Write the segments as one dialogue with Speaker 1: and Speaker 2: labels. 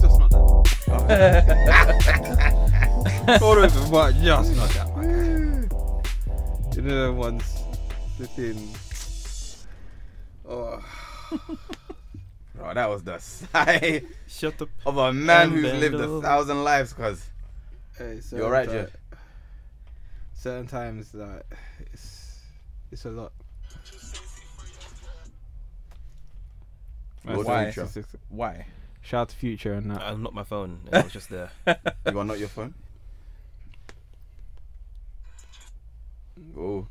Speaker 1: Just not that. All over one, just not that one. You know them ones flipping. Oh. Bro, that was the sigh
Speaker 2: Shut up.
Speaker 1: of a man
Speaker 2: And
Speaker 1: who's
Speaker 2: bend
Speaker 1: lived a
Speaker 2: over.
Speaker 1: thousand lives, cause
Speaker 3: Hey,
Speaker 1: you're right,
Speaker 3: certain
Speaker 1: Jet.
Speaker 3: ti- Certain times that it's it's a lot.
Speaker 1: Why?
Speaker 3: Why?
Speaker 1: Why? Um,
Speaker 3: Shout out to Future and that.
Speaker 2: I unlocked my phone. and It was just there.
Speaker 1: You want not your phone? Oh,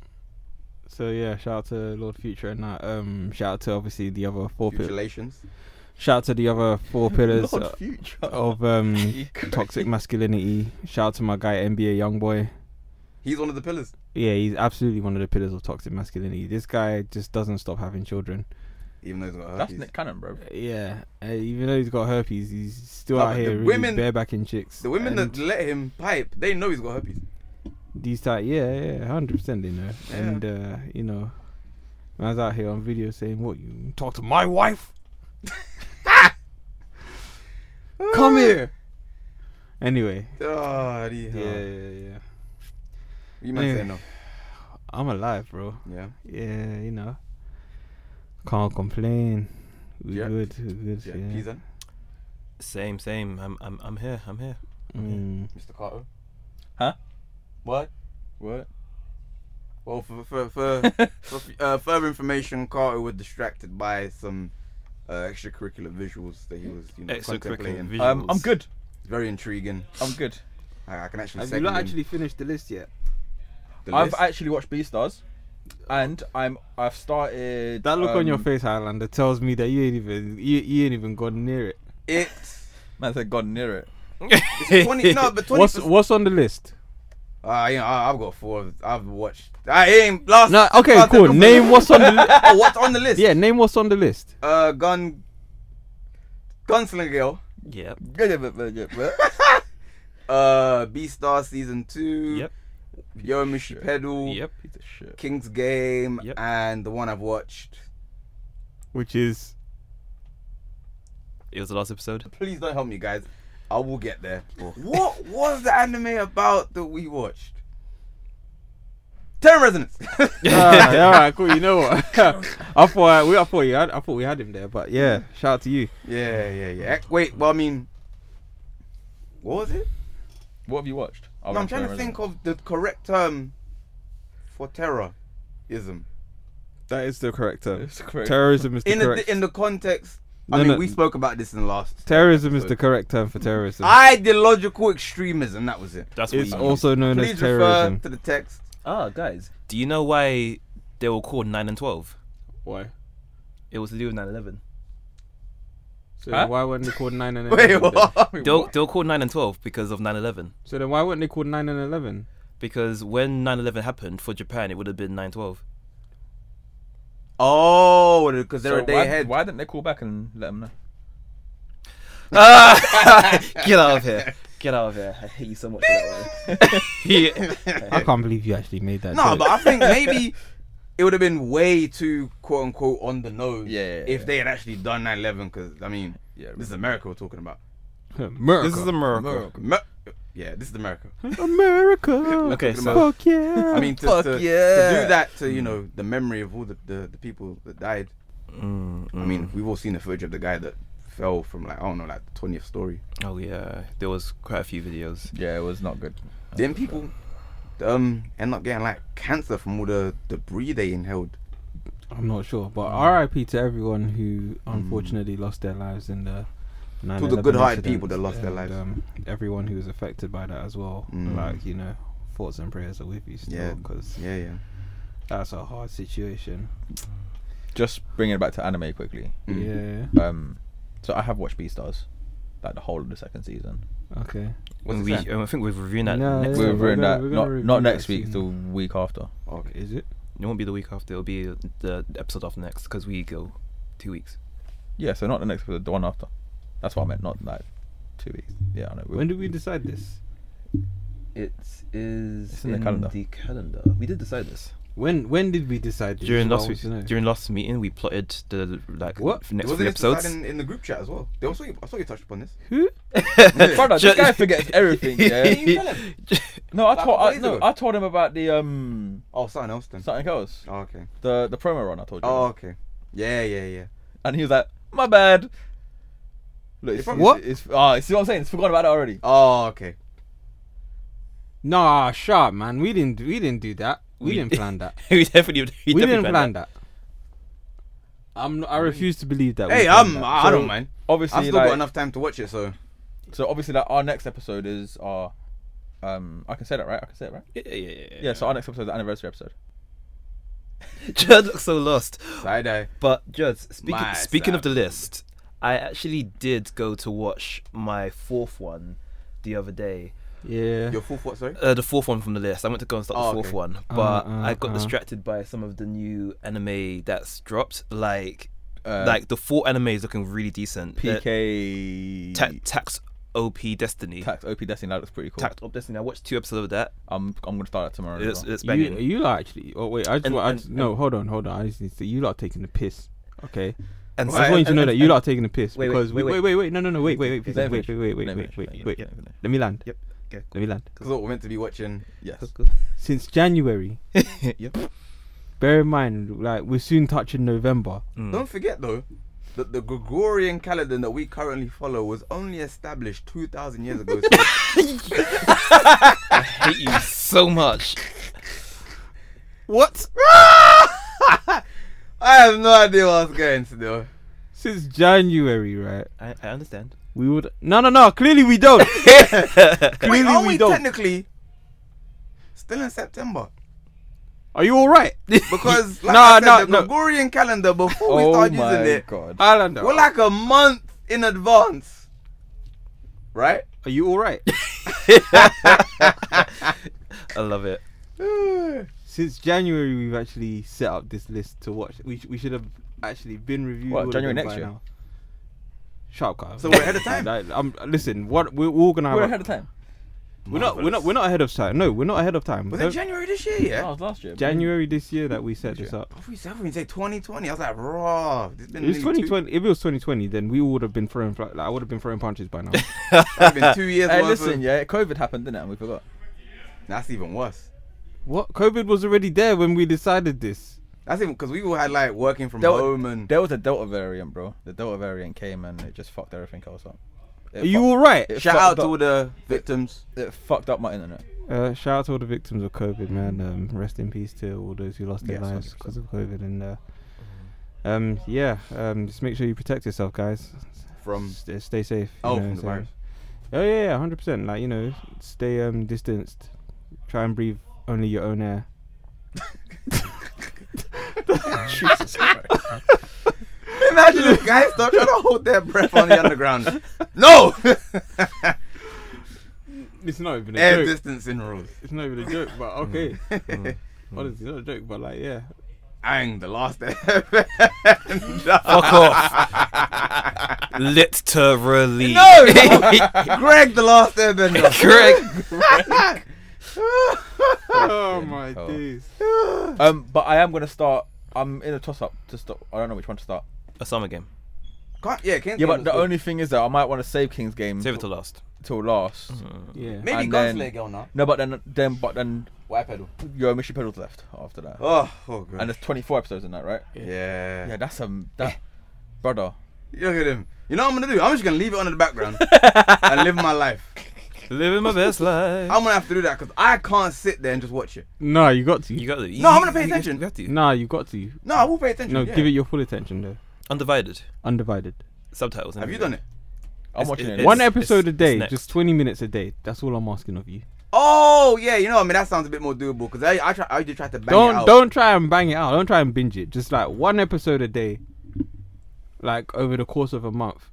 Speaker 3: So yeah, shout out to Lord Future and that. Um, shout out to obviously the other four. Pi-
Speaker 1: futurations.
Speaker 3: shout out to the other four pillars
Speaker 1: Lord
Speaker 3: uh,
Speaker 1: future.
Speaker 3: of um toxic masculinity. Shout out to my guy NBA YoungBoy.
Speaker 1: He's one of the pillars.
Speaker 3: Yeah, he's absolutely one of the pillars of toxic masculinity. This guy just doesn't stop having children.
Speaker 1: Even though he's got
Speaker 4: Oh, That's
Speaker 1: herpes.
Speaker 4: Nick Cannon, bro.
Speaker 3: Yeah, uh, even though he's got herpes, he's still
Speaker 1: No,
Speaker 3: out
Speaker 1: but
Speaker 3: here
Speaker 1: the
Speaker 3: really
Speaker 1: women-
Speaker 3: barebacking chicks.
Speaker 1: The women
Speaker 3: and
Speaker 1: that let him pipe, they know he's got herpes.
Speaker 3: these type, yeah, yeah, hundred percent, they know.
Speaker 1: Yeah.
Speaker 3: And uh, you know, I was out here on video saying, "What you talk to my wife? Come here." Anyway,
Speaker 1: Oh, yeah.
Speaker 3: yeah, yeah, yeah.
Speaker 1: You might say no.
Speaker 3: I'm alive, bro.
Speaker 1: Yeah.
Speaker 3: Yeah, you know, can't complain. We
Speaker 1: Yeah.
Speaker 3: good, we good.
Speaker 1: Yeah.
Speaker 3: Yeah.
Speaker 1: Pizza.
Speaker 2: Same, same. I'm, I'm, I'm here. I'm here.
Speaker 3: Mm.
Speaker 1: Mr. Carter.
Speaker 4: Huh?
Speaker 1: What?
Speaker 4: What?
Speaker 1: Well, for for for, for uh, further information, Carter was distracted by some uh, extracurricular visuals that he was, you know,
Speaker 2: Extracurricular
Speaker 1: contemplating.
Speaker 2: visuals.
Speaker 4: Um, I'm good.
Speaker 1: It's very intriguing.
Speaker 4: I'm good.
Speaker 1: I, I can actually.
Speaker 3: Have you
Speaker 1: second
Speaker 3: not
Speaker 1: him.
Speaker 3: actually finished the list yet?
Speaker 1: The
Speaker 4: I've
Speaker 1: list.
Speaker 4: actually watched Beastars, and I'm I've started.
Speaker 3: That look on your
Speaker 4: um,
Speaker 3: face, Highlander, tells me that you ain't even you, you ain't even gone near it.
Speaker 1: It's
Speaker 4: Man said, "God near it."
Speaker 1: it's twenty. no, but twenty.
Speaker 3: What's what's on the list?
Speaker 1: Uh, you know, I, I've got four. of- I've watched. I ain't last.
Speaker 3: No, okay,
Speaker 1: last
Speaker 3: cool.
Speaker 1: episode-
Speaker 3: Name what's on the li-
Speaker 1: oh, what's on the list?
Speaker 3: yeah. Name what's on the list.
Speaker 1: Uh, gun. Gunslinger Girl.
Speaker 2: Yep.
Speaker 1: Uh, Beastar season two.
Speaker 2: Yep.
Speaker 1: Yo Mishi Pedal.
Speaker 2: Yep.
Speaker 4: Piece of shit.
Speaker 1: King's Game.
Speaker 2: Yep.
Speaker 1: And the one I've watched.
Speaker 3: Which is
Speaker 2: It was the last episode.
Speaker 1: Please don't help me, guys. I will get there. What was the anime about that we watched? Uh, Terror Resonance.
Speaker 3: Alright, alright, cool. You know what? I thought we I thought you had I thought we had him there, but yeah, shout out to you.
Speaker 1: yeah, yeah, yeah. Wait, well, I mean, what was it?
Speaker 4: What have you watched?
Speaker 1: No, I'm trying to think of the correct term for terrorism
Speaker 3: That is the correct term.
Speaker 4: It's correct.
Speaker 3: Terrorism is the
Speaker 1: in
Speaker 3: correct.
Speaker 1: the, in the context. I
Speaker 3: No,
Speaker 1: mean,
Speaker 3: no.
Speaker 1: we spoke about this in the last.
Speaker 3: terrorism is the correct term for terrorism.
Speaker 1: Ideological extremism. That was it.
Speaker 2: That's what
Speaker 3: It's
Speaker 2: you
Speaker 3: also known as
Speaker 1: Please refer
Speaker 3: terrorism.
Speaker 1: to the text.
Speaker 4: Ah, guys.
Speaker 2: Do you know why they were called nine and twelve?
Speaker 3: Why?
Speaker 2: It was to do with 9/11.
Speaker 3: So
Speaker 4: Huh?
Speaker 3: why weren't they called nine and
Speaker 1: Wait,
Speaker 3: eleven? then?
Speaker 1: what?
Speaker 2: They were, they were called nine and twelve because of 9/11.
Speaker 3: So then why weren't they called nine and eleven?
Speaker 2: Because when 9/11 happened for Japan, it would have been 9/12.
Speaker 1: Oh, because they're
Speaker 4: So
Speaker 1: a day
Speaker 4: why,
Speaker 1: ahead.
Speaker 4: why didn't they call back and let them know? Ah!
Speaker 2: Get out of here! Get out of here! I hate you so much. For that
Speaker 3: I can't believe you actually made that.
Speaker 1: No,
Speaker 3: joke.
Speaker 1: but I think maybe it would have been way too quote unquote on the nose.
Speaker 4: Yeah, yeah, yeah,
Speaker 1: if
Speaker 4: yeah.
Speaker 1: they had actually done 9/11, because I mean,
Speaker 4: Yeah,
Speaker 1: this is America we're talking about.
Speaker 3: America.
Speaker 2: America.
Speaker 1: Mer- yeah, this is America.
Speaker 3: America.
Speaker 2: Okay, so-
Speaker 3: fuck yeah.
Speaker 1: I mean, to,
Speaker 4: Fuck
Speaker 1: to, to
Speaker 4: yeah.
Speaker 1: do that to you know the memory of all the, the, the people that died.
Speaker 2: Mm,
Speaker 1: I mean, we've all seen the footage of the guy that fell from like I don't know, like the twentieth story.
Speaker 2: oh yeah, there was quite a few videos.
Speaker 4: Yeah, it was not good.
Speaker 1: Then people um end up getting like cancer from all the debris they inhaled.
Speaker 3: I'm not sure, but R.I.P. to everyone who unfortunately lost their lives in the.
Speaker 1: To the
Speaker 3: 9/11
Speaker 1: good-hearted
Speaker 3: incident
Speaker 1: people that lost their
Speaker 3: and,
Speaker 1: lives.
Speaker 3: Um, everyone who was affected by that as well.
Speaker 1: Mm.
Speaker 3: Like you know, thoughts and prayers are with you still
Speaker 1: Yeah.
Speaker 3: because
Speaker 1: Yeah, yeah.
Speaker 3: that's a hard situation.
Speaker 4: Just bringing it back to anime quickly.
Speaker 1: Mm.
Speaker 3: Yeah.
Speaker 4: Um, so I have watched Beastars, like the whole of the second season.
Speaker 3: Okay.
Speaker 1: What's
Speaker 5: we,
Speaker 1: it saying?
Speaker 5: um, I think we're reviewing that.
Speaker 3: No,
Speaker 5: next
Speaker 3: yeah.
Speaker 5: week.
Speaker 3: we're
Speaker 4: We're reviewing
Speaker 3: gonna-
Speaker 4: that.
Speaker 3: we're gonna
Speaker 4: not
Speaker 3: review
Speaker 4: not
Speaker 3: that
Speaker 4: next week.
Speaker 3: soon.
Speaker 4: The week after.
Speaker 1: Okay.
Speaker 3: Is it?
Speaker 5: It won't be the week after. It'll be the episode after next because we go two weeks.
Speaker 4: Yeah. So not the next week. The one after. That's what I meant. Not like two weeks. Yeah. I know.
Speaker 3: When do we decide this?
Speaker 2: It is
Speaker 4: It's in the calendar.
Speaker 2: the calendar. We did decide this.
Speaker 3: When when did we decide this?
Speaker 5: Uh, During
Speaker 3: That's what
Speaker 5: last
Speaker 3: I want to
Speaker 5: week,
Speaker 3: know.
Speaker 5: during last meeting, we plotted the like
Speaker 3: What?
Speaker 5: f- next
Speaker 1: Wasn't
Speaker 5: three
Speaker 1: this decided
Speaker 5: episodes.
Speaker 1: in, in the group chat as well? They also, I saw you touched upon this.
Speaker 3: Who?
Speaker 4: Brother, this guy forgets everything. Yeah.
Speaker 1: you tell him?
Speaker 4: No, I
Speaker 1: Like,
Speaker 4: told
Speaker 1: what
Speaker 4: I,
Speaker 1: is
Speaker 4: no,
Speaker 1: it?
Speaker 4: I told him about the um
Speaker 1: Oh, something else then.
Speaker 4: something else.
Speaker 1: Oh, okay.
Speaker 4: The the promo run I told you.
Speaker 1: Oh,
Speaker 4: about.
Speaker 1: okay. Yeah, yeah, yeah.
Speaker 4: And he was like, my bad. Look, it's,
Speaker 1: If I'm-
Speaker 4: what? It's, it's, ah, see what I'm saying? It's forgotten about it already.
Speaker 1: Oh, okay.
Speaker 3: Nah, sharp man. We didn't we didn't do that. We, didn't plan that.
Speaker 5: we definitely,
Speaker 3: we
Speaker 5: we, definitely
Speaker 3: didn't
Speaker 5: planned
Speaker 3: plan that. I'm not, I refuse to believe that. we
Speaker 1: Hey,
Speaker 3: planned
Speaker 1: um,
Speaker 3: that.
Speaker 1: I I don't
Speaker 3: So-
Speaker 1: mind.
Speaker 4: Obviously,
Speaker 1: I've still
Speaker 4: like,
Speaker 1: got enough time to watch it, so
Speaker 4: so obviously, like our next episode is our, um, I can say that right? I can say it right?
Speaker 5: that. Yeah, yeah, yeah.
Speaker 4: Yeah. so our next episode is the anniversary episode.
Speaker 5: Judd looks so lost.
Speaker 1: side eye.
Speaker 5: But Judd, speaking
Speaker 1: My
Speaker 5: speaking of the
Speaker 1: side.
Speaker 5: list, I actually did go to watch my fourth one the other day.
Speaker 3: Yeah.
Speaker 1: Your fourth what? Sorry.
Speaker 5: Uh, the fourth one from the list. I went to go and start
Speaker 1: Oh,
Speaker 5: the fourth
Speaker 1: okay.
Speaker 5: one, but
Speaker 3: uh,
Speaker 5: I got
Speaker 3: uh.
Speaker 5: distracted by some of the new anime that's dropped. Like,
Speaker 4: Uh,
Speaker 5: like the four anime is looking really decent. They're-
Speaker 4: PK
Speaker 5: Ta- Tax OP Destiny.
Speaker 4: tax OP Destiny. That looks pretty cool.
Speaker 5: Tax OP Destiny. I watched two episodes of that.
Speaker 4: I'm I'm gonna start that tomorrow. as
Speaker 5: It's,
Speaker 4: well.
Speaker 5: it's
Speaker 3: You,
Speaker 5: banging.
Speaker 3: you lot actually. Oh wait, I just,
Speaker 5: And-
Speaker 3: wa- I
Speaker 5: and-
Speaker 3: just- no. Hold on, hold on. I just need to. You lot are taking the piss. Okay.
Speaker 5: and
Speaker 3: I just want you to know that you lot are taking the piss
Speaker 5: wait, wait,
Speaker 3: because we-
Speaker 5: wait,
Speaker 3: wait,
Speaker 5: wait.
Speaker 3: wait, wait, no, no, no, wait, wait, wait, please,
Speaker 4: Let
Speaker 3: wait,
Speaker 4: him
Speaker 3: wait, wait,
Speaker 4: finish.
Speaker 3: wait,
Speaker 4: Let him
Speaker 3: wait,
Speaker 4: finish.
Speaker 3: wait,
Speaker 4: Yeah,
Speaker 3: wait.
Speaker 4: yeah, yeah.
Speaker 3: Let me land.
Speaker 5: Yep. Okay.
Speaker 3: Let me land.
Speaker 1: Because what we're meant to be watching.
Speaker 4: Yes.
Speaker 3: Since January,
Speaker 5: yep.
Speaker 3: bear in mind, like we're soon touching November.
Speaker 1: Don't forget though, that the Gregorian calendar that we currently follow was only established two thousand years ago. So
Speaker 5: I hate you so much.
Speaker 3: What?
Speaker 1: I have no idea what I was going to do.
Speaker 3: Since January, right?
Speaker 5: I, I understand.
Speaker 3: We would no, no, no. Clearly, we don't.
Speaker 1: Wait,
Speaker 3: Clearly
Speaker 1: are
Speaker 3: we
Speaker 1: we
Speaker 3: don't.
Speaker 1: technically still in September?
Speaker 3: Are you all right?
Speaker 1: Because like
Speaker 3: No,
Speaker 1: I said,
Speaker 3: no,
Speaker 1: the
Speaker 3: no.
Speaker 1: Gregorian calendar before we
Speaker 4: Oh
Speaker 1: started using
Speaker 4: my
Speaker 1: it,
Speaker 4: god.
Speaker 3: Islander,
Speaker 1: we're like a month in advance, right?
Speaker 3: are you all right?
Speaker 5: I love it.
Speaker 3: Since January, we've actually set up this list to watch. We sh- we should have actually been reviewed.
Speaker 4: What,
Speaker 3: all of
Speaker 4: January
Speaker 3: them
Speaker 4: next
Speaker 3: by
Speaker 4: year?
Speaker 3: Now. Sharp guy.
Speaker 1: So we're ahead of time.
Speaker 3: Like, I'm, listen, what we're all gonna.
Speaker 4: We're
Speaker 3: have a-
Speaker 4: ahead of time.
Speaker 3: We're not. We're not. We're not ahead of time. No, we're not ahead of time.
Speaker 1: Was
Speaker 3: Don't-
Speaker 1: it January this year? Yeah.
Speaker 4: That was last year.
Speaker 3: January this year that we set this up.
Speaker 1: I thought you said I thought you said 2020. I was like, raw. It's been
Speaker 3: It was
Speaker 1: nearly two-
Speaker 3: 2020. If it was 2020, then we would have been throwing. fl- Like, I would have been throwing punches by now.
Speaker 1: It's been two years.
Speaker 4: Hey,
Speaker 1: worth of-
Speaker 4: listen, yeah, COVID happened, didn't it? And we forgot.
Speaker 1: That's even worse.
Speaker 3: what? COVID was already there when we decided this.
Speaker 1: That's even because we all had like working from
Speaker 4: Del-
Speaker 1: home and
Speaker 4: There was a Delta variant, bro. The Delta variant came and it just fucked everything else up. It
Speaker 3: Are you
Speaker 4: fuck-
Speaker 3: all right?
Speaker 4: it
Speaker 1: shout
Speaker 4: fucked
Speaker 1: out to
Speaker 4: up-
Speaker 1: all the victims.
Speaker 4: It fucked up my internet.
Speaker 3: Uh, shout out to all the victims of COVID, man. Um, rest in peace to all those who lost their
Speaker 4: Yes,
Speaker 3: lives because of COVID. And uh, um, yeah, um, just make sure you protect yourself, guys.
Speaker 1: From
Speaker 3: Stay, stay safe. you
Speaker 1: oh,
Speaker 3: know what
Speaker 1: from the
Speaker 3: I'm saying?
Speaker 1: virus.
Speaker 3: Oh yeah, yeah, hundred percent. Like you know, stay um distanced. Try and breathe only your own air.
Speaker 1: Imagine if guys stop trying to hold their breath on the underground. No,
Speaker 3: It's not even a
Speaker 1: air
Speaker 3: joke.
Speaker 1: distancing rules.
Speaker 3: it's not even a joke, but okay. Mm. Honestly, not a joke, but like yeah.
Speaker 1: Ang the last air.
Speaker 5: Fuck off. Literally.
Speaker 1: no, Greg the last airbender.
Speaker 5: Correct.
Speaker 3: oh
Speaker 4: Fucking
Speaker 3: my
Speaker 4: hell.
Speaker 3: days.
Speaker 4: Um, but I am gonna start. I'm in a toss-up to stop. I don't know which one to start.
Speaker 5: A summer game.
Speaker 1: Can't, yeah, can't
Speaker 4: Yeah, but the only thing is that I might want to save King's game
Speaker 5: Save it till last.
Speaker 4: till last.
Speaker 3: Yeah.
Speaker 1: maybe
Speaker 4: and then-
Speaker 1: Gunslinger girl now.
Speaker 4: No, but then then but then
Speaker 1: White pedal.
Speaker 4: your mission pedals left after that,
Speaker 1: Oh, oh god.
Speaker 4: and there's 24 episodes in that, right?
Speaker 1: yeah.
Speaker 4: Yeah, that's um that brother.
Speaker 1: Look at him. You know what I'm gonna do? I'm just gonna leave it under the background and live my life.
Speaker 5: Living my best life.
Speaker 1: I'm gonna have to do that because I can't sit there and just watch it.
Speaker 3: No, you got to.
Speaker 5: You got the.
Speaker 1: No, I'm gonna pay
Speaker 5: you- you-
Speaker 1: attention.
Speaker 5: You have to.
Speaker 3: nah, you got to.
Speaker 1: No, I will pay attention.
Speaker 3: No,
Speaker 1: yeah.
Speaker 3: give it your full attention though.
Speaker 5: Undivided.
Speaker 3: Undivided.
Speaker 5: Subtitles.
Speaker 1: Have you done it?
Speaker 4: I'm
Speaker 5: It's-
Speaker 4: watching
Speaker 5: it-
Speaker 4: it.
Speaker 5: it's-
Speaker 3: One episode a
Speaker 5: it's
Speaker 3: day,
Speaker 5: next.
Speaker 3: just 20 minutes a day. That's all I'm asking of you.
Speaker 1: Oh yeah, you know I mean that sounds a bit more doable because I I try I did try to bang it
Speaker 3: don't
Speaker 1: out.
Speaker 3: don't try and bang it out. Don't try and binge it. Just like one episode a day, like over the course of a month.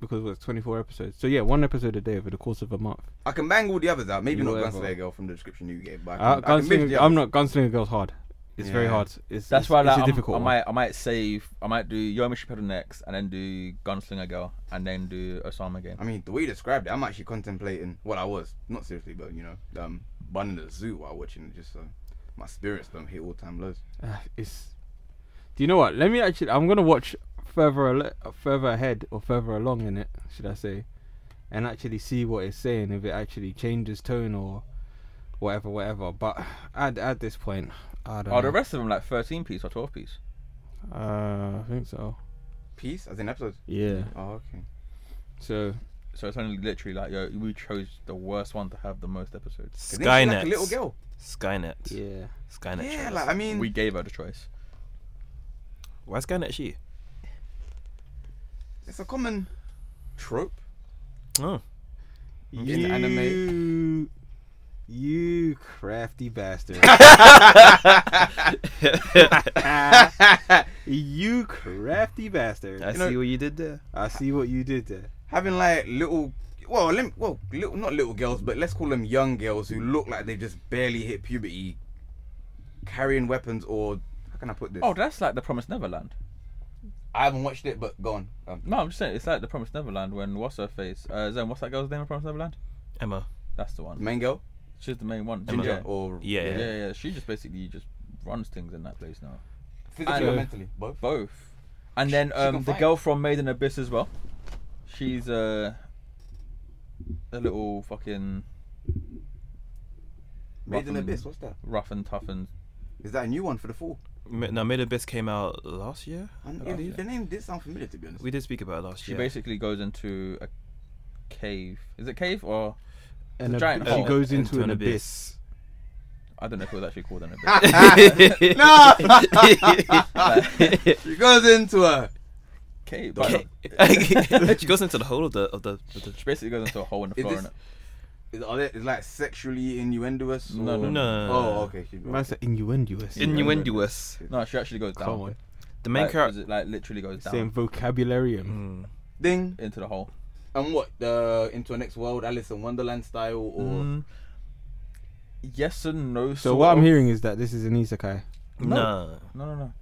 Speaker 3: because it was 24 episodes. So yeah, one episode a day over the course of a month.
Speaker 1: I can bang all the others out. Maybe not
Speaker 3: Whatever.
Speaker 1: Gunslinger Girl from the description you gave, but I
Speaker 3: Uh,
Speaker 1: can, I can maybe
Speaker 3: Gunslinger,
Speaker 1: the
Speaker 3: I'm not
Speaker 1: others.
Speaker 3: Gunslinger Girls hard. It's very
Speaker 1: Yeah.
Speaker 3: hard. It's
Speaker 4: That's
Speaker 3: it's,
Speaker 4: why
Speaker 3: it's
Speaker 4: like,
Speaker 3: a
Speaker 4: I'm-
Speaker 3: difficult
Speaker 4: I
Speaker 3: one.
Speaker 4: might I might save I might do Yomish Pedal next and then do Gunslinger Girl and then do Osama again.
Speaker 1: I mean, the way you described it, I'm actually contemplating what I was. Not seriously, but you know, um, running the zoo while watching it, just so my spirits don't hit all time lows.
Speaker 3: Uh, it's. Do you know what? Let me actually. I'm gonna watch further, al- further ahead or further along in it, should I say, and actually see what it's saying if it actually changes tone or whatever, whatever. But at at this point, I don't.
Speaker 4: Are Oh, the
Speaker 3: know.
Speaker 4: rest of them like 13 piece or 12 piece?
Speaker 3: Uh, I think so.
Speaker 1: Peace, as in episodes.
Speaker 3: Yeah.
Speaker 1: Oh, okay.
Speaker 3: So
Speaker 4: So it's only literally like yo, we chose the worst one to have the most episodes.
Speaker 1: Isn't she Like
Speaker 5: Skynet.
Speaker 1: a little girl.
Speaker 5: Skynet.
Speaker 3: yeah.
Speaker 5: Skynet.
Speaker 1: Yeah,
Speaker 5: shows.
Speaker 1: like I mean,
Speaker 4: We gave her the choice.
Speaker 5: Why is Skynet she?
Speaker 1: it's a common trope.
Speaker 5: Oh.
Speaker 1: In anime.
Speaker 3: You crafty bastard. you crafty bastard.
Speaker 5: I
Speaker 1: You know-
Speaker 5: see what you did there.
Speaker 3: I see what you did there.
Speaker 1: having like little well lim- well little, not little girls but let's call them young girls who look like they just barely hit puberty carrying weapons or how can i put this
Speaker 4: Oh, that's like the Promised Neverland.
Speaker 1: i haven't watched it but go on um,
Speaker 4: No, I'm just saying it's like the Promised Neverland when what's her face? Uh, Zen, what's that girl's name in Promised Neverland?
Speaker 5: Emma.
Speaker 4: That's the one.
Speaker 1: main girl
Speaker 4: She's the main one.
Speaker 1: ginger
Speaker 4: Yeah.
Speaker 1: or
Speaker 4: Yeah.
Speaker 5: Yeah.
Speaker 4: yeah, yeah, She just basically just runs things in that place now.
Speaker 1: physically
Speaker 3: Uh,
Speaker 1: or mentally both
Speaker 4: Both. And then
Speaker 1: She
Speaker 4: um,
Speaker 1: can
Speaker 4: the
Speaker 1: fight.
Speaker 4: girl from Maiden Abyss as well. She's uh, a little fucking
Speaker 1: made in
Speaker 4: rough and-
Speaker 1: abyss what's that
Speaker 4: rough and tough and
Speaker 1: is that a new one for the fall
Speaker 5: Ma- No, Made Abyss came out last year.
Speaker 1: and
Speaker 4: Okay.
Speaker 1: the name did sound familiar to be honest
Speaker 5: We did speak about it last
Speaker 4: She
Speaker 5: year.
Speaker 4: basically goes into a cave. Is it cave or
Speaker 3: And
Speaker 4: a giant
Speaker 3: she
Speaker 4: hole.
Speaker 3: goes into
Speaker 5: Into
Speaker 3: an
Speaker 5: an
Speaker 3: abyss.
Speaker 4: I don't know if it was actually called an abyss.
Speaker 1: no she goes into a
Speaker 4: cave.
Speaker 1: Don't
Speaker 4: But
Speaker 1: know.
Speaker 5: she goes into the hole of the of the. Of the
Speaker 4: She basically goes into a hole in the
Speaker 1: Is
Speaker 4: floor.
Speaker 1: this-
Speaker 4: This...
Speaker 1: is, are they, is like sexually innuendoous
Speaker 4: No,
Speaker 1: or-
Speaker 4: no,
Speaker 5: no.
Speaker 1: oh okay, she, okay.
Speaker 3: That's innuendoous.
Speaker 5: innuendoes.
Speaker 4: No, she actually goes down.
Speaker 3: Come on.
Speaker 5: The main
Speaker 4: like,
Speaker 5: character.
Speaker 4: It, like literally goes down
Speaker 3: Same vocabularium.
Speaker 5: Mm.
Speaker 1: ding
Speaker 4: into the hole.
Speaker 1: And what the into a next world, Alice in Wonderland style, or
Speaker 4: Mm. Yes and no.
Speaker 3: So
Speaker 4: sort
Speaker 3: what I'm
Speaker 4: of.
Speaker 3: hearing is that this is an isekai.
Speaker 4: No.
Speaker 5: No.
Speaker 4: No, no, no.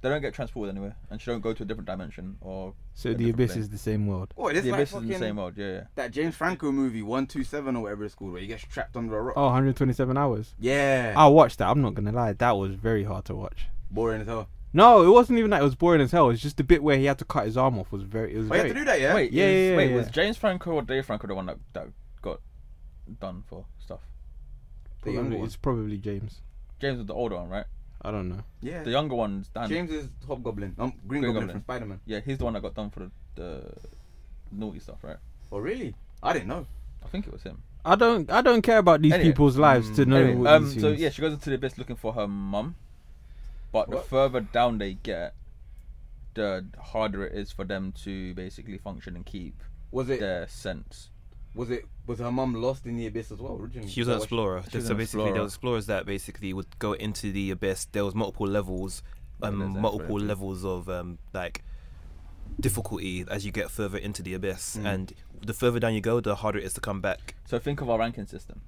Speaker 4: They don't get transported anywhere, and she don't go to a different dimension or.
Speaker 3: So
Speaker 4: a
Speaker 3: the
Speaker 4: different
Speaker 3: abyss
Speaker 4: plane.
Speaker 3: is the same world.
Speaker 1: oh, this
Speaker 4: the
Speaker 1: like
Speaker 4: abyss is in
Speaker 1: fucking
Speaker 4: the same world. Yeah, yeah.
Speaker 1: that James Franco movie One Two Seven or whatever it's called, where he gets trapped under a rock.
Speaker 3: Oh, 127 hours.
Speaker 1: Yeah,
Speaker 3: I watched that. I'm not gonna lie. That was very hard to watch.
Speaker 1: boring as hell.
Speaker 3: No, it wasn't even that. It was boring as hell. It's just the bit where he had to cut his arm off was very. It was
Speaker 1: Oh, you have to
Speaker 3: very.
Speaker 1: do that, yeah.
Speaker 4: Wait,
Speaker 3: Yeah,
Speaker 4: is,
Speaker 3: yeah,
Speaker 4: wait,
Speaker 3: yeah,
Speaker 4: was
Speaker 3: yeah.
Speaker 4: James Franco or Dave Franco the one that, that got done for stuff?
Speaker 1: the younger
Speaker 3: probably,
Speaker 1: one.
Speaker 3: it's probably James.
Speaker 4: James was the older one, right?
Speaker 3: I don't know.
Speaker 1: yeah.
Speaker 4: The younger one's Dan.
Speaker 1: James is Hobgoblin, um, Green,
Speaker 4: Green
Speaker 1: Goblin,
Speaker 4: Goblin.
Speaker 1: from Spider Man.
Speaker 4: Yeah, he's the one that got done for the, the naughty stuff, right?
Speaker 1: Oh, really? I didn't know.
Speaker 4: I think it was him.
Speaker 3: I don't. I don't care about these
Speaker 4: Anyway,
Speaker 3: people's lives to
Speaker 1: mm,
Speaker 3: know.
Speaker 4: Anyway,
Speaker 3: what
Speaker 4: um,
Speaker 3: these
Speaker 4: so
Speaker 3: things-
Speaker 4: yeah, she goes into the abyss looking for her mum, but the
Speaker 1: What?
Speaker 4: further down they get, the harder it is for them to basically function and keep
Speaker 1: Was it?
Speaker 4: their sense.
Speaker 1: Was it? Was her mum lost in the abyss as well originally?
Speaker 5: She was an
Speaker 1: Is that what
Speaker 5: explorer.
Speaker 4: Mm. was
Speaker 5: so
Speaker 4: an
Speaker 5: basically,
Speaker 4: explorer.
Speaker 5: there was explorers that basically would go into the abyss. There was multiple levels, um,
Speaker 4: Yeah, there's
Speaker 5: multiple
Speaker 4: exploration.
Speaker 5: levels of um, like difficulty as you get further into the abyss,
Speaker 4: Mm.
Speaker 5: and the further down you go, the harder it is to come back.
Speaker 4: So think of our ranking system.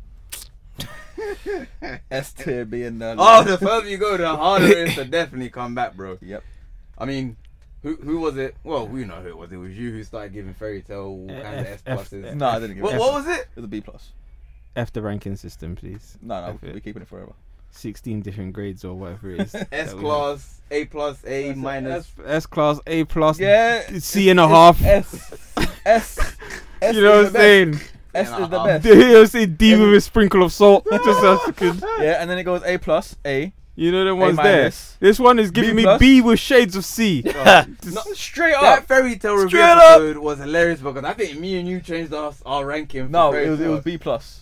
Speaker 4: S tier being the
Speaker 1: Oh, the further you go, the harder it is to definitely come back, bro.
Speaker 4: Yep.
Speaker 1: I mean, who who was it? Well, we know who it was. It was you who started giving fairy tale all kinds of S
Speaker 3: Eh, F- F-
Speaker 1: pluses.
Speaker 4: No, I didn't give
Speaker 1: What,
Speaker 4: it.
Speaker 1: what was it?
Speaker 4: It's a B plus.
Speaker 3: F the ranking system, please.
Speaker 4: No, no,
Speaker 3: F
Speaker 4: we're
Speaker 3: it.
Speaker 4: keeping it forever.
Speaker 3: 16 different grades or whatever it is.
Speaker 1: S
Speaker 3: that we have.
Speaker 1: class, A plus, A minus.
Speaker 3: S class, A plus,
Speaker 4: Yeah,
Speaker 3: C and a half.
Speaker 4: S S. S
Speaker 3: you know what I'm
Speaker 4: is the best.
Speaker 3: saying?
Speaker 4: S
Speaker 1: Yeah,
Speaker 4: is the
Speaker 1: nah.
Speaker 4: best.
Speaker 3: You know what I'm saying? D
Speaker 4: Every-
Speaker 3: with a sprinkle of salt. just as you could.
Speaker 4: Yeah, and then it goes A plus A.
Speaker 3: You know the ones there.
Speaker 4: minus.
Speaker 3: This one is giving me
Speaker 4: plus.
Speaker 3: B with shades of C.
Speaker 4: No, straight
Speaker 1: That
Speaker 4: up.
Speaker 1: fairy tale review
Speaker 4: Straight up.
Speaker 1: episode was hilarious because I think me and you changed our, our ranking. For
Speaker 4: No,
Speaker 1: fairy
Speaker 4: it was, it
Speaker 1: tale.
Speaker 4: was B plus.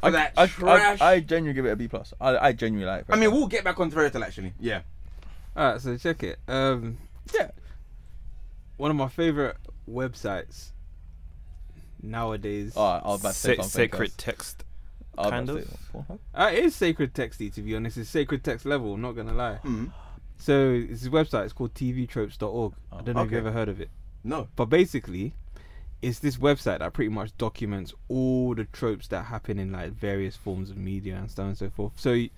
Speaker 1: For that
Speaker 4: I,
Speaker 1: trash.
Speaker 4: I, I genuinely give it a B plus. I, I genuinely like. it.
Speaker 1: I mean, we'll get back on fairy tale actually. Yeah.
Speaker 3: Alright, so check it. Um, yeah. One of my favorite websites nowadays.
Speaker 4: Oh, I was about to say
Speaker 5: Sa-
Speaker 4: something
Speaker 5: sacred
Speaker 4: else.
Speaker 5: text.
Speaker 4: I was about
Speaker 5: kind
Speaker 4: to
Speaker 5: of.
Speaker 4: say Pornhub?
Speaker 3: Uh, it is sacred texty, to be honest. It's sacred text level, I'm not going to lie.
Speaker 1: Hmm.
Speaker 3: So, it's a website. It's called tvtropes.org. I don't know if
Speaker 1: okay.
Speaker 3: you've ever heard of it.
Speaker 1: No.
Speaker 3: But basically, it's this website that pretty much documents all the tropes that happen in like various forms of media and stuff and so forth. So, y-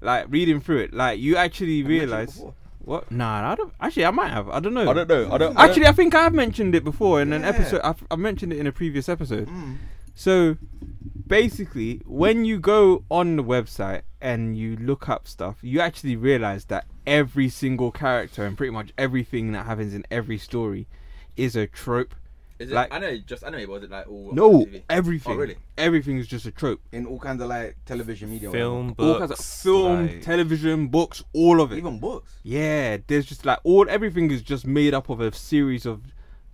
Speaker 3: like reading through it, like you actually realize
Speaker 1: before.
Speaker 3: what? Nah, I don't. Actually, I might have. I don't know.
Speaker 4: I don't know. I don't. I don't-
Speaker 3: Actually, I think I've mentioned it before in an
Speaker 1: Yeah.
Speaker 3: episode. I've, I mentioned it in a previous episode.
Speaker 1: Mm.
Speaker 3: So basically, when you go on the website and you look up stuff, you actually realize that every single character and pretty much everything that happens in every story is a trope.
Speaker 4: Is it
Speaker 3: like-
Speaker 4: anime? Just anime? Was it like all?
Speaker 3: No,
Speaker 4: TV?
Speaker 3: everything.
Speaker 4: Oh, really?
Speaker 3: Everything is just a trope.
Speaker 1: in all kinds of like television media,
Speaker 5: Film, books,
Speaker 3: all kinds of film,
Speaker 5: like-
Speaker 3: television, books, all of
Speaker 1: whatever.
Speaker 3: it.
Speaker 1: even books.
Speaker 3: Yeah, there's just like all everything is just made up of a series of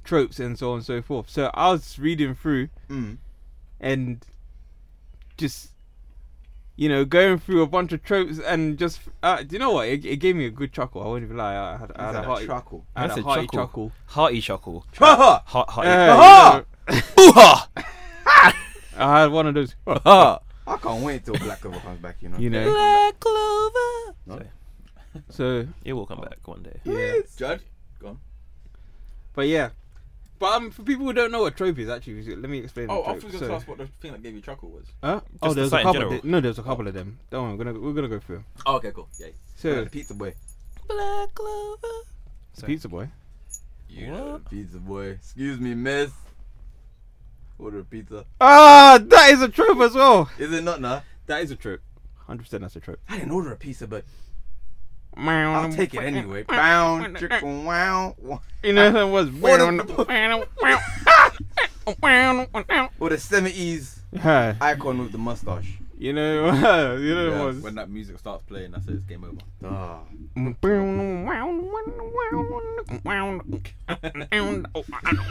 Speaker 3: tropes and so on and so forth. So I was reading through
Speaker 1: Mm.
Speaker 3: and just you know going through a bunch of tropes and just uh, do you know what? It, it gave me a good chuckle. I won't even lie. I had, I had a
Speaker 1: Is that
Speaker 3: hearty,
Speaker 1: charcoal?
Speaker 3: I had
Speaker 5: That's
Speaker 3: a
Speaker 5: a
Speaker 3: hearty
Speaker 5: chuckle.
Speaker 3: chuckle.
Speaker 5: Hearty chuckle.
Speaker 1: Ha
Speaker 5: Heart, hearty.
Speaker 3: Yeah, you know,
Speaker 5: Boo-ha!
Speaker 3: I had one of those.
Speaker 5: Ha!
Speaker 1: I can't wait till Black Clover comes back. You know.
Speaker 3: You know.
Speaker 5: Black Clover.
Speaker 3: So
Speaker 5: It will come back one day.
Speaker 3: yeah,
Speaker 4: Judge.
Speaker 3: but yeah. But um, for people who don't know what trope is, actually, let me explain. the
Speaker 4: Oh, I
Speaker 3: trope.
Speaker 4: was going
Speaker 3: So-
Speaker 4: to ask what the thing that gave you chuckle was.
Speaker 3: Huh? Oh,
Speaker 5: the
Speaker 3: there's
Speaker 5: site
Speaker 3: a
Speaker 5: in
Speaker 3: couple.
Speaker 5: general.
Speaker 3: Of, no, there's a couple of them. Don't worry, we're gonna we're gonna go through. 'em.
Speaker 4: Oh, okay, cool. Yeah.
Speaker 3: So
Speaker 1: Pizza boy.
Speaker 5: Black Clover. Sorry.
Speaker 3: pizza boy.
Speaker 1: You know, the pizza boy. Excuse me, miss. Order a pizza.
Speaker 3: Ah, that is a trope as well.
Speaker 1: Is it not nah?
Speaker 3: That is a trope. Hundred percent, that's a trope.
Speaker 1: I didn't order a pizza, but
Speaker 3: Um,
Speaker 1: I'll take it anyway. Bound chicken wow.
Speaker 3: You know that was.
Speaker 1: What Or the seventies
Speaker 3: Huh,
Speaker 1: icon with the mustache.
Speaker 3: you know, you know
Speaker 4: Yeah,
Speaker 3: it was.
Speaker 4: when that music starts playing, that's it. It's game over.
Speaker 1: Ah.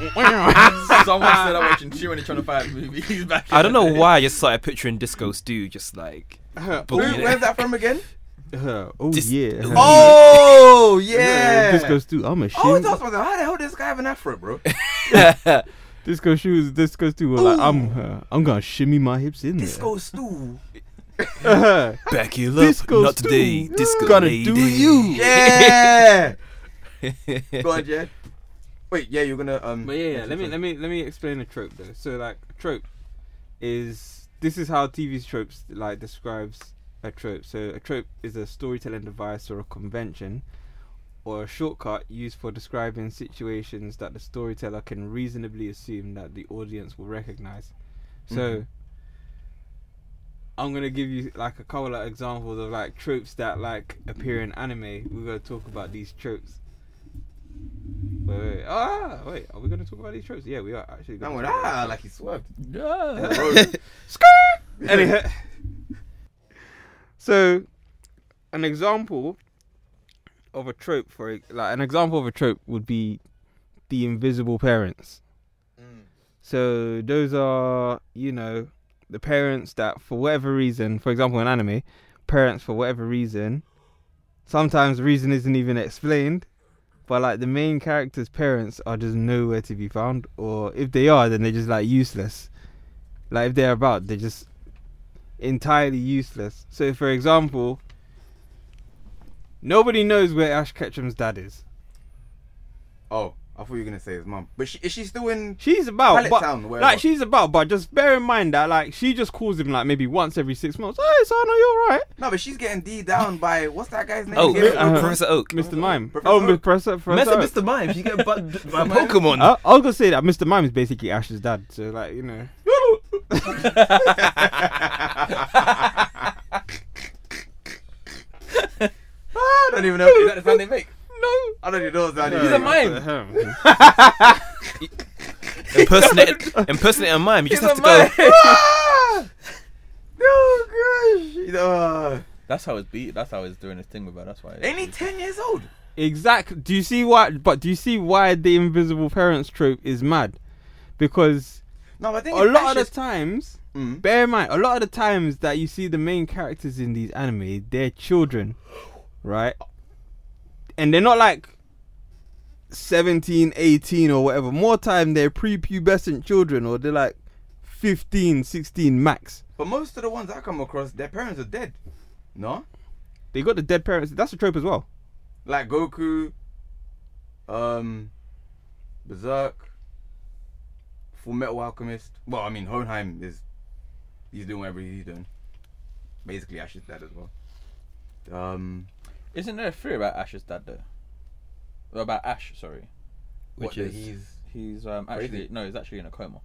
Speaker 4: Someone said I'm watching Chew and he's trying to find movies back. in
Speaker 5: I don't
Speaker 4: the
Speaker 5: know
Speaker 4: day.
Speaker 5: why I just started picturing Disco Stew just like.
Speaker 1: Where,
Speaker 5: booking it.
Speaker 1: Where's that from again?
Speaker 3: Huh, Oh
Speaker 5: Dis-
Speaker 3: yeah.
Speaker 1: Oh yeah.
Speaker 3: Disco Stew. I'm a
Speaker 1: Oh,
Speaker 3: shoe.
Speaker 1: it's awesome. How the hell does this guy have an afro, bro?
Speaker 3: Disco shoes. Disco Stew. Like I'm. Uh, I'm gonna shimmy my hips in
Speaker 1: Disco stew.
Speaker 3: there. Uh-huh.
Speaker 5: Back you up.
Speaker 3: Disco
Speaker 5: Not
Speaker 3: Stew.
Speaker 5: today. Disco
Speaker 3: Gonna
Speaker 5: lady.
Speaker 3: do you.
Speaker 1: Yeah. Go on, Jed. Wait, yeah, you're gonna um.
Speaker 3: But yeah, yeah, let me let me let me explain a trope though. So like a trope is this is how TV tropes like describes a trope. So a trope is a storytelling device or a convention or a shortcut used for describing situations that the storyteller can reasonably assume that the audience will recognize. So I'm gonna give you like a couple of examples of like tropes that like appear in anime. We're gonna talk about these tropes. Wait, wait, ah, wait. Are we gonna talk about these tropes? Yeah, we are actually.
Speaker 1: That
Speaker 3: Gonna
Speaker 1: one,
Speaker 3: talk about
Speaker 1: ah, like he swerved.
Speaker 3: it. Anyhow, so an example of a trope for a- like an example of a trope would be the invisible parents. So those are, you know, the parents that for whatever reason, for example in anime, parents for whatever reason, sometimes the reason isn't even explained, but like the main character's parents are just nowhere to be found or if they are then they're just like useless. Like if they're about, they're just entirely useless. So for example, nobody knows where Ash Ketchum's dad is.
Speaker 1: Oh, I thought you were gonna say his mum. But she, is she still in?
Speaker 3: She's about
Speaker 1: Pallet
Speaker 3: but-
Speaker 1: Town, wherever.
Speaker 3: like she's about, but just bear in mind that like she just calls him like maybe once every six months. Hey, son, are you alright,
Speaker 1: No, but she's getting D down by what's that guy's name?
Speaker 5: Oh,
Speaker 1: again?
Speaker 3: Uh,
Speaker 5: Professor Oak.
Speaker 3: Mr. Mime?
Speaker 1: Professor
Speaker 3: oh,
Speaker 1: Oak.
Speaker 3: Mr. Professor. Professor Oak.
Speaker 4: Mr. Mimes, you get but
Speaker 5: My Pokemon.
Speaker 3: Uh, I was gonna say that Mr. Mime is basically Ash's dad, so like you know.
Speaker 1: I don't even know. Is that the sound they make?
Speaker 3: No,
Speaker 1: I don't even know what sound
Speaker 3: No,
Speaker 1: they
Speaker 4: He's a
Speaker 1: make.
Speaker 4: mime.
Speaker 5: impersonate, impersonate a mime. You just have to go.
Speaker 1: Oh gosh! You know, uh,
Speaker 4: That's how it's beat. That's how it's doing his thing with her. That's why.
Speaker 1: ain't he ten years old?
Speaker 3: Exact. Do you see why? But do you see why the invisible parents trope is mad? Because
Speaker 1: No, but I think
Speaker 3: a
Speaker 1: it's
Speaker 3: lot of
Speaker 1: Ash's-
Speaker 3: the times,
Speaker 1: Mm.
Speaker 3: bear in mind, a lot of the times that you see the main characters in these anime, they're children, right? And they're not like 17, 18 or whatever. More time, they're prepubescent children or they're like 15, 16 max.
Speaker 1: But most of the ones I come across, their parents are dead. No,
Speaker 3: They got the dead parents. That's a trope as well.
Speaker 1: like Goku, um, Berserk, Full Metal Alchemist. Well, I mean, Hohenheim is he's doing whatever he's doing. Basically, Ash is dead as well. Um,
Speaker 4: Isn't there a theory about Ash's dad though? Or about Ash, sorry.
Speaker 1: what,
Speaker 4: Which
Speaker 1: that
Speaker 4: is-
Speaker 1: he's
Speaker 4: He's um,
Speaker 1: Crazy.
Speaker 4: actually no, he's actually in a coma.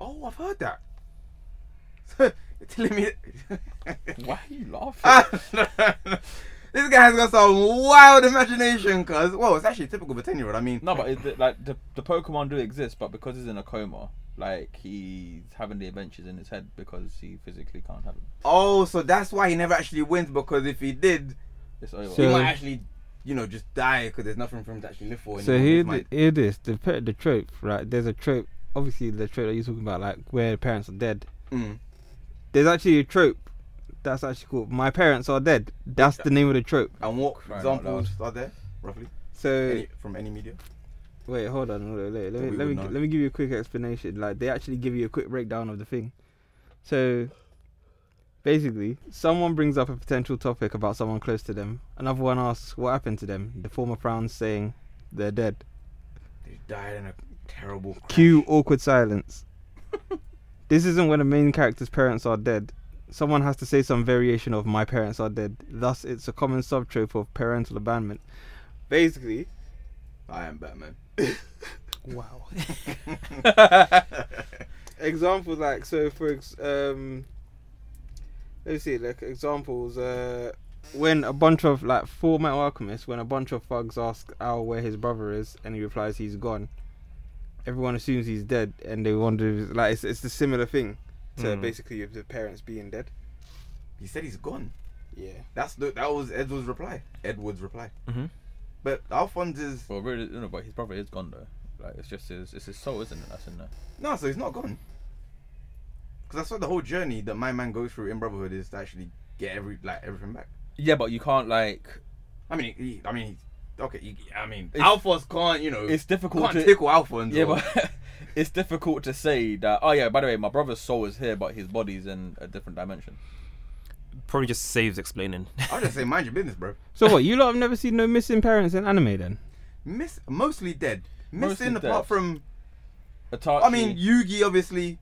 Speaker 1: oh, I've heard that. So you're telling me. Ah,
Speaker 4: Why are you laughing?
Speaker 1: this guy has got some wild imagination, cause well, it's actually typical of a ten-year-old. I mean,
Speaker 4: no, but it, like the the Pokemon do exist, but because he's in a coma, like he's having the adventures in his head because he physically can't have them.
Speaker 1: oh, so that's why he never actually wins because if he did,
Speaker 4: It's over.
Speaker 1: he
Speaker 3: So-
Speaker 1: might actually, you know, just die because there's nothing for him to actually live for. in
Speaker 3: So
Speaker 1: his
Speaker 3: here,
Speaker 1: mind.
Speaker 3: th- here this the pe- the trope, right? There's a trope. Obviously, the trope that you're talking about, like where the parents are dead.
Speaker 1: Mm.
Speaker 3: There's actually a trope that's actually called "My Parents Are Dead." That's the name of the trope.
Speaker 1: And what
Speaker 4: Crying out
Speaker 1: examples are there, roughly?
Speaker 3: So
Speaker 1: Any, from any media?
Speaker 3: wait, hold on, hold on. Let, let
Speaker 1: we
Speaker 3: me let
Speaker 1: would
Speaker 3: me,
Speaker 1: know.
Speaker 3: gi- let me give you a quick explanation. Like they actually give you a quick breakdown of the thing. So basically, someone brings up a potential topic about someone close to them. Another one asks what happened to them. The former frowns, saying they're dead.
Speaker 1: They died in a terrible crash.
Speaker 3: Cue awkward silence. this isn't when a main character's parents are dead. Someone has to say some variation of "my parents are dead." Thus, it's a common subtrope of parental abandonment. Basically,
Speaker 1: I am Batman.
Speaker 3: wow. examples like so for ex- um, let's see like examples uh, when a bunch of like four metal alchemists when a bunch of thugs ask Al where his brother is and he replies he's gone. Everyone assumes he's dead and they wonder like it's it's the similar thing to
Speaker 5: Hmm.
Speaker 3: basically the parents being dead.
Speaker 1: He said he's gone.
Speaker 3: Yeah.
Speaker 1: That's the, that was Edward's reply. Edward's reply.
Speaker 3: Mm-hmm.
Speaker 5: Mhm.
Speaker 1: But Alphonse's
Speaker 4: Well, really, no, but his brother is gone though. Like it's just his, it's his soul, isn't it? That's in there.
Speaker 1: no, so he's not gone. Because I saw the whole journey that my man goes through in Brotherhood is to actually get every like everything back.
Speaker 4: Yeah, but you can't like.
Speaker 1: I mean, he, I mean, he, okay. He, I mean,
Speaker 4: It's-
Speaker 1: Alphonse can't you know.
Speaker 4: It's difficult
Speaker 1: can't
Speaker 4: to.
Speaker 1: tickle Alphonse.
Speaker 4: yeah,
Speaker 1: or-
Speaker 4: but it's difficult to say that. Oh yeah, by the way, my brother's soul is here, but his body's in a different dimension.
Speaker 5: Probably just saves explaining.
Speaker 1: I'll just say mind your business, bro.
Speaker 3: So what you lot have never seen no missing parents in anime then?
Speaker 1: Miss mostly dead.
Speaker 4: Mostly
Speaker 1: Missing
Speaker 4: dead.
Speaker 1: apart from
Speaker 4: Itachi.
Speaker 1: I mean, Yugi obviously,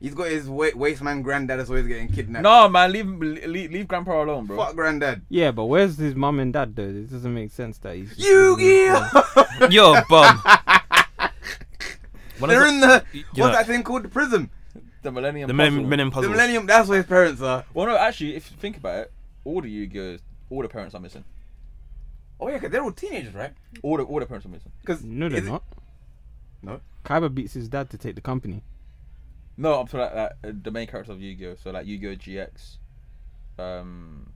Speaker 1: he's got his wa- waste man granddad that's always getting kidnapped.
Speaker 4: no man, leave, leave leave grandpa alone, bro.
Speaker 1: Fuck granddad.
Speaker 3: Yeah, but where's his mum and dad though? It doesn't make sense that he's just-
Speaker 1: Yugi!
Speaker 5: Yo, bum. One of
Speaker 1: They're in the what's
Speaker 5: know-
Speaker 1: that thing called? The prism.
Speaker 4: The Millennium.
Speaker 5: the
Speaker 4: Puzzle.
Speaker 5: men, men in
Speaker 1: The
Speaker 5: puzzles.
Speaker 1: Millennium. That's where his parents are.
Speaker 4: Well, no, actually, if you think about it, all the Yu-Gi-Ohs, all the parents are missing.
Speaker 1: Oh yeah, 'cause they're all teenagers, right?
Speaker 4: All the all the parents are missing.
Speaker 1: Because
Speaker 3: No, they're not.
Speaker 1: No?
Speaker 3: Kaiba beats his dad to take the company.
Speaker 4: No, I'm talking like, like uh, the main characters of Yu-Gi-Oh. So like Yu-Gi-Oh GX, um,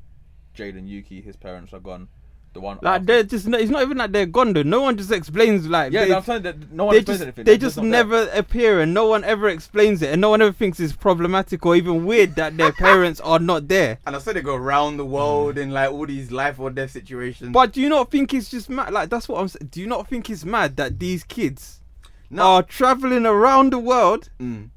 Speaker 4: Jade and Yuki, his parents are gone. The one
Speaker 3: Like
Speaker 4: after-
Speaker 3: they're just no, it's not even like they're gone though. No one just explains like
Speaker 4: yeah,
Speaker 3: they,
Speaker 4: I'm saying that no one
Speaker 3: they
Speaker 4: explains
Speaker 3: just
Speaker 4: anything.
Speaker 3: they
Speaker 4: They're
Speaker 3: just
Speaker 4: not there.
Speaker 3: never appear and no one ever explains it and no one ever thinks it's problematic or even weird that their parents are not there.
Speaker 1: And I saw they go around the
Speaker 4: Mm.
Speaker 1: world in like all these life or death situations.
Speaker 3: But do you not think it's just mad? Like that's what I'm saying. Do you not think it's mad that these kids
Speaker 1: No.
Speaker 4: uh,
Speaker 3: are traveling around the world?
Speaker 1: Mm.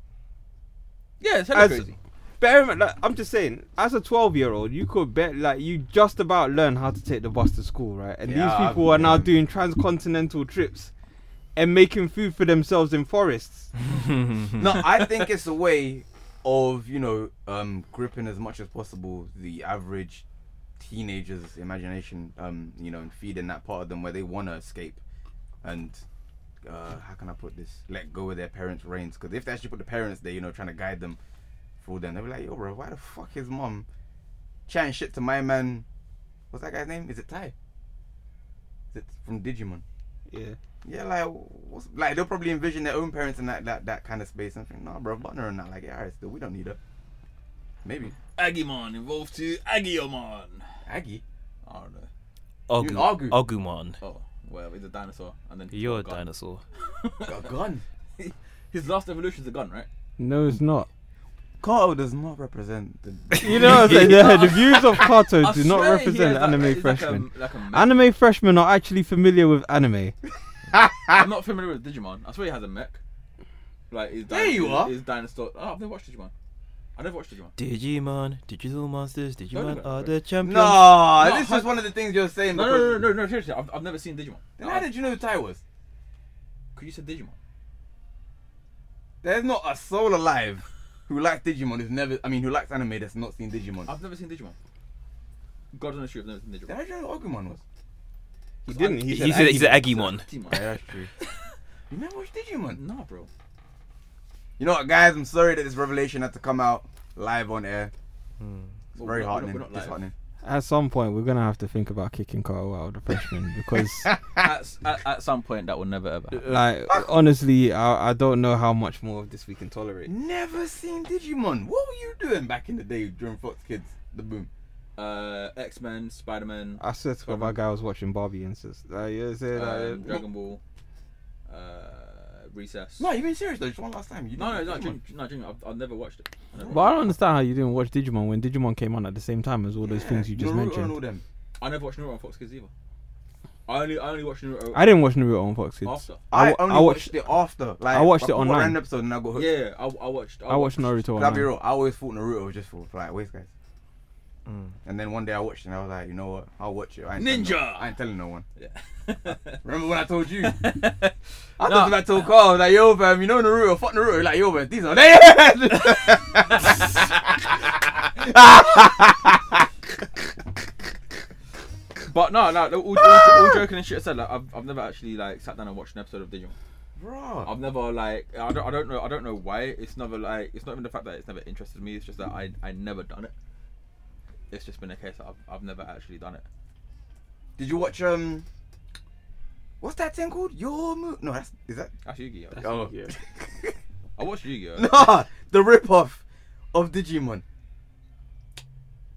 Speaker 4: Yeah, it's hella
Speaker 3: as-
Speaker 4: crazy.
Speaker 3: Bear in mind, like, I'm just saying, as a 12 year old, you could bet like you just about learn how to take the bus to school, right? And
Speaker 1: Yeah,
Speaker 3: these people are now
Speaker 1: yeah.
Speaker 3: doing transcontinental trips and making food for themselves in forests.
Speaker 1: no, I think it's a way of you know um, gripping as much as possible the average teenager's imagination, um, you know, and feeding that part of them where they want to escape and uh, how can I put this? Let go of their parents' reins because if they actually put the parents there, you know, trying to guide them through them, they'll be like, yo, bro, why the fuck is mom chatting shit to my man? What's that guy's name? Is it Ty? Is it from Digimon?
Speaker 3: Yeah.
Speaker 1: Yeah, like what's, like they'll probably envision their own parents in that that, that kind of space and think, nah, bro, partner and that, like, yeah, alright, still, we don't need her. Maybe
Speaker 4: Agumon involved to Agiomon.
Speaker 1: Aggie.
Speaker 4: I don't know.
Speaker 1: You
Speaker 5: Ogu-
Speaker 1: argue.
Speaker 5: Agumon.
Speaker 4: Oh, well, he's a dinosaur, and then he's
Speaker 5: You're a
Speaker 4: got gun.
Speaker 5: dinosaur.
Speaker 1: Got a gun.
Speaker 4: His last evolution's a gun, right?
Speaker 3: No, it's not.
Speaker 1: Carl does not represent the.
Speaker 3: You know what I'm saying? Yeah, the views of Kato do not
Speaker 4: swear he
Speaker 3: represent
Speaker 4: is like-
Speaker 3: anime
Speaker 4: he's like a-
Speaker 3: freshmen.
Speaker 4: like a mech.
Speaker 3: Anime freshmen are actually familiar with anime.
Speaker 4: I'm not familiar with Digimon. I swear he has a mech. Like his
Speaker 1: There you
Speaker 4: his-
Speaker 1: are.
Speaker 4: His dinosaur. Oh, I've never watched Digimon. I never watched Digimon.
Speaker 5: Digimon, digital monsters,
Speaker 4: Don't
Speaker 5: Digimon
Speaker 4: remember.
Speaker 5: are the champions.
Speaker 1: Nah,
Speaker 4: No,
Speaker 1: this
Speaker 4: hun-
Speaker 1: is one of the things you're saying.
Speaker 4: No, no,
Speaker 1: because-
Speaker 4: no, no, no, no seriously, I've, I've never seen Digimon.
Speaker 1: Then how did you know who Ty was?
Speaker 4: Could you say Digimon?
Speaker 1: There's not a soul alive who likes Digimon who's never. I mean, who likes anime that's not seen Digimon.
Speaker 4: I've never seen Digimon. God's honest truth, I've never seen Digimon.
Speaker 1: Uh, Did I know what Agumon was?
Speaker 3: He didn't. He said.
Speaker 5: He said he's an
Speaker 3: Agumon.
Speaker 5: Aggie one.
Speaker 4: Digimon.
Speaker 1: that's true. You never watched Digimon.
Speaker 4: Nah, bro.
Speaker 1: You know what, guys? I'm sorry that this revelation had to come out live on air. It's
Speaker 4: Well,
Speaker 1: very
Speaker 4: we're not- we're
Speaker 1: heartening.
Speaker 4: not- we're not live.
Speaker 1: disheartening.
Speaker 3: At some point, we're gonna have to think about kicking Carl out of the freshman because,
Speaker 4: at, s- at, at some point, that will never ever happen.
Speaker 3: like, honestly, I, I don't know how much more of this we can tolerate.
Speaker 1: Never seen Digimon. What were you doing back in the day during Fox Kids? The boom.
Speaker 4: Uh, X Men, Spider Man,
Speaker 3: I swear to God, my guy was watching Barbie and sis. Like, you know what I'm saying? Like,
Speaker 4: um, Dragon Ball, uh, Recess.
Speaker 1: No, you've been serious though. Just one last time. You
Speaker 4: no, no, no,
Speaker 1: didn't watch Digimon.
Speaker 4: Jun- no, Junior, I've, I've never watched it. I never
Speaker 3: But I
Speaker 4: watched
Speaker 3: don't understand how you didn't watch Digimon when Digimon came on at the same time as all those things you
Speaker 1: Yeah,
Speaker 3: just
Speaker 1: Naruto And all
Speaker 3: mentioned.
Speaker 1: them.
Speaker 4: it. I never watched Naruto on Fox Kids either. I only, I only watched Naruto
Speaker 3: I didn't watch Naruto on Fox Kids.
Speaker 4: after.
Speaker 3: I
Speaker 1: I,
Speaker 3: wa-
Speaker 1: only
Speaker 3: I
Speaker 1: watched,
Speaker 3: watched-
Speaker 1: it after. Like
Speaker 3: I watched it
Speaker 1: put one
Speaker 3: online.
Speaker 1: random episode and I got hooked.
Speaker 4: Yeah, I, I watched.
Speaker 3: I watched Naruto.
Speaker 1: Can I be
Speaker 3: online.
Speaker 1: real? I always thought Naruto was just for like waste guys.
Speaker 5: Mm.
Speaker 1: And then one day I watched it and I was like, you know what? I'll watch it. I ain't telling No,
Speaker 4: Ninja!
Speaker 1: I ain't telling no one.
Speaker 4: Yeah.
Speaker 1: Remember when I told you?
Speaker 4: No.
Speaker 1: I thought about told Carl, I was like, yo fam, you know Naruto, fuck Naruto. He's Like yo fam, these are they.
Speaker 4: but no, no, all, all, all joking and shit aside, like, I've, I've never actually like sat down and watched an episode of Digimon.
Speaker 1: Bro,
Speaker 4: I've never like I don't, I don't know I don't know why it's never like it's not even the fact that it's never interested me. It's just that I I never done it. It's just been a case that I've, I've never actually done it.
Speaker 1: did you watch um? What's that thing called? Your Mu No, that's is that?
Speaker 4: That's Yu-Gi-Oh.
Speaker 1: Oh yeah.
Speaker 4: I watched Yu-Gi-Oh.
Speaker 1: Nah, the ripoff of Digimon.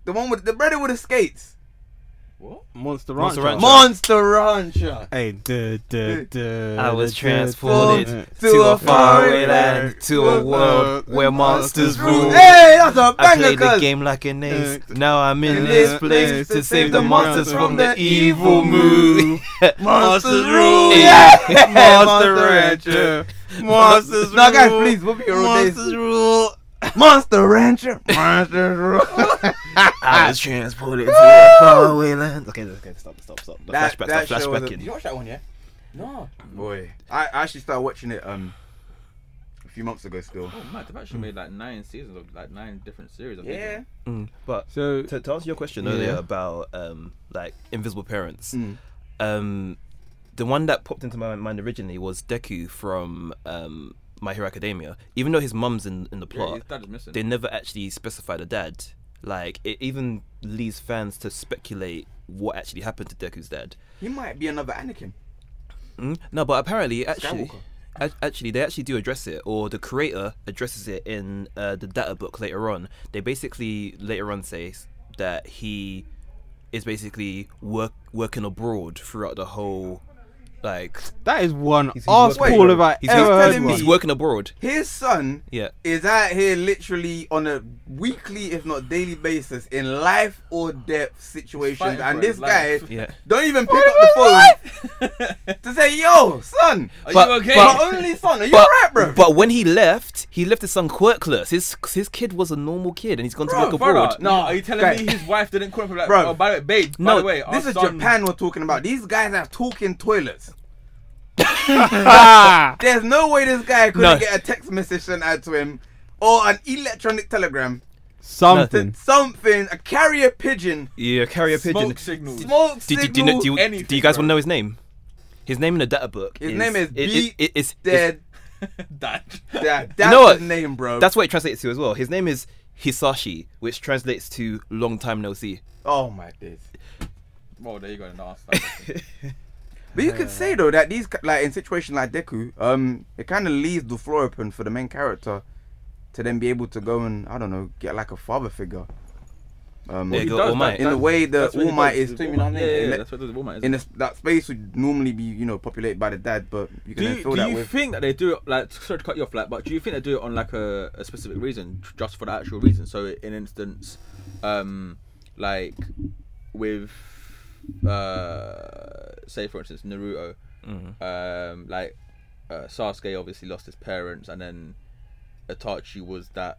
Speaker 1: The one with the brother with the skates.
Speaker 4: What?
Speaker 3: Monster Rancher.
Speaker 5: Monster Rancher. Mon-
Speaker 1: Monster Rancher.
Speaker 3: Hey, duh, duh, duh,
Speaker 5: I was
Speaker 3: duh, duh,
Speaker 5: transported
Speaker 3: duh.
Speaker 1: to a faraway land, to a world
Speaker 5: where monsters
Speaker 1: Hey, that's a
Speaker 5: I
Speaker 1: banger,
Speaker 5: played the
Speaker 1: cuz.
Speaker 5: game like an ace.
Speaker 3: Uh,
Speaker 5: Now I'm in
Speaker 3: uh,
Speaker 5: this
Speaker 3: uh,
Speaker 5: place to save the monsters from the
Speaker 1: evil
Speaker 5: evil moon.
Speaker 1: Monsters rule.
Speaker 5: Yeah.
Speaker 1: Yeah.
Speaker 5: Monster Rancher. Monsters
Speaker 1: No, guys,
Speaker 5: rule.
Speaker 1: please, we'll be here all day.
Speaker 5: Monsters rule.
Speaker 1: Monster Rancher. Monster Rancher.
Speaker 5: I was transported to a faraway land. Okay, okay, stop, stop, stop.
Speaker 1: That-
Speaker 5: flashback,
Speaker 1: that
Speaker 5: stop,
Speaker 1: show was a-
Speaker 5: flashback
Speaker 1: Did you
Speaker 5: in.
Speaker 1: watch that one, yeah? No. Boy, I I actually started watching it um a few months ago still.
Speaker 4: Oh man, they've actually made like nine seasons of like nine different series. Of
Speaker 1: Yeah.
Speaker 4: Digimon.
Speaker 5: Mm, But
Speaker 3: So,
Speaker 5: to, to answer your question
Speaker 3: Yeah.
Speaker 5: earlier about um, like invisible parents,
Speaker 1: Mm.
Speaker 5: um, the one that popped into my mind originally was Deku from um, My Hero Academia. Even though his mum's in, in the
Speaker 4: Yeah,
Speaker 5: plot,
Speaker 4: his dad is missing.
Speaker 5: they never actually specified a dad. Like it even leads fans to speculate what actually happened to Deku's dad.
Speaker 1: He might be another Anakin.
Speaker 5: Mm? No, but apparently, actually,
Speaker 1: Skywalker.
Speaker 5: ac- actually, they actually do address it, or the creator addresses it in uh, the data book later on. They basically later on say that he is basically work working abroad throughout the whole, like
Speaker 3: that is one
Speaker 5: He's- he's
Speaker 3: arse
Speaker 1: working
Speaker 3: call
Speaker 1: on-
Speaker 3: if I
Speaker 5: he's,
Speaker 3: ever
Speaker 1: telling
Speaker 3: heard
Speaker 1: me-
Speaker 5: he's
Speaker 3: one.
Speaker 5: working abroad.
Speaker 1: His son
Speaker 5: Yeah.
Speaker 1: is out here literally on a weekly, if not daily basis, in life or death situations,
Speaker 4: Fighting
Speaker 1: and
Speaker 4: for
Speaker 1: this
Speaker 4: his life.
Speaker 1: guy
Speaker 5: Yeah.
Speaker 1: don't even pick up the phone to say, "Yo, son,
Speaker 4: Are
Speaker 5: But-
Speaker 4: you okay?
Speaker 1: my only son, are you alright, bro?"
Speaker 5: but when he left, he left his son quirkless. His his kid was a normal kid, and he's gone to
Speaker 1: Bro,
Speaker 5: work
Speaker 4: Brother,
Speaker 5: abroad.
Speaker 4: no, are you telling
Speaker 1: Okay.
Speaker 4: me his wife didn't call him for like?
Speaker 1: Bro.
Speaker 4: oh, by the way, babe. by
Speaker 5: No,
Speaker 4: the way, our
Speaker 1: this is
Speaker 4: son-
Speaker 1: Japan we're talking about. These guys have talking toilets. There's no way this guy couldn't
Speaker 5: No.
Speaker 1: get a text message sent out to him or an electronic telegram
Speaker 3: Something.
Speaker 1: to something, a carrier pigeon,
Speaker 5: Yeah, carrier pigeon.
Speaker 4: Smoke signals.
Speaker 1: smoke
Speaker 5: Do, do,
Speaker 1: signal.
Speaker 5: do, you know, do, you, do
Speaker 4: anything,
Speaker 5: you guys
Speaker 4: bro.
Speaker 5: want to know his name? His name in the data book.
Speaker 1: His name is
Speaker 5: it-
Speaker 1: Beat
Speaker 5: it- it- it's- it's-
Speaker 1: Dead.
Speaker 4: Dad.
Speaker 1: Yeah, that's
Speaker 5: know
Speaker 1: his
Speaker 5: what?
Speaker 1: name, bro.
Speaker 5: That's what it translates to as well. His name is Hisashi, which translates to long time no see.
Speaker 1: oh my days.
Speaker 4: Well, there you go. No, that's-
Speaker 1: But you
Speaker 5: Uh.
Speaker 1: could say though that these ki- like in situations like Deku, um, it kind of leaves the floor open for the main character to then be able to go and I don't know get like a father figure. Um,
Speaker 5: There
Speaker 4: he
Speaker 5: you go,
Speaker 4: does
Speaker 5: All
Speaker 4: that-
Speaker 5: Might.
Speaker 1: in the way that
Speaker 4: that's what
Speaker 1: All
Speaker 4: he
Speaker 1: Might
Speaker 4: does,
Speaker 1: is
Speaker 4: All
Speaker 1: doing
Speaker 4: Might. Yeah, yeah,
Speaker 1: in,
Speaker 4: that's what the All Might is.
Speaker 1: in a, that space would normally be you know populated by the dad, but you can
Speaker 4: do
Speaker 1: then
Speaker 4: you,
Speaker 1: fill
Speaker 4: do
Speaker 1: that
Speaker 4: you
Speaker 1: with.
Speaker 4: think that they do it like sorry to cut you off like but do you think they do it on like a, a specific reason j- just for the actual reason so in instance um like with uh say for instance naruto
Speaker 1: Mm-hmm.
Speaker 4: um like uh, sasuke obviously lost his parents and then itachi was that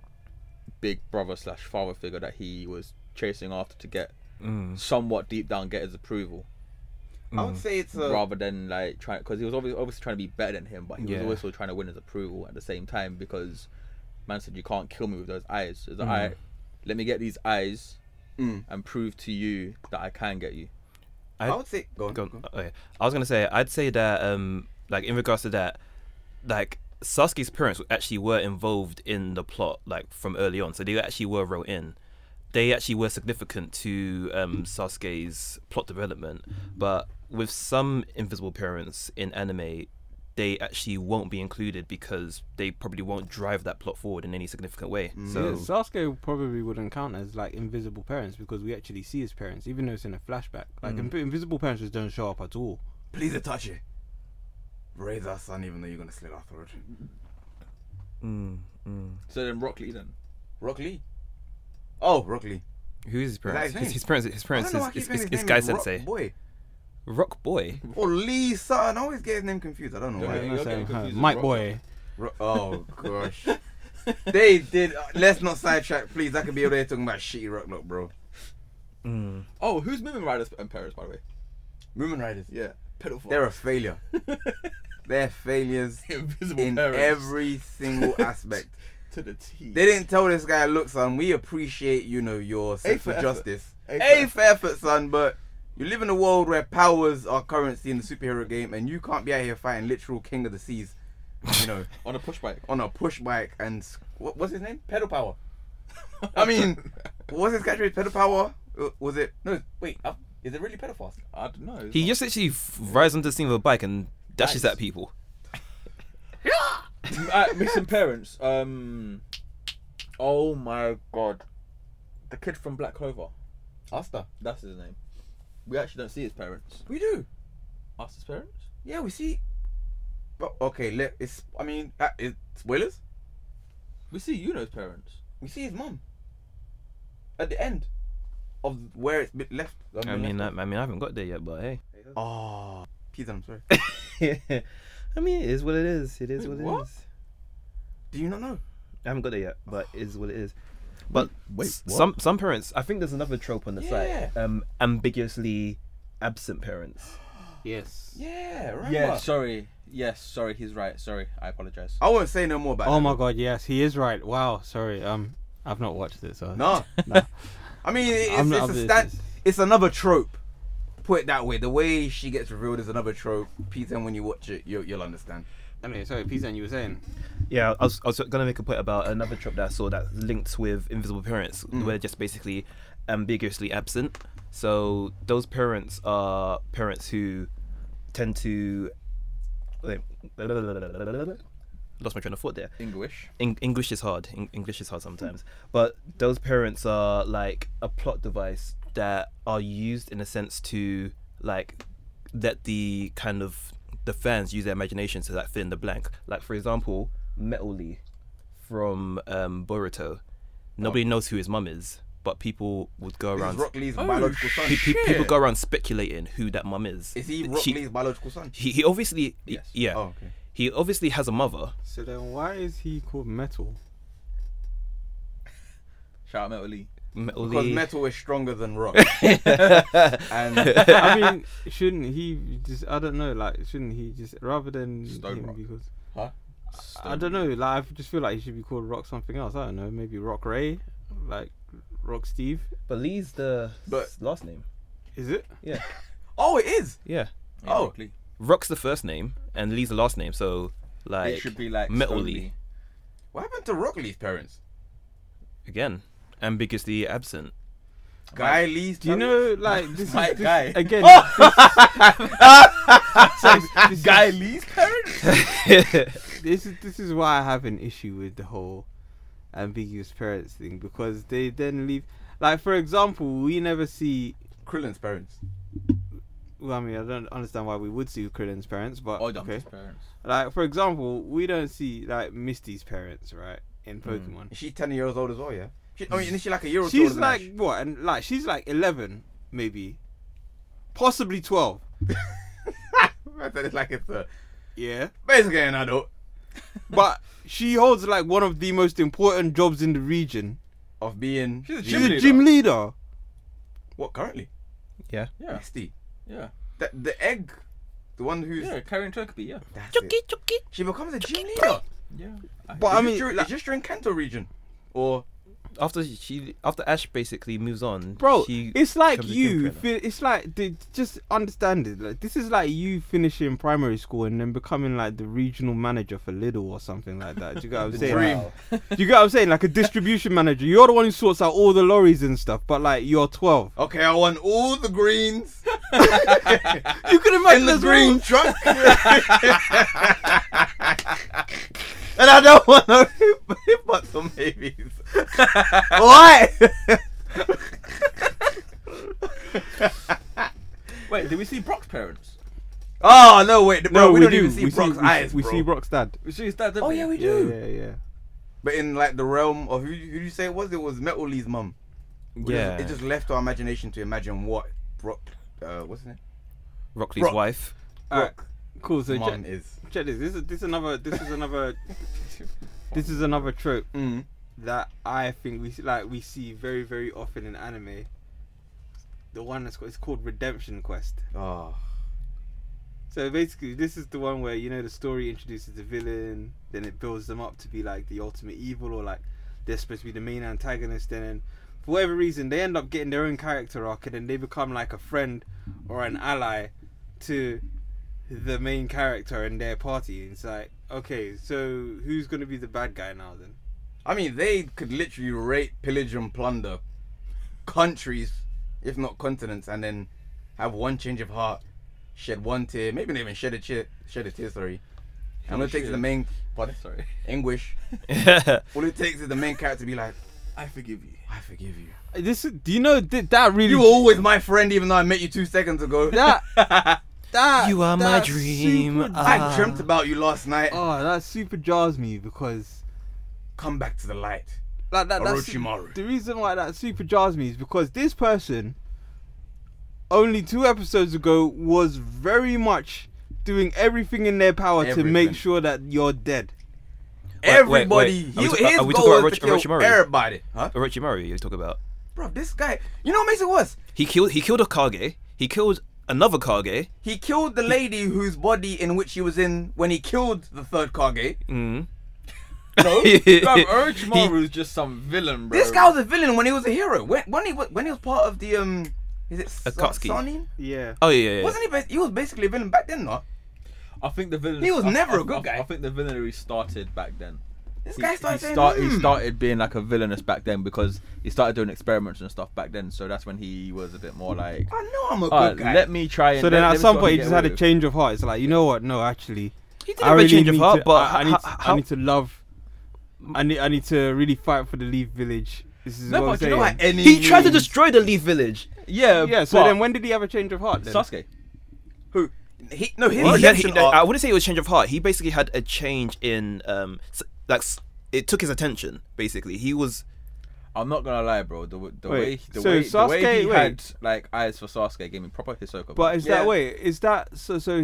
Speaker 4: big brother slash father
Speaker 1: Mm.
Speaker 4: figure that he was chasing after to get somewhat deep down get his approval
Speaker 1: I
Speaker 5: Mm.
Speaker 1: would say it's a
Speaker 4: rather than like trying because he was obviously, obviously trying to be better than him, but he
Speaker 3: Yeah.
Speaker 4: was also trying to win his approval at the same time because man said you can't kill me with those eyes. So he's like, "Alright, let me get these eyes
Speaker 1: Mm.
Speaker 4: and prove to you that I can get you.
Speaker 1: I, would say go on.
Speaker 5: Go
Speaker 1: Go
Speaker 5: on.
Speaker 1: on.
Speaker 5: Oh, Okay. I was gonna say I'd say that um like in regards to that, like Sasuke's parents actually were involved in the plot like from early on, so they actually were wrote in. They actually were significant to um, Sasuke's plot development, but with some invisible parents in anime, they actually won't be included because they probably won't drive that plot forward in any significant way.
Speaker 3: Yeah,
Speaker 5: So
Speaker 3: Sasuke probably wouldn't count as like invisible parents because we actually see his parents, even though it's in a flashback. Like inv- invisible parents just don't show up at all.
Speaker 1: Please don't touch it. Raise our son, even though you're gonna slit our throat.
Speaker 5: Mm, mm.
Speaker 4: So then Rock Lee then.
Speaker 1: Rock Lee. Oh, Rock Lee.
Speaker 5: who is his parents?
Speaker 1: his name?
Speaker 5: His, his parents. His
Speaker 1: I
Speaker 5: parents
Speaker 1: don't know why I keep
Speaker 5: is, is,
Speaker 1: saying
Speaker 5: is,
Speaker 1: his
Speaker 5: is
Speaker 1: name
Speaker 5: Guy
Speaker 1: is Rock
Speaker 5: Sensei.
Speaker 1: Boy
Speaker 5: Rock Boy.
Speaker 1: or Lee son. I always get his name confused. I don't know
Speaker 4: Yeah,
Speaker 3: Like,
Speaker 1: why.
Speaker 3: I'm
Speaker 4: you're getting
Speaker 3: saying, huh,
Speaker 4: confused with
Speaker 3: Mike
Speaker 4: Rock.
Speaker 3: Boy.
Speaker 1: Ro- oh gosh. they did. uh, let's not sidetrack, please. I could be over there talking about shitty Rock Lock, bro.
Speaker 5: Mm.
Speaker 4: Oh, who's Moomin Riders and Paris by the way?
Speaker 1: Moomin Riders.
Speaker 4: Yeah, pitiful.
Speaker 1: They're a failure. They're failures
Speaker 4: invisible
Speaker 1: in
Speaker 4: parents
Speaker 1: every single aspect.
Speaker 4: to the T.
Speaker 1: They didn't tell this guy, look, son, we appreciate, you know, your sense
Speaker 4: for
Speaker 1: for
Speaker 4: effort.
Speaker 1: justice.
Speaker 4: A
Speaker 1: A,
Speaker 4: for
Speaker 1: for effort, son, but you live in a world where powers are currency in the superhero game and you can't be out here fighting literal king of the seas, you know,
Speaker 4: on a push bike.
Speaker 1: on a push bike and s- what, what's his name? Pedal power. I mean, what's his catchphrase? Pedal power? Uh, Was it? No, wait, uh, is it really pedal fast?
Speaker 4: I don't know.
Speaker 5: He just literally f- rides onto the scene with a bike and dashes
Speaker 4: Nice.
Speaker 5: at people.
Speaker 4: uh, missing parents. Um. Oh my god, the kid from Black Clover.
Speaker 1: Asta.
Speaker 4: That's his name. We actually don't see his parents.
Speaker 1: We do.
Speaker 4: Asked his parents.
Speaker 1: Yeah, we see. But okay, let it's. I mean, uh, it, spoilers.
Speaker 4: We see Yuno's parents.
Speaker 1: We see his mom. At the end, of where it's been left.
Speaker 5: I mean, I, I mean, I haven't got there yet, but hey.
Speaker 1: oh, Peter, I'm sorry.
Speaker 5: I mean, it is what it is. It is
Speaker 4: Wait,
Speaker 5: what,
Speaker 4: what?
Speaker 5: it is.
Speaker 1: Do you not know?
Speaker 5: I haven't got there yet, but it is what it is. But
Speaker 4: wait,
Speaker 5: s-
Speaker 4: what?
Speaker 5: some some parents, I think there's another trope on the
Speaker 1: Yeah.
Speaker 5: site. Um, ambiguously absent parents.
Speaker 3: Yes.
Speaker 1: Yeah, remember.
Speaker 4: Yeah, sorry. Yes, sorry. He's right. Sorry, I apologize.
Speaker 1: I won't say no more about.
Speaker 3: Oh
Speaker 5: Um,
Speaker 1: that.
Speaker 3: my god, yes, he is right. Wow, sorry. Um, I've not watched it, so
Speaker 1: No.
Speaker 3: No.
Speaker 1: I mean, it- it's,
Speaker 3: I'm not-
Speaker 1: it's a
Speaker 3: I'm-
Speaker 1: stan- It's another trope. Put it that way. The way she gets revealed is another trope. Peter, when you watch it, you, you'll understand.
Speaker 3: Anyway, sorry, Pizan, you were saying.
Speaker 5: Yeah, I was, I was gonna make a point about another trope that I saw that linked with invisible parents, where they're just basically ambiguously absent. So those parents are parents who tend to. wait, Lost my train of thought there.
Speaker 4: English.
Speaker 5: Eng- English is hard. Eng- English is hard sometimes. But those parents are like a plot device that are used in a sense to like let the kind of the fans use their imagination to like fill in the blank. Like for example, Metal Lee from um, Boruto. Nobody knows who his mum is, but people would go
Speaker 1: This
Speaker 5: around.
Speaker 1: Oh. is Rock Lee's biological son.
Speaker 5: pe- pe- people go around speculating who that mum is.
Speaker 1: Is he Rock
Speaker 5: She-
Speaker 1: Lee's biological son?
Speaker 5: He, he obviously
Speaker 4: Yes.
Speaker 5: yeah.
Speaker 1: Oh, okay.
Speaker 5: He obviously has a mother.
Speaker 3: So then, why is he called Metal?
Speaker 4: Shout out Metal Lee.
Speaker 5: Metal
Speaker 1: Because
Speaker 5: Lee-
Speaker 1: metal is stronger than rock. and
Speaker 3: I mean, shouldn't he just? I don't know. Like, shouldn't he just rather than
Speaker 4: Stone
Speaker 3: him
Speaker 4: Rock.
Speaker 3: because
Speaker 4: Huh?
Speaker 3: I don't know. Like, I just feel like he should be called Rock something else. I don't know. Maybe Rock Ray, like Rock Steve.
Speaker 5: But Lee's the
Speaker 1: But-
Speaker 5: last name.
Speaker 3: Is it?
Speaker 5: Yeah,
Speaker 1: oh, it is.
Speaker 5: yeah.
Speaker 1: Oh.
Speaker 4: oh, Lee.
Speaker 5: Rock's the first name and Lee's the last name, so like
Speaker 4: it should be like
Speaker 5: Metal
Speaker 4: Stone
Speaker 5: Lee.
Speaker 4: Lee.
Speaker 1: What happened to Rock Lee's parents?
Speaker 5: again ambiguously absent.
Speaker 1: Guy Lee's.
Speaker 3: Do you know?
Speaker 1: parents?
Speaker 3: Like, this is
Speaker 4: my
Speaker 3: this-
Speaker 4: guy.
Speaker 3: again. this- so this is-
Speaker 4: Guy Lee's parents.
Speaker 3: this is this is why I have an issue with the whole ambiguous parents thing because they then leave. Like for example, we never see.
Speaker 1: Krillin's parents?
Speaker 3: Well, I mean, I don't understand why we would see Krillin's parents, but
Speaker 4: oh, Dumpy's
Speaker 3: okay.
Speaker 4: parents.
Speaker 3: Like for example, we don't see like Misty's parents, right? In Pokemon,
Speaker 1: Is she ten years old as well? Yeah. She, I mean, is she like a year or two? older
Speaker 3: she's
Speaker 1: than
Speaker 3: like
Speaker 1: Ash?
Speaker 3: what? And like she's like eleven, maybe, possibly twelve.
Speaker 1: I said it's like it's a,
Speaker 3: Yeah,
Speaker 1: basically an adult
Speaker 3: but she holds like one of the most important jobs in the region.
Speaker 1: of being.
Speaker 4: She's a
Speaker 1: the-
Speaker 3: She's
Speaker 4: Gym
Speaker 3: a
Speaker 4: leader.
Speaker 3: gym leader.
Speaker 1: What currently?
Speaker 5: yeah.
Speaker 4: Yeah,
Speaker 1: Misty.
Speaker 4: yeah.
Speaker 1: The, the egg, the one who's
Speaker 4: Yeah, Karen Turkby, yeah.
Speaker 1: that's it. She becomes a gym leader.
Speaker 4: Yeah.
Speaker 1: But I
Speaker 2: I
Speaker 1: mean,
Speaker 2: mean,
Speaker 1: during, is this during Kanto region, or
Speaker 5: After she, after Ash basically moves on,
Speaker 3: bro.
Speaker 5: she
Speaker 3: it's like
Speaker 5: becomes a gym
Speaker 3: you.
Speaker 5: trainer.
Speaker 3: Fi- it's like dude, just understand it. Like this is like you finishing primary school and then becoming like the regional manager for Lidl or something like that. Do you get what I'm saying?
Speaker 1: dream.
Speaker 3: Like, do you get what I'm saying? Like a distribution manager. You're the one who sorts out all the lorries and stuff, but like you're 12.
Speaker 1: okay, I want all the greens
Speaker 3: You can
Speaker 1: in
Speaker 3: imagine
Speaker 1: the
Speaker 3: this
Speaker 1: green
Speaker 3: room.
Speaker 1: truck.
Speaker 3: And I don't want to.
Speaker 1: but some babies.
Speaker 3: Why?
Speaker 4: Wait, did we see Brock's parents?
Speaker 1: Oh no, wait, bro, we, don't even see Brock's
Speaker 3: we,
Speaker 1: eyes.
Speaker 3: We
Speaker 1: bro.
Speaker 3: see Brock's dad.
Speaker 4: We see his dad. didn't
Speaker 1: Oh yeah, we
Speaker 3: Yeah,
Speaker 1: do.
Speaker 3: yeah, yeah.
Speaker 1: But in like the realm of who, who do you say it was? It was Metal Lee's mum. We just-
Speaker 5: yeah,
Speaker 1: It just left our imagination to imagine what Brock, uh, what's his name?
Speaker 5: Rockley's
Speaker 1: Rock.
Speaker 5: wife.
Speaker 3: Alright,
Speaker 1: Brock
Speaker 3: cool. So check,
Speaker 1: mum is.
Speaker 3: check this. This is this is another. This is another. this is another trope.
Speaker 1: Mm.
Speaker 3: that I think we like we see very very often in anime. The one that's called, it's called Redemption Quest.
Speaker 1: Oh.
Speaker 3: So basically, this is the one where you know the story introduces the villain, then it builds them up to be like the ultimate evil, or like they're supposed to be the main antagonist. Then, and for whatever reason, they end up getting their own character arc, and then they become like a friend or an ally to the main character and their party. It's like, okay, so who's gonna be the bad guy now then?
Speaker 1: I mean, they could literally rape, pillage, and plunder countries, if not continents, and then have one change of heart, shed one tear, maybe not even shed a tear, shed a tear. Sorry, and all it takes is the main, pardon,
Speaker 4: Sorry.
Speaker 1: English.
Speaker 5: yeah,
Speaker 1: All it takes is the main character to be like,
Speaker 4: I forgive you.
Speaker 1: I forgive you.
Speaker 3: This do you know that that really
Speaker 1: You were always my friend, even though I met you two seconds ago.
Speaker 3: that that
Speaker 5: You are my
Speaker 3: that
Speaker 5: dream,
Speaker 3: Super,
Speaker 5: uh,
Speaker 1: I dreamt about you last night.
Speaker 3: oh, that super jars me because
Speaker 1: Come back to the light.
Speaker 3: like that. That's,
Speaker 1: Orochimaru.
Speaker 3: the reason why that super jars me is because this person only two episodes ago was very much doing everything in their power to
Speaker 1: Everything.
Speaker 3: make sure that you're dead.
Speaker 5: Wait, wait, wait.
Speaker 1: Everybody,
Speaker 5: Are we
Speaker 1: you-
Speaker 5: talking about-
Speaker 1: his
Speaker 5: are we
Speaker 1: goal
Speaker 5: talking about
Speaker 1: was to
Speaker 5: Orochi-
Speaker 1: kill
Speaker 5: Orochimaru?
Speaker 1: everybody, huh?
Speaker 5: Orochimaru, you talk about.
Speaker 1: Bro, this guy. You know what makes it worse?
Speaker 5: He killed. He killed a Kage. He killed another Kage.
Speaker 1: He killed the lady whose body in which he was in when he killed the third Kage.
Speaker 5: Mm.
Speaker 1: No.
Speaker 4: Bro, Orochimaru is just some villain, bro.
Speaker 1: this guy was a villain when he was a hero. When, when he was when he was part of the um, is it Sa-
Speaker 5: Akatsuki.
Speaker 1: Sanin?
Speaker 3: Yeah.
Speaker 5: Oh yeah, yeah, yeah.
Speaker 1: Wasn't he? Ba- he was basically a villain back then, though.
Speaker 4: I think the villain.
Speaker 1: He was
Speaker 4: I-
Speaker 1: never
Speaker 4: I-
Speaker 1: a good
Speaker 4: I-
Speaker 1: guy.
Speaker 4: I think the villainy started back then.
Speaker 1: This
Speaker 4: He,
Speaker 1: guy started
Speaker 4: he
Speaker 1: saying,
Speaker 4: start- he
Speaker 1: "Hmm."
Speaker 4: started being like a villainous back then because he started doing experiments and stuff back then. So that's when he was a bit more like,
Speaker 1: I know I'm a
Speaker 4: "Ah,
Speaker 1: Oh, good guy.
Speaker 4: let me try. And
Speaker 3: So then
Speaker 4: let- let
Speaker 3: at
Speaker 4: me
Speaker 3: some
Speaker 4: see what I
Speaker 3: point he
Speaker 4: can
Speaker 3: just
Speaker 4: get
Speaker 3: had a
Speaker 4: away
Speaker 3: change of heart. It's like you know what? No, actually,
Speaker 5: He did have a change of
Speaker 3: need
Speaker 5: heart,
Speaker 3: to-
Speaker 5: but
Speaker 3: I, I need
Speaker 5: ho-
Speaker 3: to,
Speaker 5: ho-
Speaker 3: I need to love. I need I need to really fight for the Leaf Village. This is
Speaker 1: No,
Speaker 3: what I'm
Speaker 1: but you know
Speaker 3: saying.
Speaker 1: what? Any
Speaker 5: he tried to
Speaker 1: means.
Speaker 5: destroy the Leaf Village.
Speaker 4: with. Yeah,
Speaker 3: yeah. So
Speaker 4: but-
Speaker 3: then when did he have a change of heart? Then?
Speaker 4: Sasuke.
Speaker 1: Who? He, no, his
Speaker 5: He had, he,
Speaker 1: redemption arc-
Speaker 5: I wouldn't say it was change of heart. He basically had a change in um, s- like s- it took his attention. Basically, he was
Speaker 4: I'm not gonna lie, bro. The, w- the
Speaker 3: Wait,
Speaker 4: way the
Speaker 3: so
Speaker 4: way the way
Speaker 3: Sasuke-
Speaker 4: he
Speaker 3: wait.
Speaker 4: had like eyes for Sasuke gave me proper Hisoka.
Speaker 3: But is
Speaker 1: Yeah.
Speaker 3: that wait? Is that so? So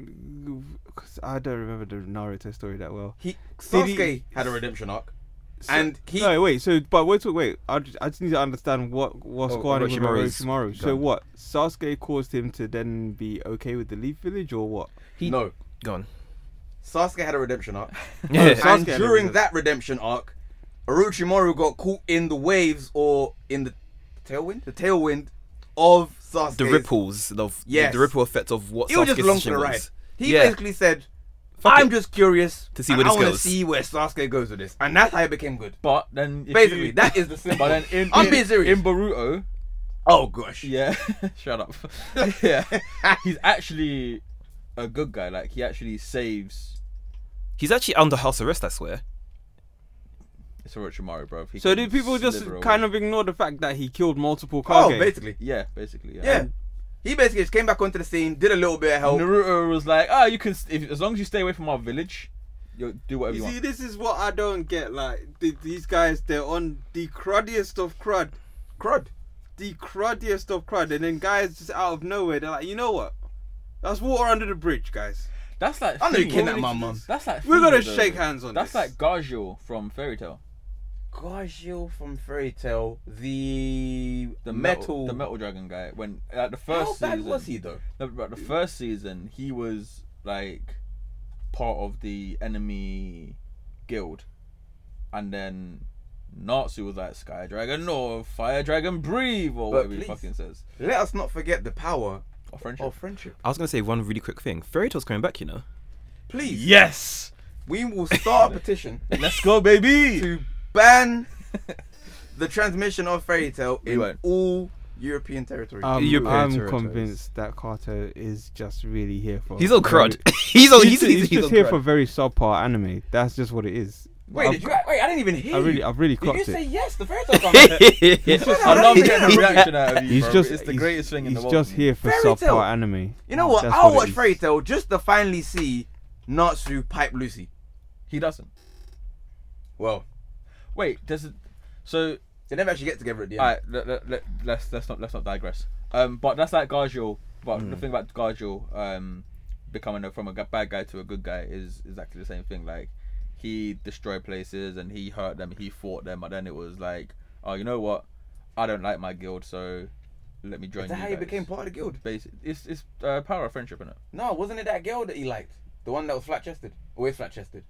Speaker 3: him? Cause I don't remember the Naruto story that well.
Speaker 1: He
Speaker 3: Did
Speaker 1: Sasuke
Speaker 3: he-
Speaker 1: had a redemption arc,
Speaker 3: So-
Speaker 1: and he
Speaker 3: no, wait. So, but wait, wait. wait I just, I just need to understand what what's
Speaker 5: Oh,
Speaker 3: going on with
Speaker 5: Orochimaru's
Speaker 3: Orochimaru. So
Speaker 5: gone.
Speaker 3: what? Sasuke caused him to then be okay with the Leaf Village, or what?
Speaker 1: no
Speaker 5: gone.
Speaker 1: Sasuke had a redemption arc,
Speaker 5: Yeah.
Speaker 3: Sasuke
Speaker 1: and
Speaker 3: had a
Speaker 1: during
Speaker 3: redemption-
Speaker 1: that redemption arc, Orochimaru got caught in the waves or in the tailwind, the tailwind of Sasuke.
Speaker 5: the ripples of
Speaker 1: Yes.
Speaker 5: the ripple effect of what
Speaker 1: He was just
Speaker 5: Sasuke's
Speaker 1: along for the
Speaker 5: decision
Speaker 1: ride.
Speaker 5: was.
Speaker 1: He
Speaker 5: Yeah.
Speaker 1: basically said, "I'm
Speaker 5: it.
Speaker 1: just curious
Speaker 5: To see
Speaker 1: and
Speaker 5: where
Speaker 1: I
Speaker 5: this
Speaker 1: wanna
Speaker 5: goes."
Speaker 1: see where Sasuke goes with this," and that's how he became good.
Speaker 4: but then if
Speaker 1: Basically,
Speaker 4: you-
Speaker 1: that is the symbol.
Speaker 4: But then in,
Speaker 1: I'm
Speaker 4: in-
Speaker 1: being serious.
Speaker 4: in Boruto,
Speaker 1: oh gosh,
Speaker 4: yeah, shut up. yeah, he's actually a good guy. Like he actually saves.
Speaker 5: He's actually under house arrest. I swear.
Speaker 4: It's Orochimaru, bro. He
Speaker 3: So
Speaker 4: can
Speaker 3: did people just
Speaker 4: slither
Speaker 3: kind
Speaker 4: away.
Speaker 3: of ignore the fact that he killed multiple
Speaker 1: oh
Speaker 3: Kage?
Speaker 1: basically,
Speaker 4: Yeah, basically. Yeah.
Speaker 1: yeah.
Speaker 4: And
Speaker 1: He basically just came back onto the scene, did a little bit of help.
Speaker 4: Naruto was like, "Oh, you can st- if, as long as you stay away from our village, you'll do whatever you,
Speaker 3: You see,
Speaker 4: want."
Speaker 3: this is what I don't get. Like th- these guys, they're on the cruddiest of crud.
Speaker 1: Crud.
Speaker 3: the cruddiest of crud, and then guys just out of nowhere, they're like, you know what? That's water under the bridge, guys.
Speaker 4: That's like
Speaker 1: I know you
Speaker 4: Fuyu.
Speaker 1: kidnapped my mum.
Speaker 4: That's like
Speaker 3: We're gonna
Speaker 4: Fuyu, though.
Speaker 3: shake hands on
Speaker 4: That's
Speaker 3: this.
Speaker 4: like Gargio from Fairy Tale.
Speaker 1: Gargiel from Fairy Tale, the
Speaker 4: The
Speaker 1: metal.
Speaker 4: the metal dragon guy. When at the
Speaker 1: How
Speaker 4: first
Speaker 1: bad
Speaker 4: season,
Speaker 1: was he though?
Speaker 4: No, but the first season, he was like part of the enemy guild, and then Natsu was like Sky Dragon or Fire Dragon Breathe or
Speaker 1: But
Speaker 4: whatever
Speaker 1: please-
Speaker 4: he fucking says.
Speaker 1: Let us not forget the power
Speaker 4: Or friendship.
Speaker 1: of friendship.
Speaker 5: I was gonna say one really quick thing. Fairy Tale's coming back, you know.
Speaker 1: Please,
Speaker 4: yes,
Speaker 1: we will start a petition
Speaker 4: let's go, baby.
Speaker 1: to ban the transmission of Fairy Tale
Speaker 4: We
Speaker 1: in
Speaker 4: won't.
Speaker 1: all European territories.
Speaker 3: Um,
Speaker 5: European
Speaker 3: I'm
Speaker 2: territories.
Speaker 3: convinced that Carter is just really here for.
Speaker 5: He's on
Speaker 3: very-
Speaker 5: crud. he's on.
Speaker 3: he's,
Speaker 5: He's,
Speaker 3: he's
Speaker 5: he's
Speaker 3: just
Speaker 5: on
Speaker 3: here
Speaker 5: crud.
Speaker 3: for very subpar anime. That's just what it is.
Speaker 1: wait,
Speaker 3: I've-
Speaker 1: did you, wait, I didn't even hear
Speaker 3: I really,
Speaker 1: you.
Speaker 3: I've really
Speaker 1: Did you
Speaker 3: clocked
Speaker 1: say
Speaker 3: it.
Speaker 1: yes? The Fairy Tale comes back.
Speaker 4: I love
Speaker 1: He's
Speaker 4: getting a
Speaker 1: just-
Speaker 4: reaction out of you.
Speaker 3: He's
Speaker 4: bro.
Speaker 3: just
Speaker 4: it's the
Speaker 3: he's-
Speaker 4: greatest thing in the
Speaker 3: he's
Speaker 4: world.
Speaker 3: just here for
Speaker 1: Fairy
Speaker 3: subpar
Speaker 1: Tale.
Speaker 3: anime.
Speaker 1: You know what?
Speaker 3: That's
Speaker 1: I'll
Speaker 3: it
Speaker 1: watch
Speaker 3: is.
Speaker 1: Fairy Tale just to finally see Natsu pipe Lucy.
Speaker 4: He doesn't.
Speaker 1: Well,
Speaker 4: Wait, does it? So
Speaker 1: they never actually get together at the end.
Speaker 4: All right, let, let, let, let's let's not let's not digress. Um, but that's like Gargiel. But
Speaker 3: Mm.
Speaker 4: the thing about Gargiel, um, becoming a, from a g- bad guy to a good guy is exactly the same thing. Like he destroyed places and he hurt them, he fought them, but then it was like, oh, you know what? I don't like my guild, so let me join.
Speaker 1: Is that
Speaker 4: you
Speaker 1: how he
Speaker 4: guys."
Speaker 1: became part of the guild?
Speaker 4: Basi- it's it's uh, power of friendship, is it?
Speaker 1: No, wasn't it that girl that he liked? The one that was flat chested? Always flat chested.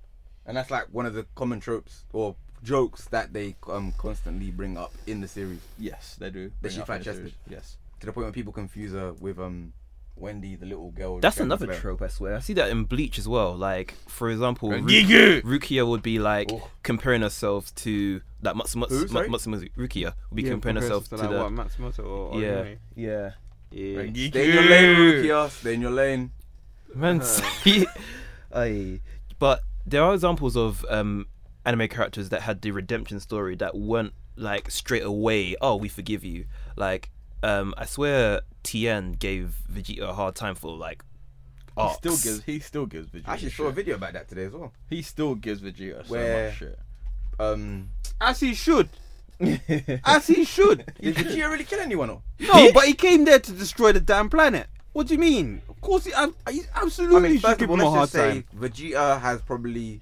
Speaker 1: And that's like one of the common tropes or jokes that they um constantly bring up in the series.
Speaker 4: Yes, they do. Bring
Speaker 1: she
Speaker 4: up their
Speaker 1: fat-chested?
Speaker 4: series. Yes.
Speaker 1: To the point where people confuse her with um Wendy, the little girl.
Speaker 5: That's
Speaker 1: dragon
Speaker 5: another
Speaker 1: slayer.
Speaker 5: trope, I swear. I see that in Bleach as well. Like, for example, Ru-
Speaker 4: Rengiku!
Speaker 5: Rukia would be like
Speaker 1: Oh.
Speaker 5: comparing herself to like Matsumatsu
Speaker 1: Who, sorry?
Speaker 5: Matsumatsu Rukia would be
Speaker 3: Yeah,
Speaker 5: comparing herself to
Speaker 3: like, what,
Speaker 5: the
Speaker 3: Matsumoto or, or
Speaker 5: Yeah.
Speaker 3: anime?
Speaker 2: Yeah.
Speaker 3: yeah.
Speaker 1: Stay in your lane, Rukia. Stay in your lane.
Speaker 5: man's.
Speaker 2: Aye.
Speaker 5: but there are examples of um, anime characters that had the redemption story that weren't like straight away. Oh, we forgive you. Like, um, I swear, Tien gave Vegeta a hard time for like.
Speaker 4: He
Speaker 5: Arcs.
Speaker 4: still gives. He still gives Vegeta.
Speaker 1: I actually saw a
Speaker 4: shit.
Speaker 1: video about that today as well.
Speaker 4: He still gives Vegeta so
Speaker 1: Where-
Speaker 4: much shit.
Speaker 1: Um,
Speaker 3: As he should. As he should.
Speaker 1: did Vegeta really kill anyone? Or?
Speaker 3: No, but he came there to destroy the damn planet. What do you mean? Of course, he, ab- he absolutely
Speaker 1: I mean,
Speaker 3: should
Speaker 1: first
Speaker 3: give
Speaker 1: of all,
Speaker 3: him a
Speaker 1: let's
Speaker 3: hard
Speaker 1: just say
Speaker 3: time.
Speaker 1: Vegeta has probably,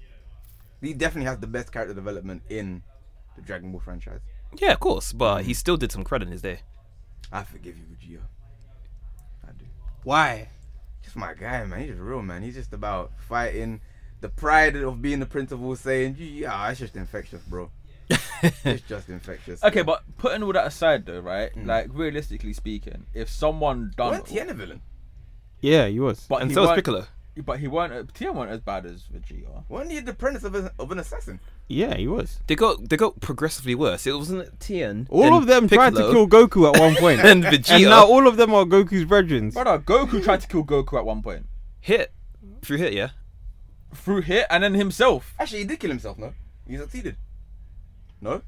Speaker 1: he definitely has the best character development in the Dragon Ball franchise.
Speaker 5: Yeah, of course, but he still did some crud in his day.
Speaker 1: I forgive you, Vegeta. I do.
Speaker 3: Why?
Speaker 1: Just my guy, man. He's just real, man. He's just about fighting the pride of being the principal, saying, "You- "Yeah, it's just infectious, bro. it's just infectious."
Speaker 4: Okay, but putting all that aside though, right?
Speaker 1: Mm.
Speaker 4: Like realistically speaking, if someone done,
Speaker 1: Weren't Tien a villain?
Speaker 3: Yeah, he was.
Speaker 4: but
Speaker 5: And
Speaker 4: he
Speaker 5: so is
Speaker 4: weren't-
Speaker 5: Piccolo.
Speaker 4: but he weren't. Tien weren't as bad as Vegeta.
Speaker 1: Weren't he the apprentice of, a, of an assassin?
Speaker 3: yeah, he was.
Speaker 5: They got they got progressively worse. It wasn't Tien.
Speaker 3: All
Speaker 5: then
Speaker 3: of them tried to
Speaker 5: Piccolo,
Speaker 3: kill Goku at one point.
Speaker 5: And Vegeta.
Speaker 3: And now all of them are Goku's brethren.
Speaker 4: Brother, Goku tried to kill Goku at one point
Speaker 5: hit through hit. Yeah,
Speaker 4: through hit and then himself.
Speaker 1: Actually, he did kill himself. No, he succeeded. No.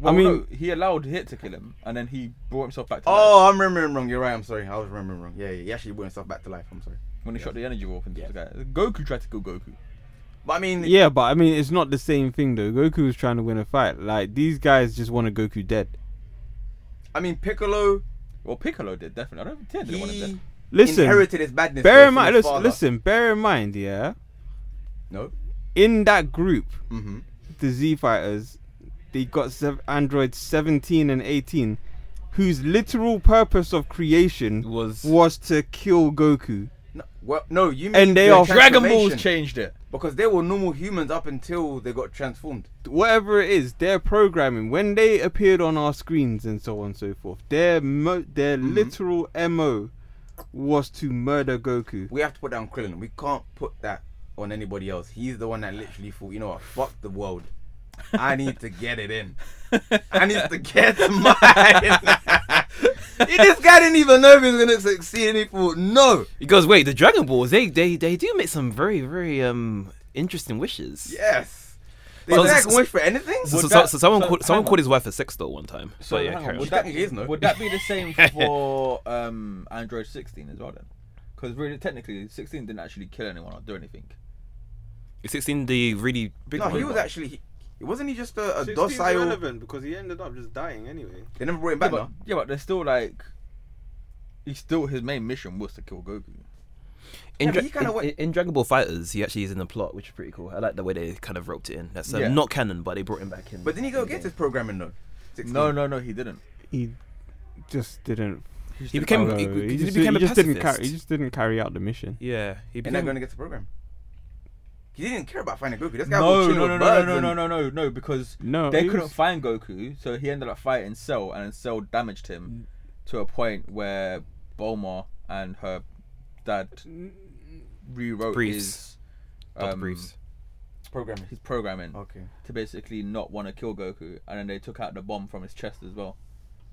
Speaker 4: Well,
Speaker 3: mean-
Speaker 4: no, he allowed hit to kill him, and then he brought himself back to life
Speaker 1: Oh, I'm remembering wrong. You're right. I'm sorry. I was remembering wrong. Yeah, yeah. He actually brought himself back to life. I'm sorry.
Speaker 4: when he shot the energy warp into
Speaker 1: Yeah.
Speaker 4: the guy. Goku tried to kill Goku.
Speaker 1: But I mean,
Speaker 3: Yeah, but I mean, it's not the same thing though. Goku was trying to win a fight. Like these guys just wanted Goku dead.
Speaker 1: I mean, Piccolo.
Speaker 4: Well, Piccolo did definitely. I don't. Tien didn't want him dead.
Speaker 1: He
Speaker 3: Listen,
Speaker 1: inherited his badness. though,
Speaker 3: bear in
Speaker 1: from
Speaker 3: mind.
Speaker 1: his
Speaker 3: Listen,
Speaker 1: father.
Speaker 3: listen, bear in mind. Yeah,
Speaker 1: No.
Speaker 3: in that group,
Speaker 1: Mm-hmm.
Speaker 3: the Z Fighters, they got sev- Android 17 and 18, whose literal purpose of creation
Speaker 5: was
Speaker 3: was to kill Goku.
Speaker 1: No, well, no. You mean
Speaker 3: And they
Speaker 1: the
Speaker 3: are-
Speaker 4: Dragon Balls
Speaker 1: transformation.
Speaker 4: changed it.
Speaker 1: Because they were normal humans up until they got transformed.
Speaker 3: Whatever it is, their programming when they appeared on our screens and so on and so forth, their mo- their
Speaker 5: Mm-hmm.
Speaker 3: literal mo was to murder Goku.
Speaker 1: We have to put down Krillin. We can't put that on anybody else. He's the one that literally thought, you know what, fuck the world. I need to get it in. I need to get to mine. this guy didn't even know if he was gonna succeed, and he thought, no.
Speaker 5: because wait, the Dragon Balls they they they do make some very very um interesting wishes.
Speaker 1: Yes. They
Speaker 5: So-
Speaker 1: so, can wish for anything.
Speaker 5: So, so,
Speaker 4: Would that-
Speaker 5: so someone
Speaker 4: so-
Speaker 5: called someone
Speaker 4: hang on.
Speaker 5: called his wife a sex doll one time. So yeah,
Speaker 4: hang on,
Speaker 5: carry on.
Speaker 4: would
Speaker 1: She
Speaker 4: that,
Speaker 1: technically is, no?
Speaker 4: would that be the same for um, Android 16 as well then? Because really, technically, 16 didn't actually kill anyone or do anything.
Speaker 5: Is it seen the really big
Speaker 1: no,
Speaker 5: one?
Speaker 1: he was actually. He, wasn't he just a, a docile?
Speaker 3: because he ended up just dying anyway.
Speaker 1: They never brought him
Speaker 4: Yeah,
Speaker 1: back.
Speaker 4: but,
Speaker 1: no?
Speaker 4: yeah, but they're still like. He still his main mission was to kill Goku.
Speaker 1: Yeah,
Speaker 5: In, Dra-
Speaker 1: but he kinda
Speaker 5: in-
Speaker 1: went-
Speaker 5: in- in Dragon Ball Fighters, he actually is in the plot, which is pretty cool. I like the way they kind of roped it in. That's um,
Speaker 4: Yeah.
Speaker 5: not canon, but they brought him back in.
Speaker 1: But didn't he go
Speaker 5: in the
Speaker 1: against
Speaker 5: game.
Speaker 1: his programming though? 16.
Speaker 4: No, no, no, he didn't.
Speaker 3: He just didn't.
Speaker 5: He became.
Speaker 3: follow.
Speaker 5: he,
Speaker 3: He
Speaker 5: he
Speaker 3: just,
Speaker 5: became
Speaker 3: he
Speaker 5: a
Speaker 3: just didn't
Speaker 5: pacifist.
Speaker 3: carry. He just didn't carry out the mission.
Speaker 5: yeah, he
Speaker 1: You're not
Speaker 5: became.
Speaker 1: going to get the program. He didn't care about finding Goku. This guy was
Speaker 4: No,
Speaker 1: chilling
Speaker 4: no,
Speaker 1: with
Speaker 4: no, no, no,
Speaker 1: birds
Speaker 4: no,
Speaker 1: and-
Speaker 4: no, no, no, no, because
Speaker 3: No,
Speaker 4: they
Speaker 3: he
Speaker 4: couldn't
Speaker 3: was-
Speaker 4: find Goku, so he ended up fighting Cell, and Cell damaged him
Speaker 5: Mm.
Speaker 4: to a point where Bulma and her dad rewrote
Speaker 5: Mm. Briefs.
Speaker 4: his
Speaker 5: Dr.
Speaker 4: um,
Speaker 5: Briefs.
Speaker 1: Programming.
Speaker 4: his programming
Speaker 1: Okay.
Speaker 4: to basically not want to kill Goku, and then they took out the bomb from his chest as well.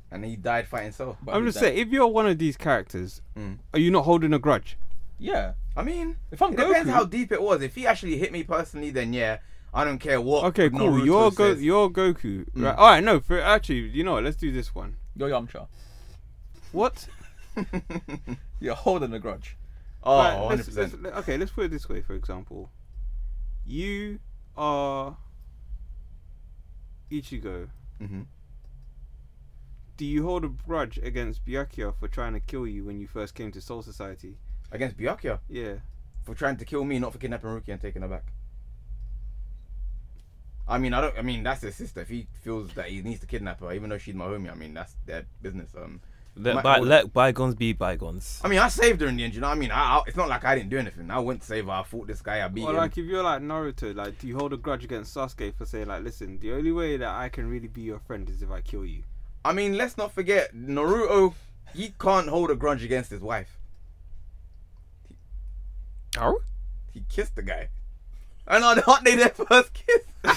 Speaker 1: And he died fighting Cell.
Speaker 4: But
Speaker 3: I'm
Speaker 4: his
Speaker 3: just
Speaker 4: dad-
Speaker 3: saying, if you're one of these characters,
Speaker 1: Mm.
Speaker 3: are you not holding a grudge?
Speaker 4: yeah.
Speaker 1: I mean,
Speaker 4: If I'm
Speaker 1: it depends
Speaker 4: Goku-
Speaker 1: how deep it was. If he actually hit me personally, then yeah, I don't care what.
Speaker 3: Okay, cool.
Speaker 1: Naruto
Speaker 3: you're Go.
Speaker 1: says.
Speaker 3: You're Goku.
Speaker 1: Mm.
Speaker 3: Right. All right. No. For actually, you know what? Let's do this one.
Speaker 4: You're Yamcha.
Speaker 3: What?
Speaker 4: You're holding a grudge.
Speaker 1: oh,
Speaker 3: Right, let's-
Speaker 1: 100%.
Speaker 3: let's- let- okay, let's put it this way, for example. You are Ichigo.
Speaker 1: hmm
Speaker 3: Do you hold a grudge against Byakuya for trying to kill you when you first came to Soul Society?
Speaker 1: Against Byakuya
Speaker 3: Yeah.
Speaker 1: for trying to kill me, not for kidnapping Rukia and taking her back. I mean, I don't. I mean, that's his sister. If he feels that he needs to kidnap her, even though she's my homie, I mean, that's their business. Um,
Speaker 5: Let,
Speaker 1: My-
Speaker 5: by, let bygones be bygones.
Speaker 1: I mean, I saved her in the end. You know, what I mean, I, I, it's not like I didn't do anything. I went to save her. I fought this guy. I beat
Speaker 3: Or
Speaker 1: him.
Speaker 3: like if you're like Naruto, like do you hold a grudge against Sasuke for saying like, listen, the only way that I can really be your friend is if I kill you.
Speaker 1: I mean, let's not forget Naruto. He can't hold a grudge against his wife.
Speaker 5: Oh?
Speaker 1: He kissed the guy. And on aren't they their first kiss?
Speaker 5: Do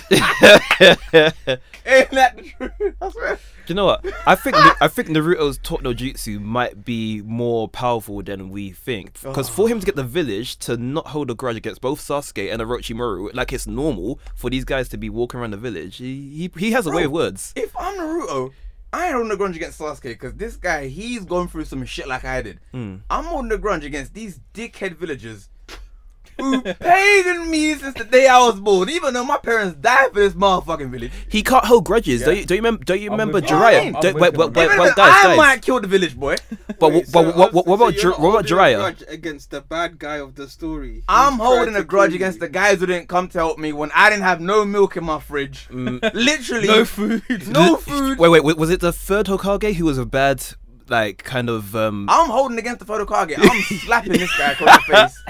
Speaker 1: Ain't that the truth? I swear.
Speaker 5: you know what? I think I think Naruto's Taught no Jutsu might be more powerful than we think. Because for him to get the village to not hold a grudge against both Sasuke and Orochimaru, like it's normal for these guys to be walking around the village. He he, he has a way of words.
Speaker 1: If I'm Naruto, I ain't holding a grudge against Sasuke because this guy, he's gone through some shit like I did. I'm holding a grudge against these dickhead villagers who paid me since the day I was born, even though my parents died for this motherfucking village.
Speaker 5: He can't hold grudges. Don't you don't you, mem- don't you
Speaker 4: I'm
Speaker 5: remember
Speaker 4: with you.
Speaker 1: I'm
Speaker 5: Jiraiya?
Speaker 1: with
Speaker 5: Don't-
Speaker 4: you.
Speaker 5: When when-
Speaker 1: Even
Speaker 5: when- when
Speaker 1: if
Speaker 5: Dice
Speaker 1: I
Speaker 5: dies.
Speaker 1: might kill the village boy.
Speaker 5: But
Speaker 3: Wait,
Speaker 5: wh- but
Speaker 3: so
Speaker 5: wh- what, what,
Speaker 3: so
Speaker 5: about
Speaker 3: you're not
Speaker 5: Jir- what about
Speaker 3: holding a
Speaker 5: Jiraiya?
Speaker 3: grudge against the bad guy of the story. who's
Speaker 1: I'm
Speaker 3: tried
Speaker 1: holding
Speaker 3: to
Speaker 1: a grudge
Speaker 3: kill
Speaker 1: against
Speaker 3: you.
Speaker 1: the guys who didn't come to help me when I didn't have no milk in my fridge. Literally,
Speaker 4: No food.
Speaker 1: no food.
Speaker 5: Wait, wait, wait, was it the third Hokage who was a bad, like, kind of um?
Speaker 1: I'm holding against the photo Kage. I'm slapping this guy across the face.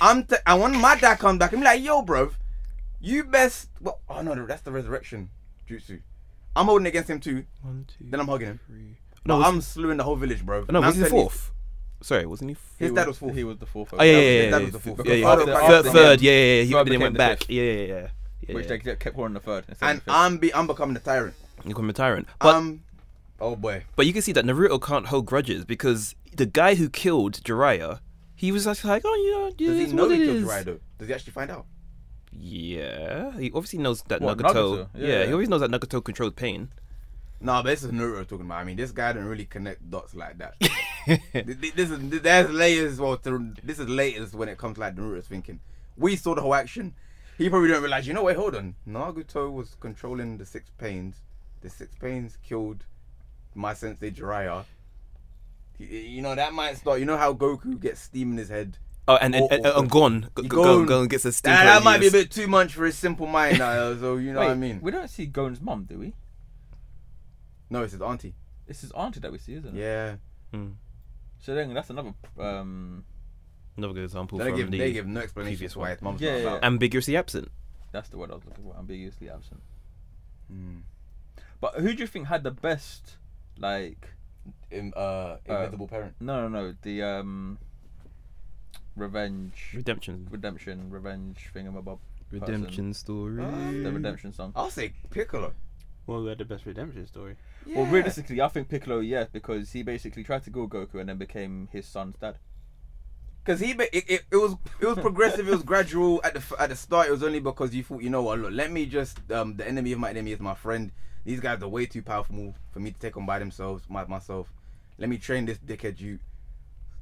Speaker 1: I'm t- and when my dad comes back, I'm like, yo, bruv, you best. Well, oh no, that's the resurrection jutsu. I'm holding against him too.
Speaker 5: One, two,
Speaker 1: Then I'm hugging him.
Speaker 5: three.
Speaker 1: No,
Speaker 5: was
Speaker 1: I'm slewing the whole village, bro.
Speaker 5: No, was he the fourth? Sorry, wasn't he? F-
Speaker 1: His
Speaker 4: He
Speaker 1: dad was fourth.
Speaker 4: He was the fourth.
Speaker 5: oh yeah, yeah,
Speaker 1: was-
Speaker 5: yeah,
Speaker 1: his
Speaker 5: yeah,
Speaker 1: dad was the
Speaker 5: f-
Speaker 1: fourth.
Speaker 5: yeah, yeah.
Speaker 1: After-
Speaker 5: Third,
Speaker 1: after him,
Speaker 5: third, yeah, yeah, yeah.
Speaker 4: Jiraiya
Speaker 5: He then he went
Speaker 4: became the
Speaker 5: back.
Speaker 4: fifth.
Speaker 5: Yeah, yeah, yeah. yeah,
Speaker 4: Which
Speaker 5: yeah.
Speaker 4: they kept kept calling the third. instead of
Speaker 1: And
Speaker 4: the fifth.
Speaker 1: I'm be- I'm becoming a tyrant.
Speaker 5: He became a tyrant. But
Speaker 1: um, oh boy.
Speaker 5: but you can see that Naruto can't hold grudges because the guy who killed Jiraiya, he was actually like, oh yeah, yeah,
Speaker 1: Does he
Speaker 5: it's
Speaker 1: know
Speaker 5: what
Speaker 1: he
Speaker 5: it
Speaker 1: killed
Speaker 5: is.
Speaker 1: Jiraiya though? Does he actually find out?
Speaker 5: Yeah, he obviously knows that
Speaker 4: What,
Speaker 5: Nagato.
Speaker 4: Nagato?
Speaker 5: Yeah,
Speaker 4: Yeah.
Speaker 5: he always knows that Nagato controls pain.
Speaker 1: No, but this is Naruto talking about. I mean, this guy didn't really connect dots like that. Th- th- this is th- there's layers. Well, to, this is layers when it comes to like Naruto's thinking. We saw the whole action. He probably didn't realize. You know what? Hold on. Naruto was controlling the six pains. The six pains killed my sensei Jiraiya. Y- y- You know that might start. You know how Goku gets steam in his head.
Speaker 5: Oh, and and,
Speaker 1: Oh,
Speaker 5: and,
Speaker 1: oh,
Speaker 5: and gone,
Speaker 1: He
Speaker 5: gone,
Speaker 1: gone.
Speaker 5: gone gets a stink.
Speaker 1: That, that might be a bit too much for his simple mind. uh, so you know
Speaker 4: Wait,
Speaker 1: what I mean.
Speaker 4: we don't see Gon's mum, do we?
Speaker 1: No, it's his auntie.
Speaker 4: It's his auntie that we see, isn't it?
Speaker 1: Yeah.
Speaker 5: Hmm,
Speaker 4: So then that's another. Um,
Speaker 5: Another good example
Speaker 1: They
Speaker 5: from
Speaker 1: give
Speaker 5: the
Speaker 1: they give no explanation
Speaker 5: previous
Speaker 1: why
Speaker 5: one.
Speaker 1: his mom's
Speaker 4: Yeah,
Speaker 1: not
Speaker 4: yeah,
Speaker 1: about.
Speaker 5: ambiguously absent.
Speaker 4: that's the word I was looking for. Ambiguously absent.
Speaker 1: Mm.
Speaker 4: But who do you think had the best, like,
Speaker 1: Im- uh, invisible parent.
Speaker 4: no, no, no, the um, revenge,
Speaker 5: Redemption.
Speaker 4: redemption, revenge thingamabob. person.
Speaker 5: Redemption story.
Speaker 4: The
Speaker 1: Mm.
Speaker 4: redemption song.
Speaker 1: I'll say Piccolo.
Speaker 3: Well, we had the best redemption story.
Speaker 1: Oh,
Speaker 4: Well, realistically, I think Piccolo, yeah, because he basically tried to go Goku and then became his son's dad.
Speaker 1: because he be- it, it, it was it was progressive. it was gradual at the f- at the start. It was only because you thought, you know what? Look, let me just um, the enemy of my enemy is my friend. These guys are way too powerful for me to take on by themselves. My, myself, let me train this dickhead you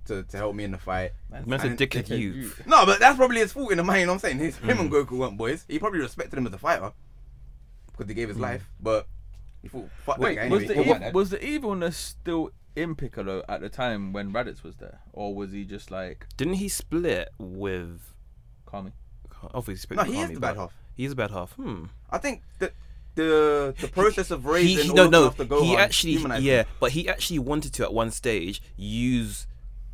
Speaker 1: to, to help me in the fight.
Speaker 5: That's a
Speaker 1: And
Speaker 5: dickhead
Speaker 4: dickhead
Speaker 5: you.
Speaker 4: youth.
Speaker 1: No, but that's probably his fault in the mind. You know what I'm saying his, him
Speaker 5: Hmm.
Speaker 1: and Goku weren't boys. He probably respected him as a fighter
Speaker 5: Hmm.
Speaker 1: because he gave his life. But he thought, fuck that guy anyway.
Speaker 4: was, the
Speaker 1: fuck
Speaker 4: ev-
Speaker 1: that.
Speaker 4: was the evilness still in Piccolo at the time when Raditz was there, or was he just like
Speaker 5: Didn't he split with?
Speaker 4: Kami?
Speaker 5: Obviously, split
Speaker 1: No,
Speaker 5: with
Speaker 1: he is
Speaker 5: Kami,
Speaker 1: the bad
Speaker 5: but
Speaker 1: half.
Speaker 5: He is the bad half. Hmm.
Speaker 1: I think that the the process of
Speaker 5: He,
Speaker 1: raising
Speaker 5: he
Speaker 1: all
Speaker 5: no
Speaker 1: of
Speaker 5: no.
Speaker 1: them after Gohan
Speaker 5: he actually
Speaker 1: humanized
Speaker 5: yeah,
Speaker 1: him.
Speaker 5: but he actually wanted to at one stage use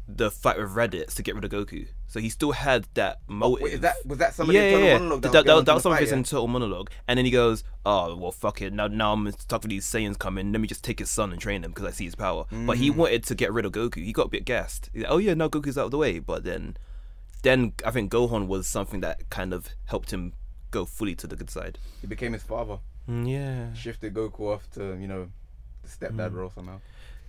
Speaker 5: the fight with Raditz to get rid of Goku. So he still had that motive.
Speaker 1: Wait, is that was that somebody
Speaker 5: yeah,
Speaker 1: internal
Speaker 5: yeah, yeah.
Speaker 1: monologue
Speaker 5: That,
Speaker 1: that,
Speaker 5: that,
Speaker 1: was,
Speaker 5: that,
Speaker 1: going on in
Speaker 5: was some
Speaker 1: the
Speaker 5: of his
Speaker 1: fight, yeah?
Speaker 5: internal monologue, and then he goes, "Oh well, fuck it. Now, now I'm stuck with these Saiyans coming. Let me just take his son and train him because I see his power." But
Speaker 1: Mm.
Speaker 5: he wanted to get rid of Goku. He got a bit gassed. He's like, oh yeah, now Goku's out of the way. But then, then I think Gohan was something that kind of helped him go fully to the good side.
Speaker 1: He became his father.
Speaker 5: Yeah.
Speaker 1: Shifted Goku off to you know the
Speaker 5: Hmm.
Speaker 1: stepdad role somehow.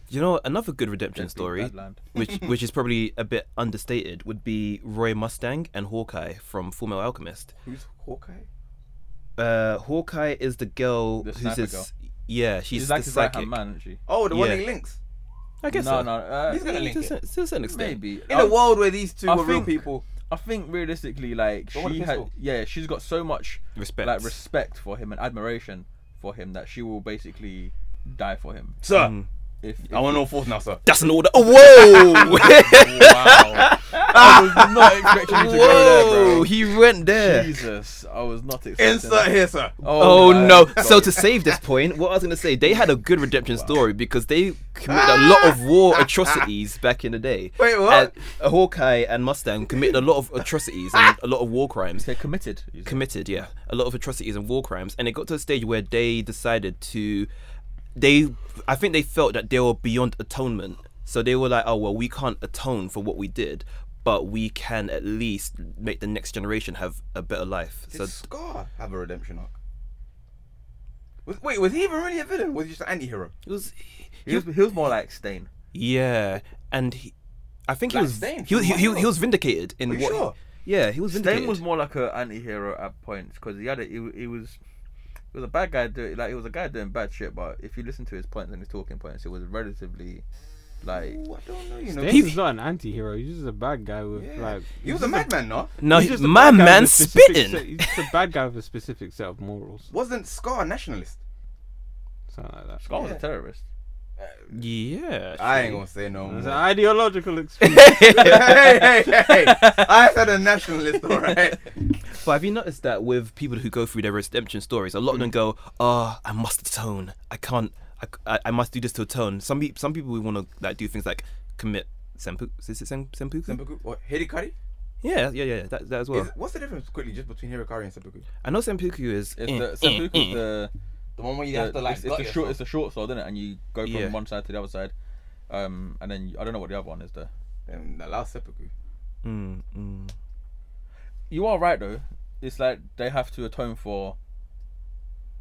Speaker 5: You know another good redemption story,
Speaker 4: Badland.
Speaker 5: which which is probably a bit understated, would be Roy Mustang and Hawkeye from Fullmetal Alchemist.
Speaker 1: Who's Hawkeye?
Speaker 5: Uh, Hawkeye is the girl
Speaker 4: The
Speaker 5: who's
Speaker 4: sniper
Speaker 5: his.
Speaker 4: girl.
Speaker 5: Yeah, she's,
Speaker 4: She's like
Speaker 5: the
Speaker 4: his right
Speaker 5: psychic.
Speaker 4: hand man, isn't she?
Speaker 1: Oh, the one
Speaker 5: Yeah.
Speaker 1: he links.
Speaker 5: I
Speaker 4: No,
Speaker 5: guess so.
Speaker 4: no. Uh,
Speaker 1: He's gonna
Speaker 5: Yeah,
Speaker 1: link
Speaker 5: to,
Speaker 1: it.
Speaker 5: a cer- to a certain extent.
Speaker 4: maybe
Speaker 1: In a
Speaker 4: Um,
Speaker 1: world where these two
Speaker 4: I
Speaker 1: were real
Speaker 4: think-
Speaker 1: people,
Speaker 4: I think realistically, like
Speaker 1: But what a
Speaker 4: she had,
Speaker 1: pistol.
Speaker 4: yeah, she's got so much
Speaker 5: Respect.
Speaker 4: like respect for him and admiration for him that she will basically die for him.
Speaker 1: sir.
Speaker 4: If, if
Speaker 1: I want all fours now, sir.
Speaker 5: That's an order. Oh, whoa!
Speaker 4: wow, I was not expecting you to
Speaker 5: whoa!
Speaker 4: go there,
Speaker 5: He went
Speaker 4: bro.
Speaker 5: there.
Speaker 4: Jesus, I was not expecting.
Speaker 1: Insert here, sir.
Speaker 5: Oh,
Speaker 4: my
Speaker 5: no!
Speaker 4: God.
Speaker 5: So to save this point, what I was gonna say, they had a good redemption story because they committed a lot of war atrocities back in the day.
Speaker 1: Wait, what?
Speaker 5: And Hawkeye and Mustang committed a lot of atrocities and a lot of war crimes.
Speaker 4: they're committed. you said.
Speaker 5: committed, yeah, a lot of atrocities and war crimes, and it got to a stage where they decided to, they, I think they felt that they were beyond atonement, so they were like, oh well, we can't atone for what we did, but we can at least make the next generation have a better life.
Speaker 1: Did
Speaker 5: so
Speaker 1: Scar have a redemption arc? Was, wait, was he even really a villain? Was he just an anti-hero?
Speaker 5: it was,
Speaker 4: He was, he was more like Stain.
Speaker 5: yeah, and he, I think he
Speaker 1: Like
Speaker 5: was,
Speaker 1: Zane
Speaker 5: he was,
Speaker 1: from
Speaker 5: he, he,
Speaker 1: Minecraft.
Speaker 5: he was vindicated in
Speaker 1: Are you
Speaker 5: what,
Speaker 1: sure?
Speaker 5: yeah, he was vindicated.
Speaker 4: Stain was more like a anti-hero at points because he had a, he, he was he was a bad guy doing like he was a guy doing bad shit. But if you listen to his points and his talking points, it was relatively like
Speaker 1: Ooh, I don't know. You know,
Speaker 3: This
Speaker 1: he,
Speaker 3: is not an anti-hero. He's just a bad guy with like.
Speaker 1: he was a madman, no?
Speaker 5: no,
Speaker 3: he's
Speaker 5: he,
Speaker 3: just a bad guy
Speaker 5: my
Speaker 3: with a
Speaker 5: man
Speaker 3: specific
Speaker 5: spitting.
Speaker 3: set- he's just a bad guy with a specific set of morals.
Speaker 1: Wasn't Scar a nationalist?
Speaker 3: Something like that.
Speaker 4: Scar was a terrorist.
Speaker 5: yeah,
Speaker 1: I ain't gonna say no more.
Speaker 3: It's an ideological experience.
Speaker 1: hey, hey, hey! I said a nationalist, all right.
Speaker 5: But have you noticed that with people who go through their redemption stories, a lot of them go, "Ah, I must atone. I can't. I, I, I must do this to atone." Some pe- some people want to like do things like commit senpu. Is it sen- senpuku?
Speaker 1: Senpuku, what, Hidikari?
Speaker 5: Yeah, yeah, yeah. That, that as well.
Speaker 1: Is, what's the difference quickly just between Hirikari and Seppuku?
Speaker 5: I know senpuku is.
Speaker 4: It's
Speaker 5: eh,
Speaker 4: the
Speaker 5: eh,
Speaker 4: Seppuku's
Speaker 5: eh.
Speaker 4: the
Speaker 1: The one where you
Speaker 4: the-
Speaker 1: have to
Speaker 4: Uh,
Speaker 1: like.
Speaker 4: it's, it's
Speaker 1: gut
Speaker 4: the short, it's
Speaker 1: yourself.
Speaker 4: the short sword, isn't it? And you go from
Speaker 5: Yeah.
Speaker 4: one side to the other side, um, and then you, I don't know what the other one is there.
Speaker 1: Um, the last Seppuku.
Speaker 5: Mm, mm.
Speaker 4: You are right though. It's like they have to atone for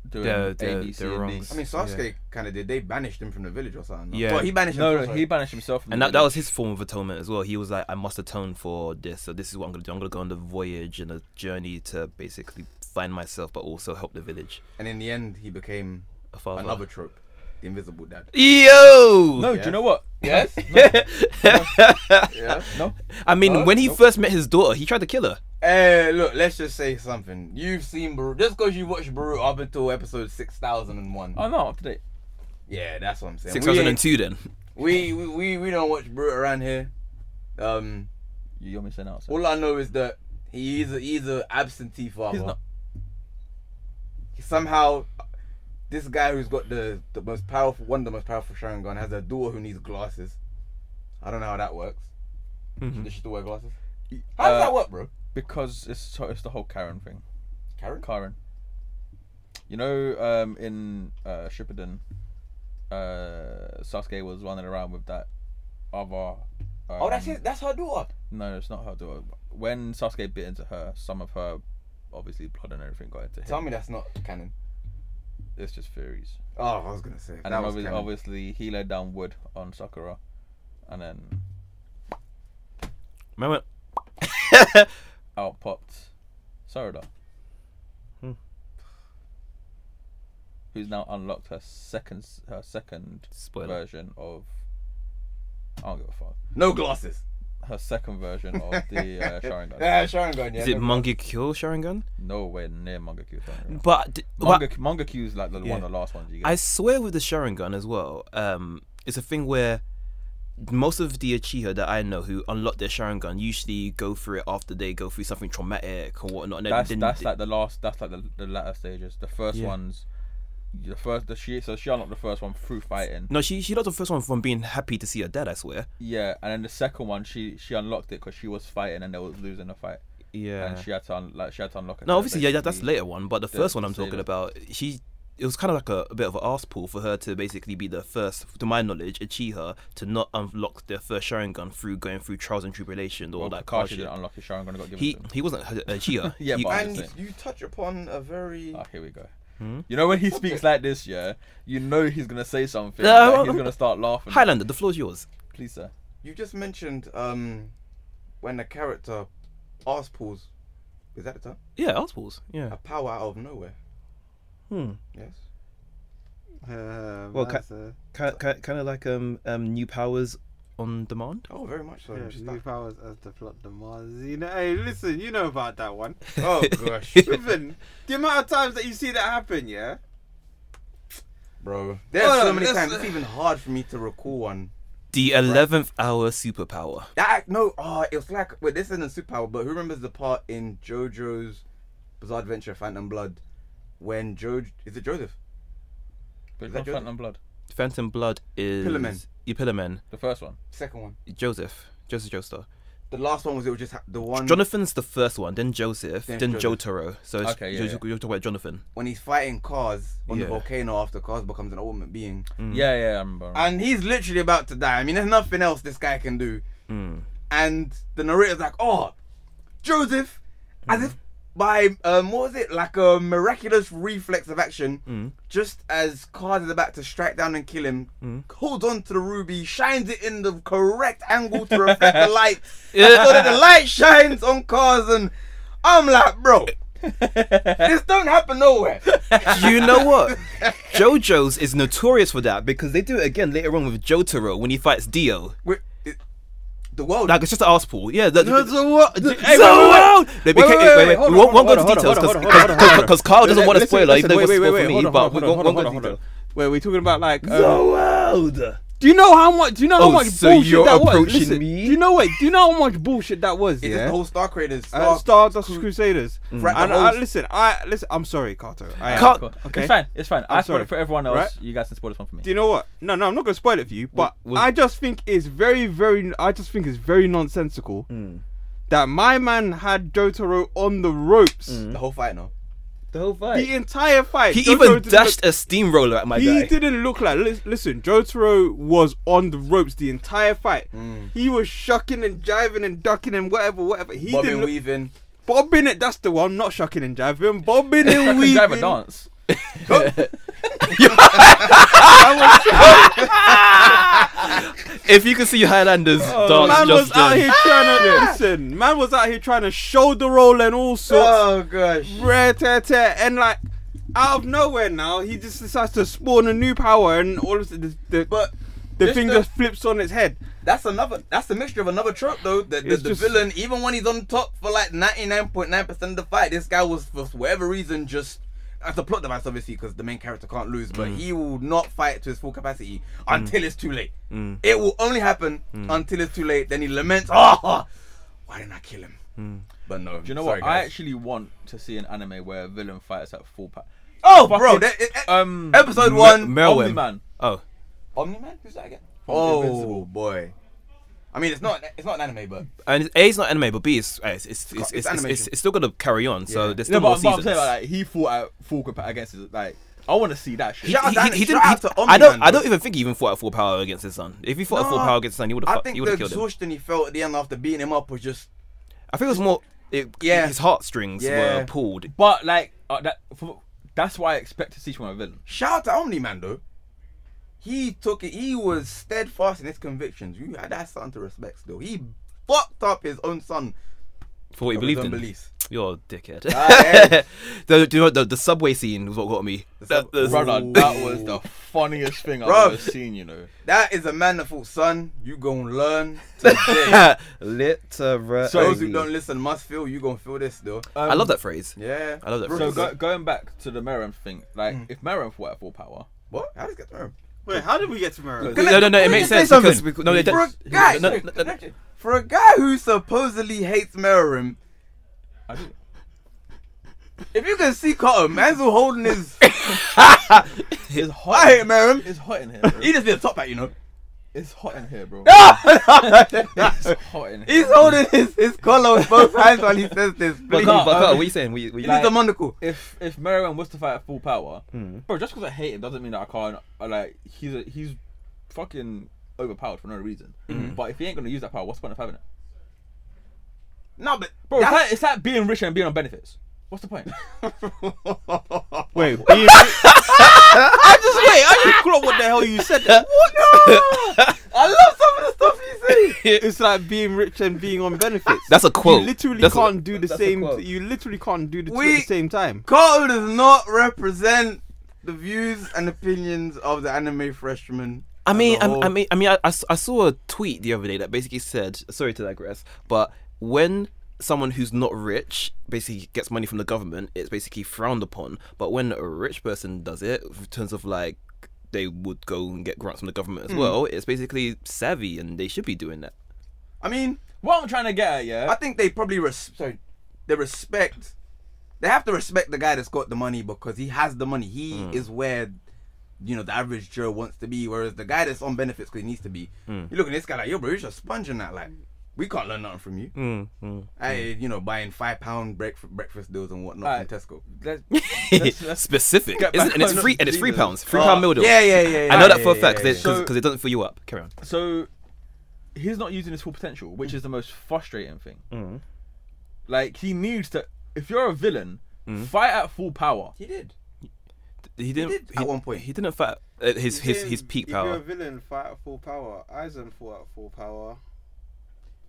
Speaker 4: doing
Speaker 5: Their-
Speaker 4: A,
Speaker 5: their-
Speaker 4: B, C,
Speaker 5: their
Speaker 4: and D.
Speaker 5: wrongs.
Speaker 1: I mean, Sasuke kind of did. They banished him from the village or something. no?
Speaker 5: Yeah.
Speaker 1: Well, he banished
Speaker 4: No,
Speaker 1: himself,
Speaker 4: no,
Speaker 1: sorry.
Speaker 4: he banished himself. From
Speaker 5: And
Speaker 4: the
Speaker 5: that, that was his form of atonement as well. He was like, "I must atone for this. So this is what I'm gonna do. I'm gonna go on the voyage and a journey to basically find myself, but also help the village."
Speaker 1: And in the end, he became
Speaker 5: A
Speaker 4: Oh,
Speaker 5: father.
Speaker 1: another trope, the invisible dad.
Speaker 5: Yo.
Speaker 4: No, do
Speaker 1: Yeah.
Speaker 4: you know what?
Speaker 1: Yes. yeah.
Speaker 4: No,
Speaker 5: I mean,
Speaker 1: No,
Speaker 5: when he
Speaker 1: nope.
Speaker 5: first met his daughter, he tried to kill her.
Speaker 1: Hey, look. Let's just say something. You've seen Baru just because you watched Baru up until episode six thousand and one.
Speaker 4: oh no, up to date.
Speaker 1: Yeah, that's what I'm saying. We, ain't-
Speaker 5: 6002 then.
Speaker 1: we, we we we don't watch Baru around here. Um,
Speaker 4: You- You're missing out. So.
Speaker 1: all I know is that he is a, he's a absentee father.
Speaker 4: not-
Speaker 1: Somehow, this guy who's got the the most powerful one of the most powerful Sharingan has a daughter who needs glasses. I don't know how that works. Does she still wear glasses? Mm-hmm. How does
Speaker 4: Uh,
Speaker 1: that work, bro?
Speaker 4: Because it's so- it's the whole Karen thing.
Speaker 1: Karen?
Speaker 4: Karen. You know, um, in uh, Shippuden, uh, Sasuke was running around with that other. Um,
Speaker 1: Oh, that's his, that's her daughter.
Speaker 4: No, it's not her daughter. When Sasuke bit into her, some of her, obviously, blood and everything got into him.
Speaker 1: Tell me that's not canon.
Speaker 4: It's just theories.
Speaker 1: Oh, I was gonna say
Speaker 4: And
Speaker 1: that
Speaker 4: then
Speaker 1: was
Speaker 4: obviously,
Speaker 1: canon.
Speaker 4: obviously, he laid down wood on Sakura, and then
Speaker 5: Remember?
Speaker 4: out popped Sarada.
Speaker 5: Hmm.
Speaker 4: Who's now unlocked her second s- her second
Speaker 5: Spoiler.
Speaker 4: version of I don't give a fuck.
Speaker 1: No glasses.
Speaker 4: Her second version of the uh, Sharingan.
Speaker 1: Yeah, Sharingan. Yeah.
Speaker 5: Is it
Speaker 1: no
Speaker 5: Mangekyo Sharingan?
Speaker 4: Nowhere near Mangekyu Sharingan.
Speaker 5: But, d- but
Speaker 4: Manga Mangekyu is like the one of the last ones you get.
Speaker 5: I swear with the Sharingan as well, um, it's a thing where most of the Achiha that I know who unlock their Sharingan usually go through it after they go through something traumatic or whatnot. And
Speaker 4: That's
Speaker 5: then,
Speaker 4: that's like the last. That's like the, the latter stages. The first
Speaker 3: Yeah.
Speaker 4: ones, the first. The she so she unlocked the first one through fighting.
Speaker 5: no, she she got the first one from being happy to see her dad. I swear.
Speaker 4: Yeah, and then the second one she she unlocked it because she was fighting and they was losing the fight, and
Speaker 5: Yeah.
Speaker 4: she had to un- like she had to unlock it.
Speaker 5: No,
Speaker 4: So
Speaker 5: obviously, yeah, yeah, that's the
Speaker 4: basically-
Speaker 5: later one. But the
Speaker 4: the-
Speaker 5: first one
Speaker 4: the
Speaker 5: I'm talking
Speaker 4: Sailor.
Speaker 5: about, she it was kind of like a, a bit of an arse pull for her to basically be the first, to my knowledge, Achiha to not unlock their first Sharingan through going through trials and tribulation or
Speaker 4: Well,
Speaker 5: like
Speaker 4: Kakashi didn't
Speaker 5: hardship.
Speaker 4: unlock his Sharingan and got given
Speaker 5: He
Speaker 4: to him.
Speaker 5: he wasn't a Achiha.
Speaker 4: Yeah,
Speaker 5: he,
Speaker 4: but-
Speaker 5: I,
Speaker 4: I
Speaker 1: And
Speaker 4: see.
Speaker 1: you touch upon a very
Speaker 4: Oh, here we go.
Speaker 5: Hmm?
Speaker 4: You know when he speaks like this, yeah, you know he's gonna say something.
Speaker 5: Yeah,
Speaker 4: that
Speaker 5: I'm-
Speaker 4: he's gonna start laughing.
Speaker 5: Highlander, the floor's yours.
Speaker 4: Please, sir.
Speaker 1: You just mentioned um when a character ass pulls is that the term?
Speaker 5: Yeah, arse pulls. Yeah.
Speaker 1: A power out of nowhere.
Speaker 5: Hmm.
Speaker 1: Yes.
Speaker 2: Uh,
Speaker 5: Well,
Speaker 2: well,
Speaker 5: ca- Kind of, kind of like um, um, new powers on demand.
Speaker 1: Oh, very much so.
Speaker 2: yeah,
Speaker 1: Just
Speaker 2: new
Speaker 1: that-
Speaker 2: powers as the plot demands. You know, hey, listen, you know about that one.
Speaker 1: Oh gosh,
Speaker 2: Listen, the amount of times that you see that happen, yeah.
Speaker 1: bro. There's
Speaker 2: Hold
Speaker 1: so
Speaker 2: on,
Speaker 1: many
Speaker 2: let's-
Speaker 1: times. It's even hard for me to recall one.
Speaker 5: The eleventh hour superpower.
Speaker 1: That no, oh, it was like wait, this isn't a superpower, but who remembers the part in JoJo's Bizarre Adventure Phantom Blood when Jojo is it Joseph?
Speaker 4: But
Speaker 1: Is that
Speaker 4: from
Speaker 1: good?
Speaker 4: Phantom Blood,
Speaker 5: Phantom Blood is
Speaker 1: Pillarman.
Speaker 5: Yeah, Pillarman.
Speaker 4: the first one.
Speaker 1: Second one.
Speaker 5: Joseph. Joseph Joestar.
Speaker 1: The last one was it was just ha- the
Speaker 4: Um,
Speaker 1: one
Speaker 5: Jonathan's the first one, then Joseph,
Speaker 1: Then
Speaker 5: then
Speaker 1: Joseph.
Speaker 5: Jotaro. So it's,
Speaker 4: Okay, yeah,
Speaker 5: you're,
Speaker 4: yeah.
Speaker 5: you're talking about Jonathan.
Speaker 1: when he's fighting Cars on
Speaker 5: Yeah.
Speaker 1: the volcano after Cars becomes an ultimate being.
Speaker 5: Hmm.
Speaker 4: Yeah, yeah, I remember.
Speaker 1: and he's literally about to die. I mean, there's nothing else this guy can do.
Speaker 3: Hmm.
Speaker 5: Mm.
Speaker 1: And the narrator's like, "Oh, Joseph," as
Speaker 3: Hmm.
Speaker 1: if by um, what was it like a miraculous reflex of action,
Speaker 3: Hmm.
Speaker 1: just as Card is about to strike down and kill him,
Speaker 3: Hmm.
Speaker 1: holds on to the ruby, shines it in the correct angle to reflect the light, so that the light shines on Cars, and I'm like, bro. this don't happen nowhere.
Speaker 5: you know what? JoJo's is notorious for that because they do it again later on with Jotaro when he fights Dio.
Speaker 1: We're- it- the world
Speaker 5: Like it's just an arse pool. Yeah. The, the,
Speaker 1: So what?
Speaker 5: so what? They
Speaker 4: Wait,
Speaker 5: became-
Speaker 4: wait, wait, wait, hold
Speaker 5: We won't,
Speaker 4: on,
Speaker 5: won't go
Speaker 4: hold
Speaker 5: into
Speaker 4: on, hold
Speaker 5: details
Speaker 4: on, hold on, hold on, hold on,
Speaker 5: because Carl doesn't
Speaker 4: Listen,
Speaker 5: want to
Speaker 4: listen,
Speaker 5: spoil it. He
Speaker 4: listen,
Speaker 5: doesn't want
Speaker 4: wait,
Speaker 5: to
Speaker 4: wait,
Speaker 5: spoil
Speaker 4: wait,
Speaker 5: for me,
Speaker 4: hold on,
Speaker 5: but
Speaker 4: hold
Speaker 5: we
Speaker 4: on,
Speaker 5: won't
Speaker 4: hold on,
Speaker 5: won't go
Speaker 4: hold
Speaker 5: into
Speaker 4: on, hold on.
Speaker 5: detail.
Speaker 3: Wait, we're talking about like. Um,
Speaker 5: world.
Speaker 3: Do you know how much? Do you know how
Speaker 5: Oh,
Speaker 3: much
Speaker 5: so
Speaker 3: bullshit
Speaker 5: you're
Speaker 3: that was?
Speaker 5: approaching
Speaker 3: Listen,
Speaker 5: me?
Speaker 3: Do you know wait? Do you know how much bullshit that was?
Speaker 1: It's
Speaker 3: yeah.
Speaker 1: the whole Star Creators.
Speaker 3: Uh,
Speaker 1: Star,
Speaker 3: Stardust Crusaders.
Speaker 1: Mm.
Speaker 3: And,
Speaker 1: Right, the
Speaker 3: I-
Speaker 1: whole-
Speaker 3: listen, I listen. I'm sorry, Carter. I am.
Speaker 5: Cut.
Speaker 4: Cool.
Speaker 3: Okay.
Speaker 4: It's fine. It's fine. i
Speaker 3: I'm
Speaker 4: spoil
Speaker 3: sorry.
Speaker 4: it for everyone else.
Speaker 3: Right?
Speaker 4: You guys can spoil this one for me.
Speaker 3: Do you know what? No, no, I'm not gonna spoil it for you. But
Speaker 5: was-
Speaker 3: I just think it's very, very. I just think it's very nonsensical
Speaker 5: Mm.
Speaker 3: that my man had Jotaro on the ropes
Speaker 5: Mm.
Speaker 1: the whole fight now.
Speaker 2: The whole
Speaker 3: the entire fight.
Speaker 5: He
Speaker 3: Jotaro
Speaker 5: even
Speaker 3: didn't
Speaker 5: dashed a steamroller at my
Speaker 3: Look, he
Speaker 5: guy.
Speaker 3: didn't look like. lis- Listen, Jotaro was on the ropes the entire fight. He was shucking and jiving and ducking and whatever, whatever. He
Speaker 1: Bobbing,
Speaker 3: didn't look,
Speaker 1: weaving.
Speaker 3: bobbing it. That's the one. Not shucking and jiving. Bobbing and
Speaker 4: can
Speaker 3: weaving.
Speaker 4: drive a dance.
Speaker 5: If you could see Highlanders
Speaker 4: Oh,
Speaker 3: man
Speaker 5: dance
Speaker 3: was
Speaker 5: just
Speaker 3: out
Speaker 5: then.
Speaker 3: here trying to listen. Man was out here trying to shoulder roll and all sorts.
Speaker 1: Oh gosh.
Speaker 3: Rare, tear, tear, and like out of nowhere now, he just decides to spawn a new power, and all of the the,
Speaker 1: But
Speaker 3: the
Speaker 1: just
Speaker 3: thing
Speaker 1: the-
Speaker 3: just flips on its head.
Speaker 1: that's another. That's a mixture of another trope though. That the,
Speaker 3: It's
Speaker 1: the
Speaker 3: just-
Speaker 1: villain, even when he's on top for like ninety nine point nine percent of the fight, this guy was for whatever reason just. That's a plot device, obviously, because the main character can't lose, but he will not fight to his full capacity until it's too late. It will only happen until it's too late. Then he laments, "Oh, why didn't I kill him?" But no.
Speaker 4: Do you know
Speaker 1: sorry,
Speaker 4: what? I
Speaker 1: guys.
Speaker 4: actually want to see an anime where a villain fights at full power.
Speaker 1: Oh, bro!
Speaker 4: fucking-
Speaker 1: that- it- it-
Speaker 4: Um,
Speaker 1: episode
Speaker 5: Me-
Speaker 1: one.
Speaker 5: Merwin.
Speaker 4: Omni-Man.
Speaker 5: Oh.
Speaker 1: Omni Man? Who's that again?
Speaker 4: Oh,
Speaker 1: Oh boy. I mean, it's not it's not an anime, but
Speaker 5: And A is not anime, but B is it's it's it's, it's, it's, it's,
Speaker 1: animation.
Speaker 5: still gonna carry on. So
Speaker 1: Yeah.
Speaker 5: there's still
Speaker 4: No,
Speaker 5: more
Speaker 4: but, but I'm
Speaker 5: seasons.
Speaker 4: saying like he fought at full capa- against his like. I want to see that shit.
Speaker 1: Shout out to-
Speaker 5: didn't-
Speaker 1: shout out to
Speaker 5: I don't.
Speaker 1: Omni-Man,
Speaker 5: I don't
Speaker 1: bro.
Speaker 5: even think he even fought at full power against his son. If he fought at full
Speaker 1: Nah,
Speaker 5: power against his son, he would
Speaker 1: I
Speaker 5: have.
Speaker 1: think
Speaker 5: He would
Speaker 1: the
Speaker 5: have killed him.
Speaker 1: exhaustion he felt at the end after beating him up was just
Speaker 5: I think it was more. It,
Speaker 1: Yeah.
Speaker 5: His heartstrings were
Speaker 1: Yeah.
Speaker 5: pulled.
Speaker 4: But like uh, that, for, that's what I expect to see from a villain.
Speaker 1: shout out to Omni Man though. He took it. He was steadfast in his convictions. You had that son to respect still. He fucked up his own son.
Speaker 5: For what he
Speaker 1: of his
Speaker 5: believed
Speaker 1: own
Speaker 5: in.
Speaker 1: beliefs.
Speaker 5: You're a dickhead.
Speaker 1: yeah.
Speaker 5: the, do you know, the, the subway scene was what got me.
Speaker 1: The
Speaker 5: That-
Speaker 1: sub-
Speaker 5: the-
Speaker 4: Brother,
Speaker 1: Ooh.
Speaker 4: that was the funniest thing I've
Speaker 1: Bruv.
Speaker 4: ever seen. You know.
Speaker 1: That is a man that thought, son. You gonna learn today.
Speaker 2: Literally.
Speaker 1: so those who don't listen must feel. You gonna feel this though.
Speaker 5: I love that phrase.
Speaker 1: Yeah.
Speaker 5: I love that
Speaker 4: So
Speaker 5: phrase.
Speaker 1: Mm.
Speaker 4: go, going back to the Merrim thing, like if Merrim fought at full power,
Speaker 1: What? How does it get through?
Speaker 6: Wait, how did we get to Murrow?
Speaker 1: Can I-
Speaker 5: no, no, no. It
Speaker 1: can I just
Speaker 5: makes
Speaker 1: say
Speaker 5: sense
Speaker 2: something?
Speaker 5: because we, no, they
Speaker 1: for a
Speaker 5: don't.
Speaker 1: guy,
Speaker 5: no, no, no,
Speaker 1: for a guy who supposedly hates Merim,
Speaker 4: I do.
Speaker 1: if you can see Cotton, man's all holding his.
Speaker 4: It's hot.
Speaker 1: I hate Merim.
Speaker 4: It's hot in here. Bro.
Speaker 1: He just did a top hat, you know.
Speaker 4: It's hot in here, bro. It's hot in
Speaker 1: He's
Speaker 4: here.
Speaker 1: holding his, his collar with both hands while he says this.
Speaker 5: But,
Speaker 1: Please,
Speaker 5: Carl,
Speaker 4: um,
Speaker 5: but Carl, what are you saying? What you, what you-
Speaker 1: this is the monocle.
Speaker 4: If if Merriman was to fight at full power,
Speaker 1: Hmm.
Speaker 4: bro, just because I hate him doesn't mean that I can't. I, Like he's a, he's fucking overpowered for no reason.
Speaker 1: Hmm.
Speaker 4: But if he ain't gonna use that power, what's the point of having it?
Speaker 1: No, but
Speaker 4: Bro, it's
Speaker 1: that's-
Speaker 4: like, it's like being rich and being on benefits. What's the point?
Speaker 3: Wait, being
Speaker 6: I just wait. I just caught what the hell you said.
Speaker 1: I love some of the stuff you say.
Speaker 3: it's like being rich and being on benefits.
Speaker 5: That's a quote.
Speaker 3: You literally
Speaker 5: That's a-
Speaker 3: can't do the
Speaker 2: that's a
Speaker 3: same.
Speaker 2: quote.
Speaker 3: You literally can't do the two
Speaker 1: We-
Speaker 3: at the same time.
Speaker 1: Carl does not represent the views and opinions of the anime freshman.
Speaker 5: I
Speaker 1: as
Speaker 5: mean,
Speaker 1: a
Speaker 5: I,
Speaker 1: whole.
Speaker 5: I mean, I mean, I, I s- I saw a tweet the other day that basically said, "Sorry to digress, but when someone who's not rich basically gets money from the government, it's basically frowned upon. But when a rich person does it, in terms of like they would go and get grants from the government as
Speaker 1: Hmm.
Speaker 5: well, it's basically savvy, and they should be doing that.
Speaker 1: I mean,
Speaker 4: what I'm trying to get at, yeah.
Speaker 1: I think they probably res- sorry, they respect. They have to respect the guy that's got the money because he has the money. He is where, you know, the average Joe wants to be. Whereas the guy that's on benefits because he needs to be. You look at this guy like, yo, bro, you're just sponging that. Like, we can't learn nothing from you. I, you know, buying five pound breakfast breakfast deals and whatnot
Speaker 4: Alright.
Speaker 1: from Tesco.
Speaker 4: Let's- let's- let's-
Speaker 5: Specific,
Speaker 4: Get
Speaker 5: isn't
Speaker 4: back
Speaker 5: it? And it's
Speaker 4: on
Speaker 5: free, and it's three
Speaker 4: Jesus.
Speaker 5: pounds, three pound meal deal.
Speaker 1: Oh. Yeah, yeah, yeah. yeah
Speaker 5: I know
Speaker 1: yeah,
Speaker 5: that for a
Speaker 1: yeah,
Speaker 5: fact
Speaker 1: yeah,
Speaker 5: because
Speaker 1: yeah.
Speaker 4: So-
Speaker 5: it doesn't fill you up. Carry on.
Speaker 4: So he's not using his full potential, which is the most frustrating thing.
Speaker 1: Hmm.
Speaker 4: Like he needs to. If you're a villain, fight at full power.
Speaker 1: Hmm. He did.
Speaker 5: He didn't.
Speaker 1: did at one point.
Speaker 5: he didn't fight at his his, his peak
Speaker 6: If you're
Speaker 5: power.
Speaker 6: a villain, fight at full power. Aizen fought at full power.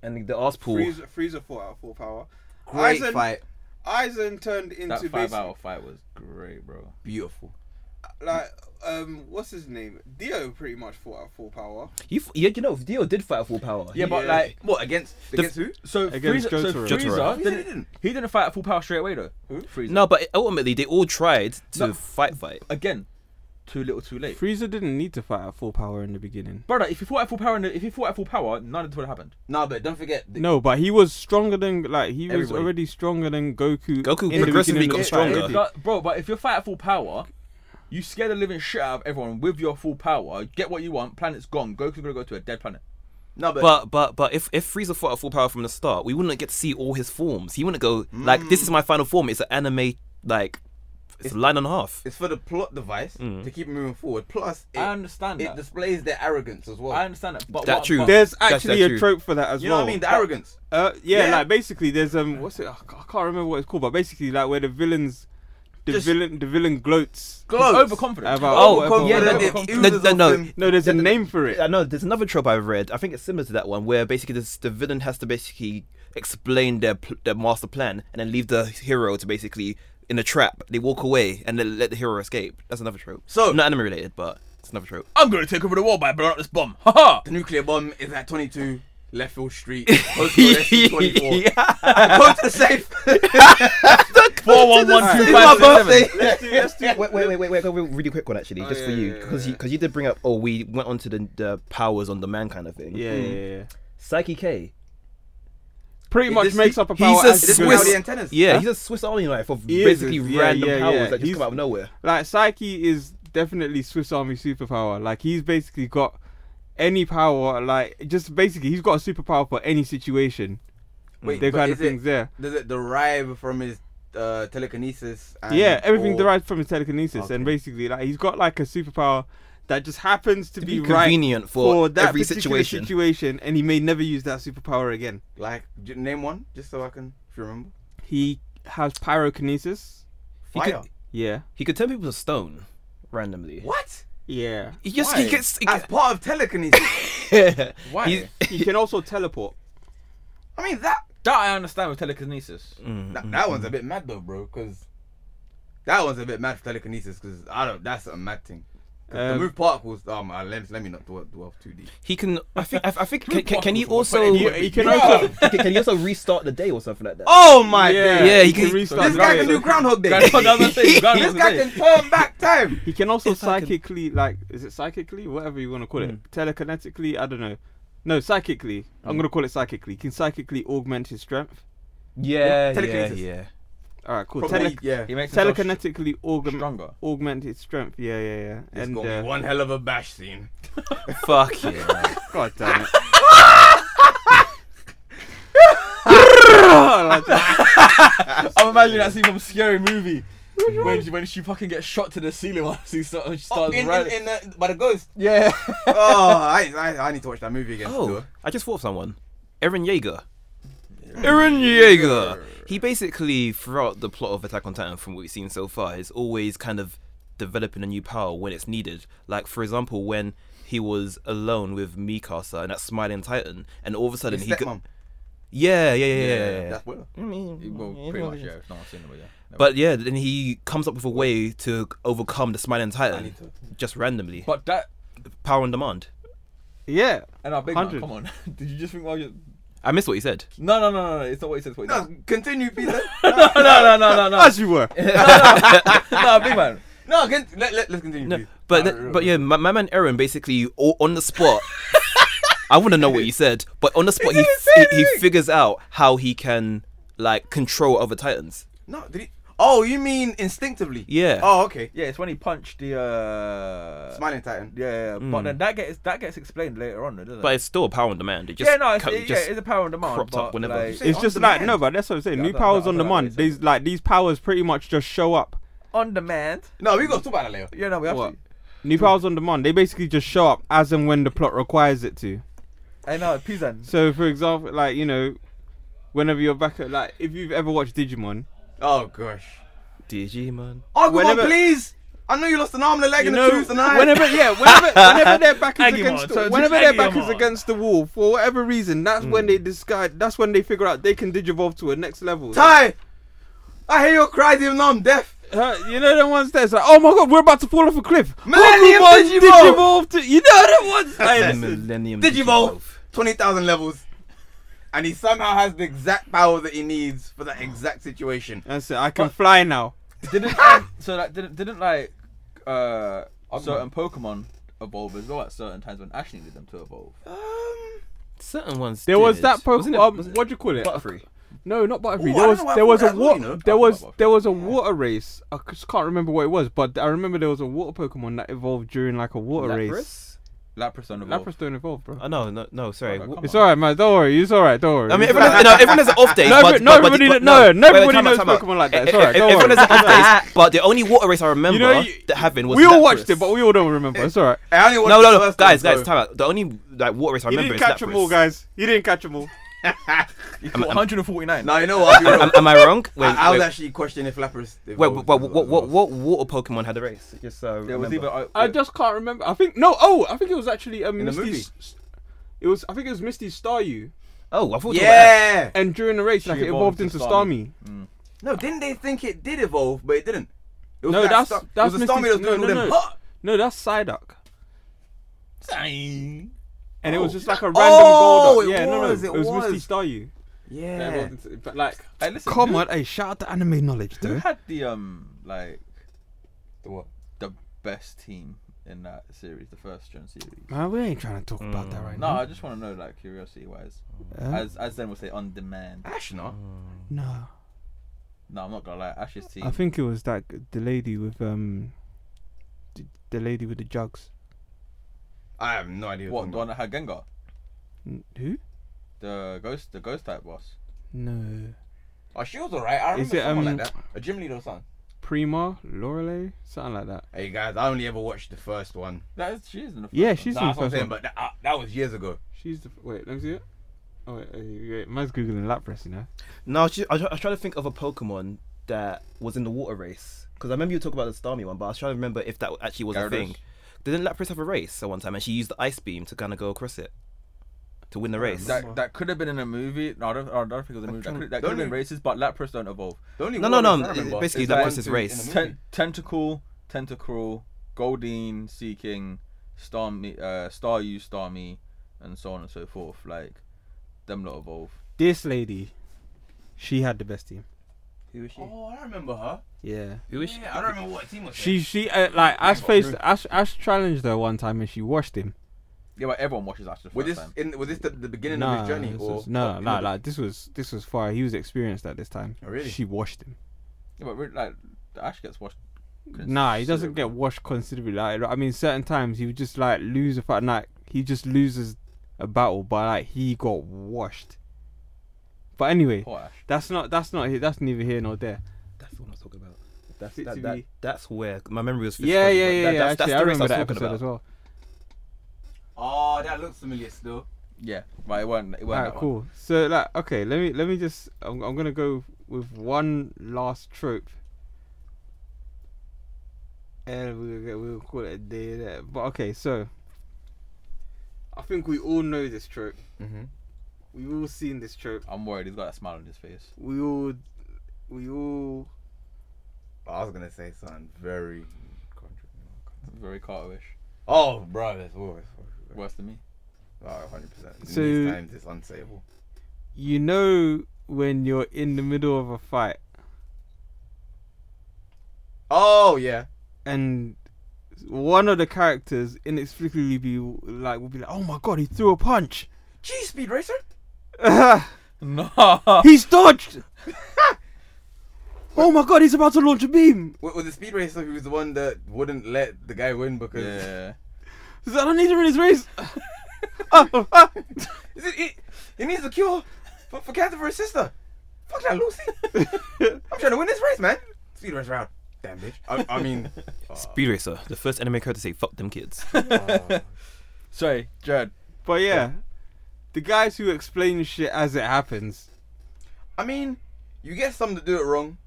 Speaker 2: And the arse pool.
Speaker 6: Frieza, Frieza fought at full power.
Speaker 1: Great
Speaker 6: Aizen-
Speaker 1: fight.
Speaker 6: Aizen turned
Speaker 4: That
Speaker 6: into
Speaker 4: five
Speaker 6: basic,
Speaker 4: hour fight was great, bro.
Speaker 1: Beautiful.
Speaker 6: like um what's his name? Dio pretty much fought at full power.
Speaker 2: You, f- you, you know, Dio did fight at full power.
Speaker 4: Yeah, but
Speaker 6: Yeah.
Speaker 4: like,
Speaker 1: What against against who?
Speaker 4: so
Speaker 3: Against
Speaker 4: Frieza, so
Speaker 3: Jotaro.
Speaker 5: Jotaro.
Speaker 4: Frieza,
Speaker 1: He
Speaker 4: didn't, he,
Speaker 1: didn't.
Speaker 4: didn't. fight at full power straight away though. Frieza.
Speaker 5: No, but ultimately they all tried to
Speaker 4: No.
Speaker 5: fight fight.
Speaker 4: again, too little, too late.
Speaker 3: Frieza didn't need to fight at full power in the beginning.
Speaker 4: Brother, if you fought at full power, in the- if you fought at full power, none of this would have happened.
Speaker 1: No, but don't forget. The,
Speaker 3: No, but he was stronger than like he was
Speaker 1: Everybody.
Speaker 3: already stronger than Goku.
Speaker 5: Goku
Speaker 3: in the
Speaker 5: progressively
Speaker 3: beginning
Speaker 5: got
Speaker 3: of the
Speaker 5: stronger.
Speaker 3: fight.
Speaker 4: But- bro, but if you fight at full power, you scare the living shit out of everyone with your full power. Get what you want. Planet's gone. Goku's gonna go to a dead planet.
Speaker 1: No, but,
Speaker 5: But but but if if Frieza fought at full power from the start, we wouldn't get to see all his forms. He wouldn't go like
Speaker 2: Mm.
Speaker 5: this is my final form. It's an anime like it's a line and a half.
Speaker 1: it's for the plot device to keep moving forward. Plus, it,
Speaker 4: Mm. I understand
Speaker 1: it
Speaker 4: that.
Speaker 1: displays their arrogance as well.
Speaker 4: I understand that. But
Speaker 5: That
Speaker 4: what,
Speaker 5: true.
Speaker 4: But,
Speaker 3: There's
Speaker 5: That's-
Speaker 3: actually
Speaker 5: that's
Speaker 3: a
Speaker 5: true.
Speaker 3: trope for that as
Speaker 1: you know
Speaker 3: well.
Speaker 1: what I mean? The arrogance.
Speaker 3: Uh, yeah,
Speaker 1: Yeah.
Speaker 3: like basically, there's um, what's it? I ca- I can't remember what it's called, but basically, like where the villains, the
Speaker 1: Just-
Speaker 3: villain, the villain gloats.
Speaker 1: Gloat.
Speaker 4: overconfident.
Speaker 3: About-
Speaker 5: Oh,
Speaker 3: whatever-
Speaker 1: yeah,
Speaker 3: whatever.
Speaker 1: that it
Speaker 4: overconfident.
Speaker 1: oozes
Speaker 5: No, no,
Speaker 1: off
Speaker 5: no.
Speaker 1: him.
Speaker 3: no, there's a name for it.
Speaker 5: I know there's another trope I've read. I think it's similar to that one where basically this, the villain has to basically explain their pl- their master plan and then leave the hero to basically in a trap. They walk away and then let the hero escape. That's another trope.
Speaker 1: So-
Speaker 5: not anime related, but it's another trope.
Speaker 3: Oh,
Speaker 4: I'm gonna take over the world by blowing up this bomb. Ha ha.
Speaker 1: The nuclear bomb is at 22 Left Field Street, postcode 24 Go to the safe.
Speaker 4: Four one one
Speaker 1: It's
Speaker 4: two
Speaker 1: my
Speaker 4: five six seven.
Speaker 1: birthday.
Speaker 5: wait, wait, wait, wait, wait, go re- really quick one
Speaker 3: Oh,
Speaker 5: actually, just for you, because you because you did bring up, oh, we went on to the, the powers on demand kind of thing.
Speaker 3: Yeah, yeah, yeah.
Speaker 5: Psyche K.
Speaker 3: Pretty much
Speaker 1: this-
Speaker 3: makes up a
Speaker 5: he's
Speaker 3: power.
Speaker 5: a
Speaker 3: as he
Speaker 1: This is
Speaker 5: Swiss-
Speaker 1: how
Speaker 3: goes.
Speaker 1: the antennas.
Speaker 5: Yeah, he's a Swiss Army knife of
Speaker 3: He is,
Speaker 5: basically
Speaker 3: yeah,
Speaker 5: random
Speaker 3: yeah,
Speaker 5: powers
Speaker 3: yeah,
Speaker 5: that just
Speaker 3: he's-
Speaker 5: come out of nowhere.
Speaker 3: Like Psyche is definitely Swiss Army superpower. Like he's basically got any power. Like just basically, he's got a superpower for any situation.
Speaker 1: Wait,
Speaker 3: They
Speaker 1: but
Speaker 3: kind
Speaker 1: is
Speaker 3: of things
Speaker 1: it,
Speaker 3: there.
Speaker 1: Does it derive from his uh, telekinesis? And,
Speaker 3: yeah, everything
Speaker 1: or-
Speaker 3: derives from his telekinesis, and basically, like he's got like a superpower that just happens to, be,
Speaker 5: be
Speaker 3: right
Speaker 5: convenient for
Speaker 3: that
Speaker 5: every
Speaker 3: particular
Speaker 5: situation.
Speaker 3: situation, and he may never use that superpower again.
Speaker 1: Like, j- name one, just so I can, if you remember.
Speaker 3: He has pyrokinesis.
Speaker 5: He could-
Speaker 1: Fire.
Speaker 3: Yeah.
Speaker 5: He could turn people to stone randomly.
Speaker 1: What?
Speaker 3: Yeah.
Speaker 5: He just
Speaker 1: Why? Ah.
Speaker 5: he gets. He
Speaker 1: As
Speaker 5: gets
Speaker 1: part of telekinesis.
Speaker 4: Why?
Speaker 5: He-
Speaker 3: He can also teleport.
Speaker 1: I mean, that
Speaker 4: That I understand with telekinesis.
Speaker 1: That,
Speaker 5: Mm-hmm.
Speaker 1: that one's a bit mad though, bro. Because that one's a bit mad for telekinesis. Because I don't. That's a mad thing. the
Speaker 3: Um,
Speaker 1: move particles. Um, uh, let, let me not dwell, dwell too deep.
Speaker 5: He can. I think. I, I think. Can, can, can he
Speaker 1: But
Speaker 5: also?
Speaker 1: anyway,
Speaker 3: he can
Speaker 1: bro.
Speaker 3: also-
Speaker 2: Can, can you also restart the day or something like that?
Speaker 1: Oh my
Speaker 3: yeah,
Speaker 1: days.
Speaker 5: Yeah, he
Speaker 3: he can
Speaker 5: can-
Speaker 3: restart.
Speaker 1: This
Speaker 3: the
Speaker 1: guy
Speaker 3: day.
Speaker 1: can do Groundhog Day.
Speaker 4: That's what I was gonna say, Groundhog
Speaker 1: this guy
Speaker 4: Day.
Speaker 1: can turn back time.
Speaker 3: He can also
Speaker 5: If I can-
Speaker 3: psychically, like, is it psychically? Whatever you want to call it. Telekinetically? I don't know. No, psychically. I'm going to call it psychically. He can psychically augment his strength.
Speaker 2: yeah, yeah,
Speaker 1: telekinesis.
Speaker 5: yeah.
Speaker 3: All right, cool.
Speaker 1: Probably,
Speaker 3: Tele-
Speaker 1: yeah.
Speaker 4: He makes himself
Speaker 3: telekinetically augment,
Speaker 4: stronger.
Speaker 3: augment his strength. Yeah, yeah, yeah.
Speaker 1: It's
Speaker 3: and,
Speaker 1: gonna
Speaker 3: uh,
Speaker 1: be one hell of a bash scene.
Speaker 5: Fuck yeah.
Speaker 3: God damn it.
Speaker 4: I'm imagining that scene from a scary movie. When she, when she fucking gets shot to the ceiling while she starts, she starts running.
Speaker 1: the, uh, by the ghost.
Speaker 4: Yeah.
Speaker 1: oh, I, I I need to watch that movie again.
Speaker 5: Oh, I just thought of someone. Aaron Yeager.
Speaker 4: Yeah.
Speaker 5: Aaron Yeager. He basically, throughout the plot of Attack on Titan, from what we've seen so far, is always kind of developing a new power when it's needed. Like, for example, when he was alone with Mikasa and that smiling Titan, and all of a sudden
Speaker 1: His
Speaker 5: he go-
Speaker 1: stepmom.
Speaker 5: yeah, yeah, yeah, yeah, yeah. Mm-hmm.
Speaker 1: That's what.
Speaker 5: I mean,
Speaker 4: Well, pretty much, yeah. No, I've seen it, but yeah. No.
Speaker 5: But yeah, then he comes up with a way to overcome the smiling Titan just randomly.
Speaker 4: but that
Speaker 5: Power on demand.
Speaker 3: yeah.
Speaker 4: and our big man,
Speaker 3: 100.
Speaker 4: come on. Did you just think while you?
Speaker 5: I missed what he said.
Speaker 4: No, no, no, no, no. It's not what he said. It's what he
Speaker 1: No,
Speaker 4: did.
Speaker 1: continue, Peter.
Speaker 4: no, no, no, no, no.
Speaker 3: As you were.
Speaker 4: no, big man.
Speaker 1: no, con- let, let, let's continue.
Speaker 5: No,
Speaker 1: please.
Speaker 5: but
Speaker 1: I
Speaker 5: th-
Speaker 1: don't
Speaker 5: but yeah, my, my man Aaron basically o- on the spot. I want to know what you said, but on the spot he f- he, he figures out how he can like control other titans.
Speaker 1: know. No, did he? Oh, you mean instinctively?
Speaker 5: Yeah.
Speaker 1: Oh, okay.
Speaker 4: Yeah, it's when he punched the. uh
Speaker 1: Smiling Titan.
Speaker 4: Yeah, yeah, yeah. but then that gets that gets explained later on, though, doesn't
Speaker 5: Mm. But
Speaker 4: it?
Speaker 5: it's still a power on demand. It just
Speaker 4: yeah, no, it's,
Speaker 5: ca-
Speaker 4: it-
Speaker 5: just
Speaker 4: yeah, it's a power on demand.
Speaker 5: cropped
Speaker 4: but
Speaker 5: up whenever.
Speaker 4: like-
Speaker 1: Say
Speaker 3: It's
Speaker 1: on
Speaker 3: just like
Speaker 1: demand.
Speaker 3: no, but that's what I'm saying.
Speaker 4: Yeah, I
Speaker 3: New
Speaker 4: thought- I
Speaker 3: powers
Speaker 4: thought
Speaker 3: on
Speaker 4: that
Speaker 3: demand.
Speaker 4: makes
Speaker 3: These
Speaker 4: sense.
Speaker 3: like these powers pretty much just show up.
Speaker 4: on demand.
Speaker 1: No, we got to talk about that later.
Speaker 4: Yeah, no, we have
Speaker 3: What?
Speaker 4: to.
Speaker 3: New powers on demand. They basically just show up as and when the plot requires it to.
Speaker 4: I know, Pizan.
Speaker 3: So, for example, like you know, whenever you're back at like if you've ever watched Digimon,
Speaker 1: Oh gosh.
Speaker 5: Digimon.
Speaker 1: Oh, come on,
Speaker 3: Whenever-
Speaker 1: please. I know you lost an arm and a leg
Speaker 3: you
Speaker 1: and
Speaker 3: know,
Speaker 1: a tooth and an eye.
Speaker 3: whenever yeah, whenever whenever their back is
Speaker 4: Agumon,
Speaker 3: against
Speaker 4: so
Speaker 3: the,
Speaker 4: it's
Speaker 3: whenever their
Speaker 4: Agumon.
Speaker 3: back is against the wall for whatever reason, that's when they discard. That's when they figure out they can digivolve to a next level.
Speaker 1: Ty, I hear your cries even though I'm deaf.
Speaker 3: Uh, you know the ones that's like, oh my god, we're about to fall off a cliff.
Speaker 1: Millennium
Speaker 3: Pokemon
Speaker 1: Digivolve!
Speaker 3: digivolve to you know the ones.
Speaker 4: Oh,
Speaker 3: Like,
Speaker 5: Millennium
Speaker 1: Digivolve, 20,000 levels. And he somehow has the exact power that he needs for that exact situation.
Speaker 5: Uh,
Speaker 3: That's it. I can fly now.
Speaker 4: didn't um, so like didn't didn't like uh certain Pokemon evolve as well at certain times when Ash needed them to evolve.
Speaker 5: Certain ones.
Speaker 3: There was
Speaker 5: did.
Speaker 3: that
Speaker 5: Wasn't it-
Speaker 3: Pokemon. Um,
Speaker 5: was it
Speaker 3: what do you call it?
Speaker 5: Butterfree.
Speaker 3: No, not Butterfree.
Speaker 1: Ooh,
Speaker 3: there
Speaker 1: I don't
Speaker 3: was
Speaker 1: know why I
Speaker 3: there was a
Speaker 1: thought that, you know.
Speaker 3: water
Speaker 1: I
Speaker 3: there
Speaker 4: thought
Speaker 3: was
Speaker 4: about
Speaker 3: there was a water race. I just can't remember what it was, but I remember there was a water Pokemon that evolved during like a water race.
Speaker 5: Lapras?
Speaker 4: Lapras don't evolve.
Speaker 3: Lapras don't evolve, bro.
Speaker 5: Oh, no, no, no. Sorry.
Speaker 4: Oh,
Speaker 5: Wha-
Speaker 4: come
Speaker 3: It's
Speaker 4: on.
Speaker 3: alright, man. Don't worry. It's alright. Don't worry.
Speaker 5: I mean,
Speaker 3: It's
Speaker 5: everyone has, no, everyone has an off day.
Speaker 3: No,
Speaker 5: but,
Speaker 3: every- no,
Speaker 5: but- but-
Speaker 3: everybody
Speaker 5: but-
Speaker 3: kno- no, no,
Speaker 5: wait, wait,
Speaker 3: everybody
Speaker 5: time out,
Speaker 3: knows
Speaker 5: time out.
Speaker 3: Pokemon like that.
Speaker 5: E-
Speaker 3: It's
Speaker 5: e-
Speaker 3: alright,
Speaker 5: e-
Speaker 3: don't
Speaker 5: Everyone
Speaker 3: worry.
Speaker 5: has an off day, but the only water race I remember
Speaker 3: you-
Speaker 5: that happened was
Speaker 3: we all
Speaker 5: Lapras.
Speaker 3: watched it, but we all don't remember. It's alright.
Speaker 1: Hey, I only watched
Speaker 5: No, no,
Speaker 1: the
Speaker 5: no,
Speaker 1: first
Speaker 5: guys,
Speaker 1: one,
Speaker 5: guys,
Speaker 1: so-
Speaker 5: time out. The only like water race I
Speaker 3: He
Speaker 5: remember
Speaker 3: didn't
Speaker 5: is
Speaker 3: catch them all,
Speaker 5: Lapras.
Speaker 3: guys. He didn't catch them all.
Speaker 4: You caught 149.
Speaker 1: No, you know what? I'll be real.
Speaker 5: Am, am I wrong? Wait,
Speaker 1: I, I was
Speaker 5: wait,
Speaker 1: actually questioning if Lapras. evolved
Speaker 5: wait, wait, what,
Speaker 1: as
Speaker 5: what,
Speaker 1: well.
Speaker 5: what, water Pokemon had a race? Just so
Speaker 4: There was either uh,
Speaker 3: I just can't remember. I think no. Oh, I think it was actually um,
Speaker 1: In the movie.
Speaker 3: Misty's. It was. I think it was Misty Staryu,
Speaker 5: oh, I thought it was
Speaker 1: Yeah.
Speaker 3: and during the race, like it evolved
Speaker 4: evolved
Speaker 3: into
Speaker 4: into
Speaker 3: Starmie.
Speaker 1: No, didn't they think it did evolve, but it didn't? It was
Speaker 3: No,
Speaker 1: that
Speaker 3: that's-
Speaker 1: star-
Speaker 3: that's
Speaker 1: it was a Starmie that was
Speaker 3: Mr.
Speaker 1: doing
Speaker 3: no, no,
Speaker 1: all them.
Speaker 3: no.
Speaker 1: "Huh!"
Speaker 3: No, that's Psyduck.
Speaker 4: Zang.
Speaker 3: And it was just like a random
Speaker 1: Oh,
Speaker 3: gold.
Speaker 1: it
Speaker 3: yeah, no, no,
Speaker 1: was, it
Speaker 3: it was Misty
Speaker 1: was.
Speaker 3: Staryu.
Speaker 4: They
Speaker 1: Yeah.
Speaker 4: evolved into-
Speaker 3: But like,
Speaker 4: Hey, listen,
Speaker 3: come
Speaker 4: who-
Speaker 3: on, hey, shout out to anime knowledge,
Speaker 4: Who
Speaker 3: dude.
Speaker 4: had the um like
Speaker 1: The what?
Speaker 4: the best team in that series, the first gen series?
Speaker 3: Man, we ain't trying to talk about that right
Speaker 4: No,
Speaker 3: now.
Speaker 4: I just want to know like curiosity wise.
Speaker 3: Uh,
Speaker 4: As as then would say on demand.
Speaker 1: Ash, no.
Speaker 3: Mm. no,
Speaker 4: No, I'm not gonna lie, Ash's team.
Speaker 3: I think it was that g- the lady with um, the, the lady with the jugs.
Speaker 1: I have no idea.
Speaker 4: what
Speaker 1: you're
Speaker 4: the
Speaker 1: talking
Speaker 4: one that had Gengar?
Speaker 3: N- Who?
Speaker 4: The ghost the ghost type boss.
Speaker 3: No,
Speaker 1: about. Oh, she was alright. I
Speaker 3: Is
Speaker 1: remember
Speaker 3: it,
Speaker 1: someone
Speaker 3: um,
Speaker 1: like that. A gym leader or something.
Speaker 3: Prima, Lorelei, something like that.
Speaker 1: Hey guys, I only ever watched the first one.
Speaker 4: That is she is in the first
Speaker 3: Yeah,
Speaker 4: one.
Speaker 3: she's
Speaker 1: Nah,
Speaker 3: in the
Speaker 1: that's what I'm
Speaker 3: first one.
Speaker 1: saying, but that, uh, that was years ago.
Speaker 3: She's the wait. Let me see it. Oh wait, uh, wait man's googling Lapras, you know.
Speaker 5: No, I was, just, I, was, I was trying to think of a Pokemon that was in the water race because I remember you talking about the Starmie one, but I was trying to remember if that actually was a
Speaker 4: Gyarados.
Speaker 5: thing. Didn't Lapras have a race at one time, and she used the ice beam to kind of go across it to
Speaker 3: Uh,
Speaker 5: win the race?
Speaker 4: That, that could have been in a movie. No, I don't, I don't think it was a movie. That could, that could have been racist, but Lapras don't evolve.
Speaker 1: The only
Speaker 5: No,
Speaker 1: one
Speaker 5: no,
Speaker 1: I
Speaker 5: no,
Speaker 1: remember
Speaker 5: basically
Speaker 1: is
Speaker 5: that
Speaker 1: the
Speaker 5: was
Speaker 1: one
Speaker 5: his
Speaker 1: to-
Speaker 5: race.
Speaker 1: in the movie.
Speaker 4: Ten- tentacle, tentacruel, Goldeen, Sea King, Star Me, uh, Star You, Star Me, and so on and so forth. Like them lot evolve.
Speaker 3: This lady, she had the best team.
Speaker 2: Who is she?
Speaker 1: Oh, I remember her.
Speaker 3: Yeah.
Speaker 5: Who is she?
Speaker 1: Yeah, I don't remember what team was.
Speaker 3: She she uh, like Ash faced Ash Ash challenged her one time and she washed him.
Speaker 4: Yeah, but everyone watches after the
Speaker 1: Was
Speaker 4: first
Speaker 1: this
Speaker 4: time.
Speaker 1: in, was this the, the beginning
Speaker 3: Nah,
Speaker 1: of his journey
Speaker 3: this
Speaker 1: or
Speaker 3: was- no,
Speaker 1: or-
Speaker 3: no, like this was this was fire. He was experienced at this time.
Speaker 1: Oh, really?
Speaker 3: She washed him.
Speaker 4: Yeah, but really, like Ash gets watched.
Speaker 3: Nah, he doesn't get washed considerably. Like I mean, certain times he would just like lose a fight. Like he just loses a battle, but like he got washed. But anyway,
Speaker 4: Poor Ash.
Speaker 3: that's not that's not he- that's neither here nor there.
Speaker 5: That's the one I was talking about. That's,
Speaker 3: Fit to
Speaker 5: that, that,
Speaker 3: be-
Speaker 5: that's where my memory was. fizz
Speaker 3: Yeah,
Speaker 5: fuzzy,
Speaker 3: yeah,
Speaker 5: but
Speaker 3: yeah,
Speaker 5: that-
Speaker 3: yeah.
Speaker 5: that's,
Speaker 3: Actually,
Speaker 5: that's
Speaker 3: I
Speaker 5: the race
Speaker 3: remember
Speaker 5: was
Speaker 3: that
Speaker 5: talking
Speaker 3: episode
Speaker 5: about.
Speaker 3: as well.
Speaker 1: Oh, that looks familiar still.
Speaker 4: Yeah, but it weren't. It weren't.
Speaker 3: Alright,
Speaker 4: that one.
Speaker 3: cool. So like, okay, let me let me just. I'm I'm gonna go with one last trope, and we'll get- we'll call it a day there. But okay, so I think we all know this trope.
Speaker 1: Mm-hmm.
Speaker 3: We've all seen this trope.
Speaker 4: I'm worried. He's got that smile on his face.
Speaker 3: We all, we all.
Speaker 1: I was gonna say something very. contra-
Speaker 4: Very cartoonish.
Speaker 1: Oh, bro, that's worse.
Speaker 4: Worse than me.
Speaker 1: Oh, hundred percent. In
Speaker 3: So-
Speaker 1: these times, it's unsavable.
Speaker 3: You know when you're in the middle of a fight
Speaker 1: Oh yeah.
Speaker 3: and one of the characters inexplicably be like, will be like, oh my god, he threw a punch.
Speaker 1: Gee, Speed Racer.
Speaker 4: No.
Speaker 3: He's dodged. oh my god, he's about to launch a beam.
Speaker 1: Wa- Was the Speed Racer who was the one that wouldn't let the guy win because
Speaker 4: yeah.
Speaker 3: He's like, I don't need him in his race. Oh, ah.
Speaker 1: Is it, he, he needs a cure for, for cancer for his sister. Fuck that, Lucy. I'm trying to win this race, man. Speed Racer out. Damn bitch. I, I mean,
Speaker 5: Speed Racer, the first anime character to say "fuck them kids."
Speaker 4: Sorry, Jared.
Speaker 3: but yeah, the guys who explain shit as it happens.
Speaker 1: I mean, you get some to do it wrong,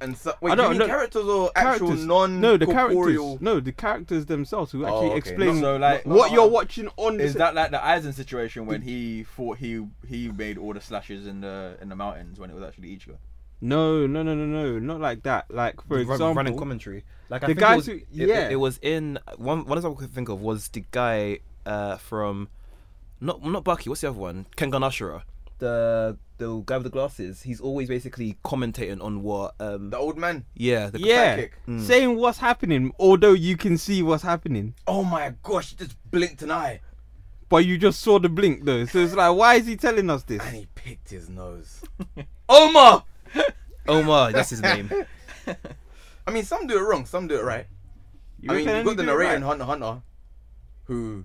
Speaker 1: and so, wait,
Speaker 3: I don't-
Speaker 1: do you mean
Speaker 3: no,
Speaker 1: characters or actual
Speaker 3: Characters-
Speaker 1: non
Speaker 3: no the
Speaker 1: corporeal? Oh,
Speaker 3: characters no the characters themselves who actually
Speaker 1: okay.
Speaker 3: explain
Speaker 4: So, like-
Speaker 3: what
Speaker 1: uh,
Speaker 3: you're watching on
Speaker 4: Is
Speaker 3: the-
Speaker 4: that like the Aizen situation when he thought he he made all the slashes in the in the mountains when it was actually Ichigo?
Speaker 3: no no no no no not like that like for
Speaker 5: Run-
Speaker 3: example
Speaker 5: running commentary. Like I
Speaker 3: the
Speaker 5: think
Speaker 3: guys
Speaker 5: it was,
Speaker 3: who-
Speaker 5: it-
Speaker 3: yeah.
Speaker 5: it, it was in one. One example I could think of was the guy uh, from, not not Bucky. What's the other one? Kengan Ashura. The the guy with the glasses. He's always basically commentating on what. Um,
Speaker 1: The old man.
Speaker 5: yeah. The
Speaker 3: yeah
Speaker 1: sidekick.
Speaker 3: saying what's happening although you can see what's happening
Speaker 1: Oh my gosh, he just blinked an eye
Speaker 3: but you just saw the blink though so it's like why is he telling us this
Speaker 1: and he picked his nose. Omar.
Speaker 5: Omar. Oh That's his name.
Speaker 1: I mean, some do it wrong, some do it right.
Speaker 3: You
Speaker 1: I mean,
Speaker 3: can
Speaker 1: you've got
Speaker 3: only
Speaker 1: the
Speaker 3: do it
Speaker 1: narrator
Speaker 3: right.
Speaker 1: in Hunter x Hunter, who,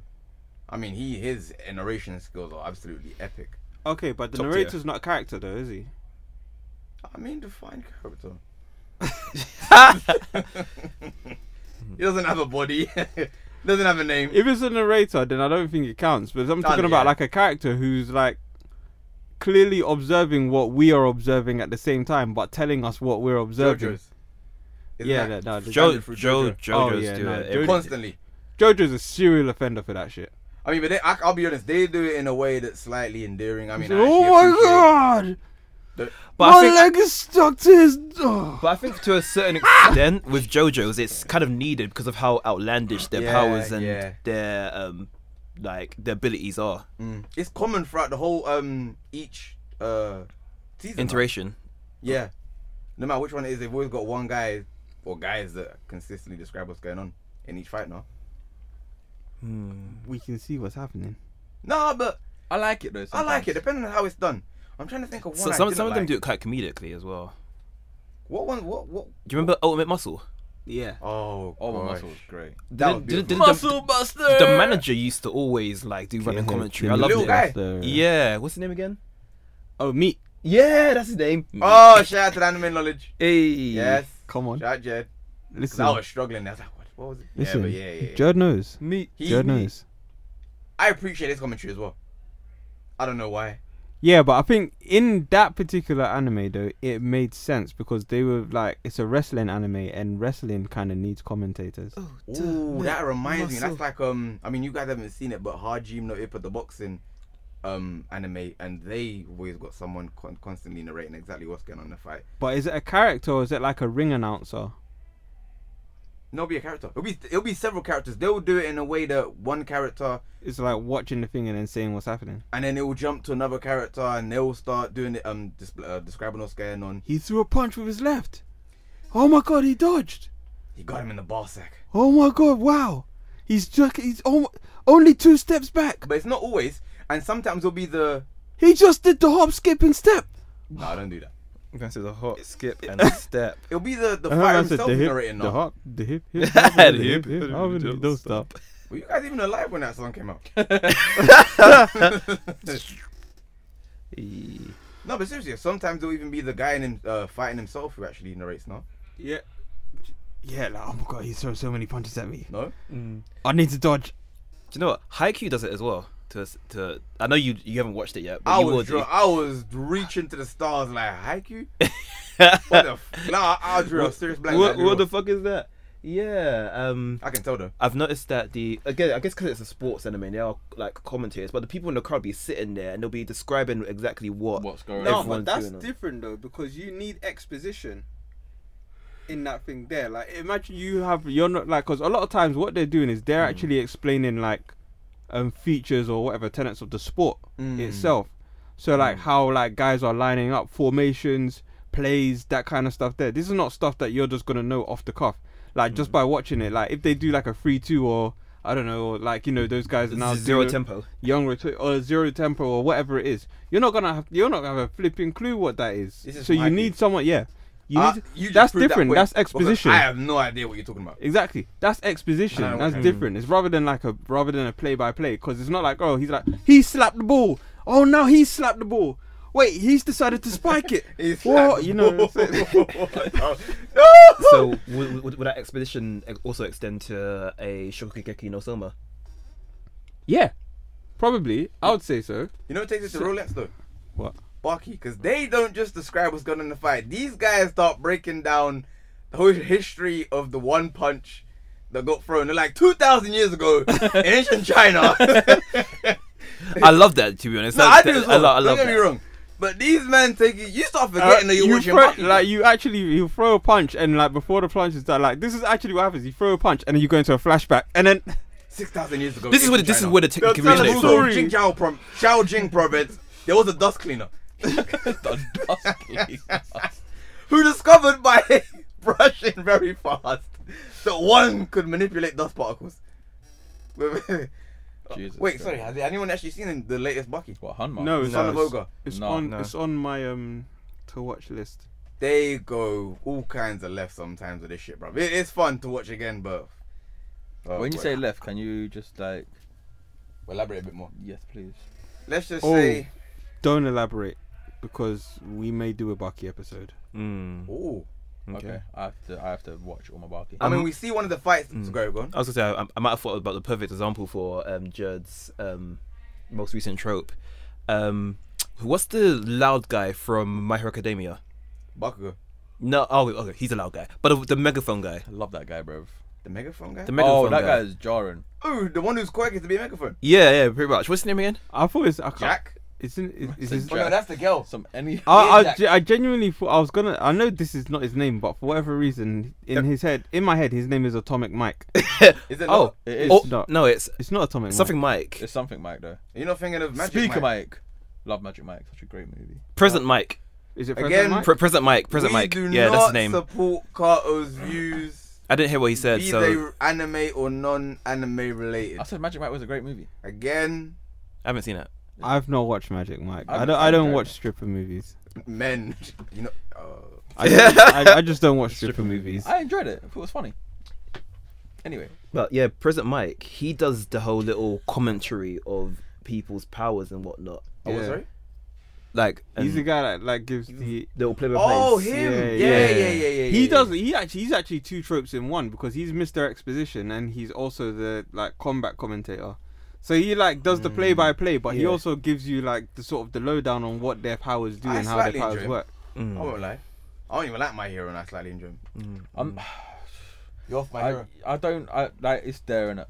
Speaker 1: I mean, he his narration skills are absolutely epic.
Speaker 3: okay but the
Speaker 5: Top tier.
Speaker 3: narrator's not a character though is he
Speaker 1: I mean, define character. he doesn't have a body. doesn't have a name.
Speaker 3: if it's a narrator then i don't think it counts but i'm talking
Speaker 1: yeah.
Speaker 3: about like a character who's like clearly observing what we are observing at the same time but telling us what we're observing
Speaker 1: JoJo's. Isn't
Speaker 3: yeah
Speaker 1: that-
Speaker 3: no, no,
Speaker 5: Joe
Speaker 1: for
Speaker 5: Joe
Speaker 1: JoJo.
Speaker 5: Jojo's
Speaker 3: Oh, yeah,
Speaker 5: doing
Speaker 3: no,
Speaker 5: it.
Speaker 3: Jojo-
Speaker 5: every-
Speaker 1: constantly.
Speaker 3: jojo's a serial offender for that shit
Speaker 1: I mean, but they, I, I'll be honest, they do it in a way that's slightly endearing. I mean, I
Speaker 3: oh
Speaker 1: actually
Speaker 3: my god!
Speaker 1: appreciate-
Speaker 5: But I
Speaker 3: my
Speaker 5: think-
Speaker 3: leg is stuck to his. Oh.
Speaker 5: But I think to a certain
Speaker 3: Ah!
Speaker 5: extent with JoJo's, it's kind of needed because of how outlandish their
Speaker 1: Yeah,
Speaker 5: powers and
Speaker 1: yeah.
Speaker 5: their um, like their abilities are.
Speaker 1: Mm. It's common throughout the whole um each uh season. right?
Speaker 5: Iteration.
Speaker 1: Yeah. No matter which one it is, they've always got one guy or guys that consistently describe what's going on in each fight now.
Speaker 3: We can see what's happening.
Speaker 1: No, but
Speaker 4: I like it though.
Speaker 1: I like it,
Speaker 4: sometimes.
Speaker 1: depending on how it's done. I'm trying to think of one.
Speaker 5: So
Speaker 1: I
Speaker 5: some
Speaker 1: didn't
Speaker 5: some of them
Speaker 1: like.
Speaker 5: do it quite comedically as well.
Speaker 1: What one? What? What?
Speaker 5: Do you remember Ultimate Muscle?
Speaker 3: Yeah.
Speaker 1: Oh,
Speaker 4: Oh, my
Speaker 1: gosh.
Speaker 4: muscles, great.
Speaker 1: That was
Speaker 5: Didn't- didn't-
Speaker 1: beautiful.
Speaker 5: didn't the-
Speaker 4: Buster.
Speaker 5: the manager used to always like do running commentary. I loved
Speaker 1: Little
Speaker 5: it.
Speaker 1: guy.
Speaker 5: Yeah, what's his name again?
Speaker 3: Oh, meat.
Speaker 5: Yeah, that's his name.
Speaker 1: Oh, shout out to the anime knowledge.
Speaker 5: hey.
Speaker 1: Yes.
Speaker 3: Come on.
Speaker 1: Shout out Jed. 'Cause
Speaker 3: Listen.
Speaker 1: I was struggling. I was like, what, what was it?
Speaker 3: Listen.
Speaker 1: Yeah, but yeah, yeah. yeah.
Speaker 3: Jerd knows.
Speaker 5: Meat.
Speaker 1: He-
Speaker 3: Jerd knows.
Speaker 1: I appreciate his commentary as well. I don't know why.
Speaker 3: Yeah, but I think in that particular anime though, it made sense because they were like, it's a wrestling anime, and wrestling kind of needs commentators.
Speaker 1: Ooh, that reminds me.
Speaker 5: muscle.
Speaker 1: That's like um. I mean, you guys haven't seen it, but Hajime no Ippa, the boxing um anime, and they always got someone con- constantly narrating exactly what's going on in the fight.
Speaker 3: But is it a character or is it like a ring announcer?
Speaker 1: No, it'll be a character. It'll be it'll be several characters. They'll do it in a way that one character,
Speaker 3: It's like watching the thing and then seeing what's happening.
Speaker 1: and then it will jump to another character, and they'll start doing it, um, dis- uh, describing what's going on.
Speaker 3: He threw a punch with his left. Oh my god, he dodged.
Speaker 1: He got him in the bar sack.
Speaker 3: Oh my god, wow. He's just he's almo- only two steps back.
Speaker 1: But it's not always, and sometimes it'll be the.
Speaker 3: He just did the hop, skip, and step.
Speaker 1: No, I don't do that.
Speaker 2: I'm going to the hop, skip, and a step.
Speaker 1: It'll be the the fire himself
Speaker 3: the
Speaker 1: narrating.
Speaker 3: hip, the
Speaker 1: now.
Speaker 3: hop, the hip, hip,
Speaker 2: The
Speaker 3: the
Speaker 2: hip,
Speaker 3: hip,
Speaker 2: hip,
Speaker 3: hip. I haven't
Speaker 2: hip,
Speaker 3: done those stuff.
Speaker 1: Were you guys even alive when that song came out?
Speaker 2: Eee.
Speaker 1: no, but seriously, sometimes it'll even be the guy in him, uh, fighting himself who actually narrates. No,
Speaker 3: Yeah. Yeah, like, oh my god, he throws so many punches at me.
Speaker 1: no.
Speaker 3: I need to dodge.
Speaker 5: Do you know what? Haikyuu does it as well. To to I know you you haven't watched it yet, but
Speaker 1: I
Speaker 5: you will
Speaker 1: was
Speaker 5: do.
Speaker 1: dra- I was reaching to the stars like Haikyuu. what the f- Nah, I drew a serious blank. I
Speaker 5: What,
Speaker 1: drew
Speaker 5: what the
Speaker 1: a-
Speaker 5: fuck is that? Yeah. Um.
Speaker 1: I can tell though.
Speaker 5: I've noticed that the again, I guess because it's a sports anime, they are like commentators, but the people in the crowd be sitting there and they'll be describing exactly what.
Speaker 4: What's going
Speaker 6: No,
Speaker 4: on?
Speaker 5: Everyone's
Speaker 6: but that's
Speaker 5: doing it.
Speaker 6: different though because you need exposition in that thing there. Like, imagine you
Speaker 3: You have you're not like because a lot of times what they're doing is
Speaker 5: Mm.
Speaker 3: they're actually explaining like um features or whatever tenets of the sport
Speaker 5: Mm.
Speaker 3: itself. So like how like guys are lining up formations, plays, that kind of stuff. There, this is not stuff that you're just gonna know off the cuff, like just
Speaker 5: Mm.
Speaker 3: by watching it. Like if they do like a three-two or I don't know, or, like you know those guys now
Speaker 5: zero
Speaker 3: do-
Speaker 5: tempo.
Speaker 3: young retweet or zero tempo or whatever it is, you're not gonna have you're not gonna have a flipping clue what that is.
Speaker 1: This is
Speaker 3: so you
Speaker 1: Mikey.
Speaker 3: need someone, yeah. You need
Speaker 1: Ah,
Speaker 3: to-
Speaker 1: you just
Speaker 3: that's
Speaker 1: proved that
Speaker 3: different.
Speaker 1: point,
Speaker 3: that's
Speaker 1: because
Speaker 3: exposition.
Speaker 1: I have no idea what you're talking about.
Speaker 3: Exactly. That's exposition.
Speaker 1: I know what
Speaker 3: That's
Speaker 1: you mean.
Speaker 3: different. It's rather than like a rather than a play by play because it's not like oh he's like he slapped the ball. Oh now he slapped the ball. Wait, he's decided to spike it.
Speaker 1: It's
Speaker 3: Well,
Speaker 1: like-
Speaker 3: you know. it's-
Speaker 1: no.
Speaker 5: So would, would, would that expedition ex- also extend to a Shokugeki no Soma?
Speaker 3: yeah, probably. I would say so.
Speaker 1: You know what takes it to Rolex though?
Speaker 3: What?
Speaker 1: Barky, because they don't just describe what's going on in the fight. These guys start breaking down the whole history of the one punch that got thrown. They're like 2,000 years ago in ancient China.
Speaker 5: I love that to be honest.
Speaker 1: No, I
Speaker 5: That's-
Speaker 1: do
Speaker 5: that-
Speaker 1: as well.
Speaker 5: I, lo- I love
Speaker 1: Don't get
Speaker 5: that.
Speaker 1: me wrong. But these men take you, you start
Speaker 3: Uh,
Speaker 1: forgetting that you're watching
Speaker 3: throw-
Speaker 1: Barky.
Speaker 3: like you actually you throw a punch and like before the punch is done like this is actually what happens you throw a punch and then you go into a flashback and then
Speaker 1: 6,000 years ago.
Speaker 5: This is
Speaker 1: in
Speaker 5: where this is
Speaker 1: China.
Speaker 5: where the te-
Speaker 3: They'll tell
Speaker 5: confusion
Speaker 3: us
Speaker 5: is.
Speaker 3: all.
Speaker 5: from.
Speaker 3: Sorry.
Speaker 1: Jing Zhao prom- Xiaojing province, there was a dust cleaner who discovered by brushing very fast that one could manipulate dust particles.
Speaker 4: Jesus
Speaker 1: Wait,
Speaker 4: Christ.
Speaker 1: sorry, has anyone actually seen the latest Bucky?
Speaker 4: What Hanma?
Speaker 3: no it's,
Speaker 1: Son
Speaker 3: on,
Speaker 1: of Ogre.
Speaker 3: it's
Speaker 4: Oh, No,
Speaker 3: on
Speaker 5: no.
Speaker 3: it's on my um to watch list
Speaker 1: They go all kinds of left sometimes with this shit, bro. It is fun to watch again, but. uh,
Speaker 4: When you
Speaker 1: wait,
Speaker 4: say left, can you just like
Speaker 1: elaborate a bit more.
Speaker 4: yes, please?
Speaker 1: Let's just
Speaker 3: Oh.
Speaker 1: say,
Speaker 3: don't elaborate because we may do a Bucky episode
Speaker 5: Mm,
Speaker 1: oh,
Speaker 4: Okay.
Speaker 5: okay.
Speaker 4: I have to. I have to watch all my barking.
Speaker 1: I mean,
Speaker 5: Um,
Speaker 1: we see one of the fights. Go, go on.
Speaker 5: I was gonna say I, I might have thought about the perfect example for um, Judd's um, most recent trope. Um, what's the loud guy from My Hero Academia?
Speaker 1: Bakugo,
Speaker 5: No, oh, okay, he's a loud guy, but the, the megaphone guy.
Speaker 4: I love that guy, bruv.
Speaker 1: the megaphone guy.
Speaker 5: The megaphone
Speaker 4: Oh, that
Speaker 5: guy.
Speaker 4: guy is jarring.
Speaker 1: Oh, the one who's quirky to be a megaphone.
Speaker 5: Yeah, yeah, pretty much. What's his name again?
Speaker 3: I thought it's I can't,
Speaker 1: Jack.
Speaker 3: isn't it, is
Speaker 4: Said
Speaker 3: his,
Speaker 1: Oh
Speaker 4: Jack.
Speaker 1: no, that's the girl.
Speaker 4: Some any.
Speaker 3: I, I,
Speaker 1: Jack.
Speaker 3: ge- I genuinely thought I was gonna. I know this is not his name, but for whatever reason, in his head, in my head, his name is Atomic Mike.
Speaker 1: Is it?
Speaker 5: Oh,
Speaker 1: not?
Speaker 4: It is.
Speaker 5: oh
Speaker 3: not.
Speaker 5: no, it's
Speaker 3: It's not Atomic
Speaker 5: something
Speaker 3: Mike.
Speaker 5: Mike.
Speaker 4: It's something, Mike. Though.
Speaker 1: you're not thinking of Magic
Speaker 4: Speaker Mike.
Speaker 1: Mike.
Speaker 4: Love Magic Mike. Such a great movie.
Speaker 5: Present Mike.
Speaker 3: Is it
Speaker 1: Again,
Speaker 3: again? Mike?
Speaker 5: Pre- present Mike. Present
Speaker 1: we
Speaker 5: Mike.
Speaker 1: do
Speaker 5: Yeah,
Speaker 1: not
Speaker 5: that's his name.
Speaker 1: support Kato's views,
Speaker 5: I didn't hear what he said.
Speaker 1: be
Speaker 5: So
Speaker 1: they anime or non-anime related.
Speaker 4: I said Magic Mike was a great movie.
Speaker 1: Again,
Speaker 5: I haven't seen it.
Speaker 3: I've not watched Magic Mike.
Speaker 4: I've
Speaker 3: I don't.
Speaker 4: not
Speaker 3: I
Speaker 4: seen
Speaker 3: don't
Speaker 4: Magic
Speaker 3: watch
Speaker 4: Mike.
Speaker 3: stripper movies.
Speaker 1: men, you know. Uh,
Speaker 3: I, don't- I, I just don't watch stripper movies.
Speaker 4: I enjoyed it. I thought It was funny. Anyway,
Speaker 5: But yeah, present Mike. He does the whole little commentary of people's powers and whatnot.
Speaker 1: oh, what,
Speaker 3: Yeah.
Speaker 1: sorry.
Speaker 5: Like
Speaker 3: He's the
Speaker 5: and
Speaker 3: guy that like gives the.
Speaker 5: little play by
Speaker 1: Oh,
Speaker 5: plays.
Speaker 1: him. Yeah,
Speaker 3: Yeah,
Speaker 1: yeah, yeah, yeah.
Speaker 5: yeah.
Speaker 1: yeah, yeah,
Speaker 3: He
Speaker 1: yeah.
Speaker 3: does. He actually. He's actually two tropes in one because he's Mister Exposition and he's also the like combat commentator. So he like does the play by play, but he
Speaker 5: Yeah.
Speaker 3: also gives you like the sort of the lowdown on what their powers do
Speaker 1: I
Speaker 3: and how their
Speaker 1: slightly enjoy
Speaker 3: powers
Speaker 1: him.
Speaker 3: work.
Speaker 5: Mm.
Speaker 1: I won't lie. I don't even like my hero, and I slightly enjoy him.
Speaker 4: I'm,
Speaker 1: You're
Speaker 5: Mm.
Speaker 1: off my
Speaker 4: um, I,
Speaker 1: hero.
Speaker 4: I don't. I like. It's there and uh,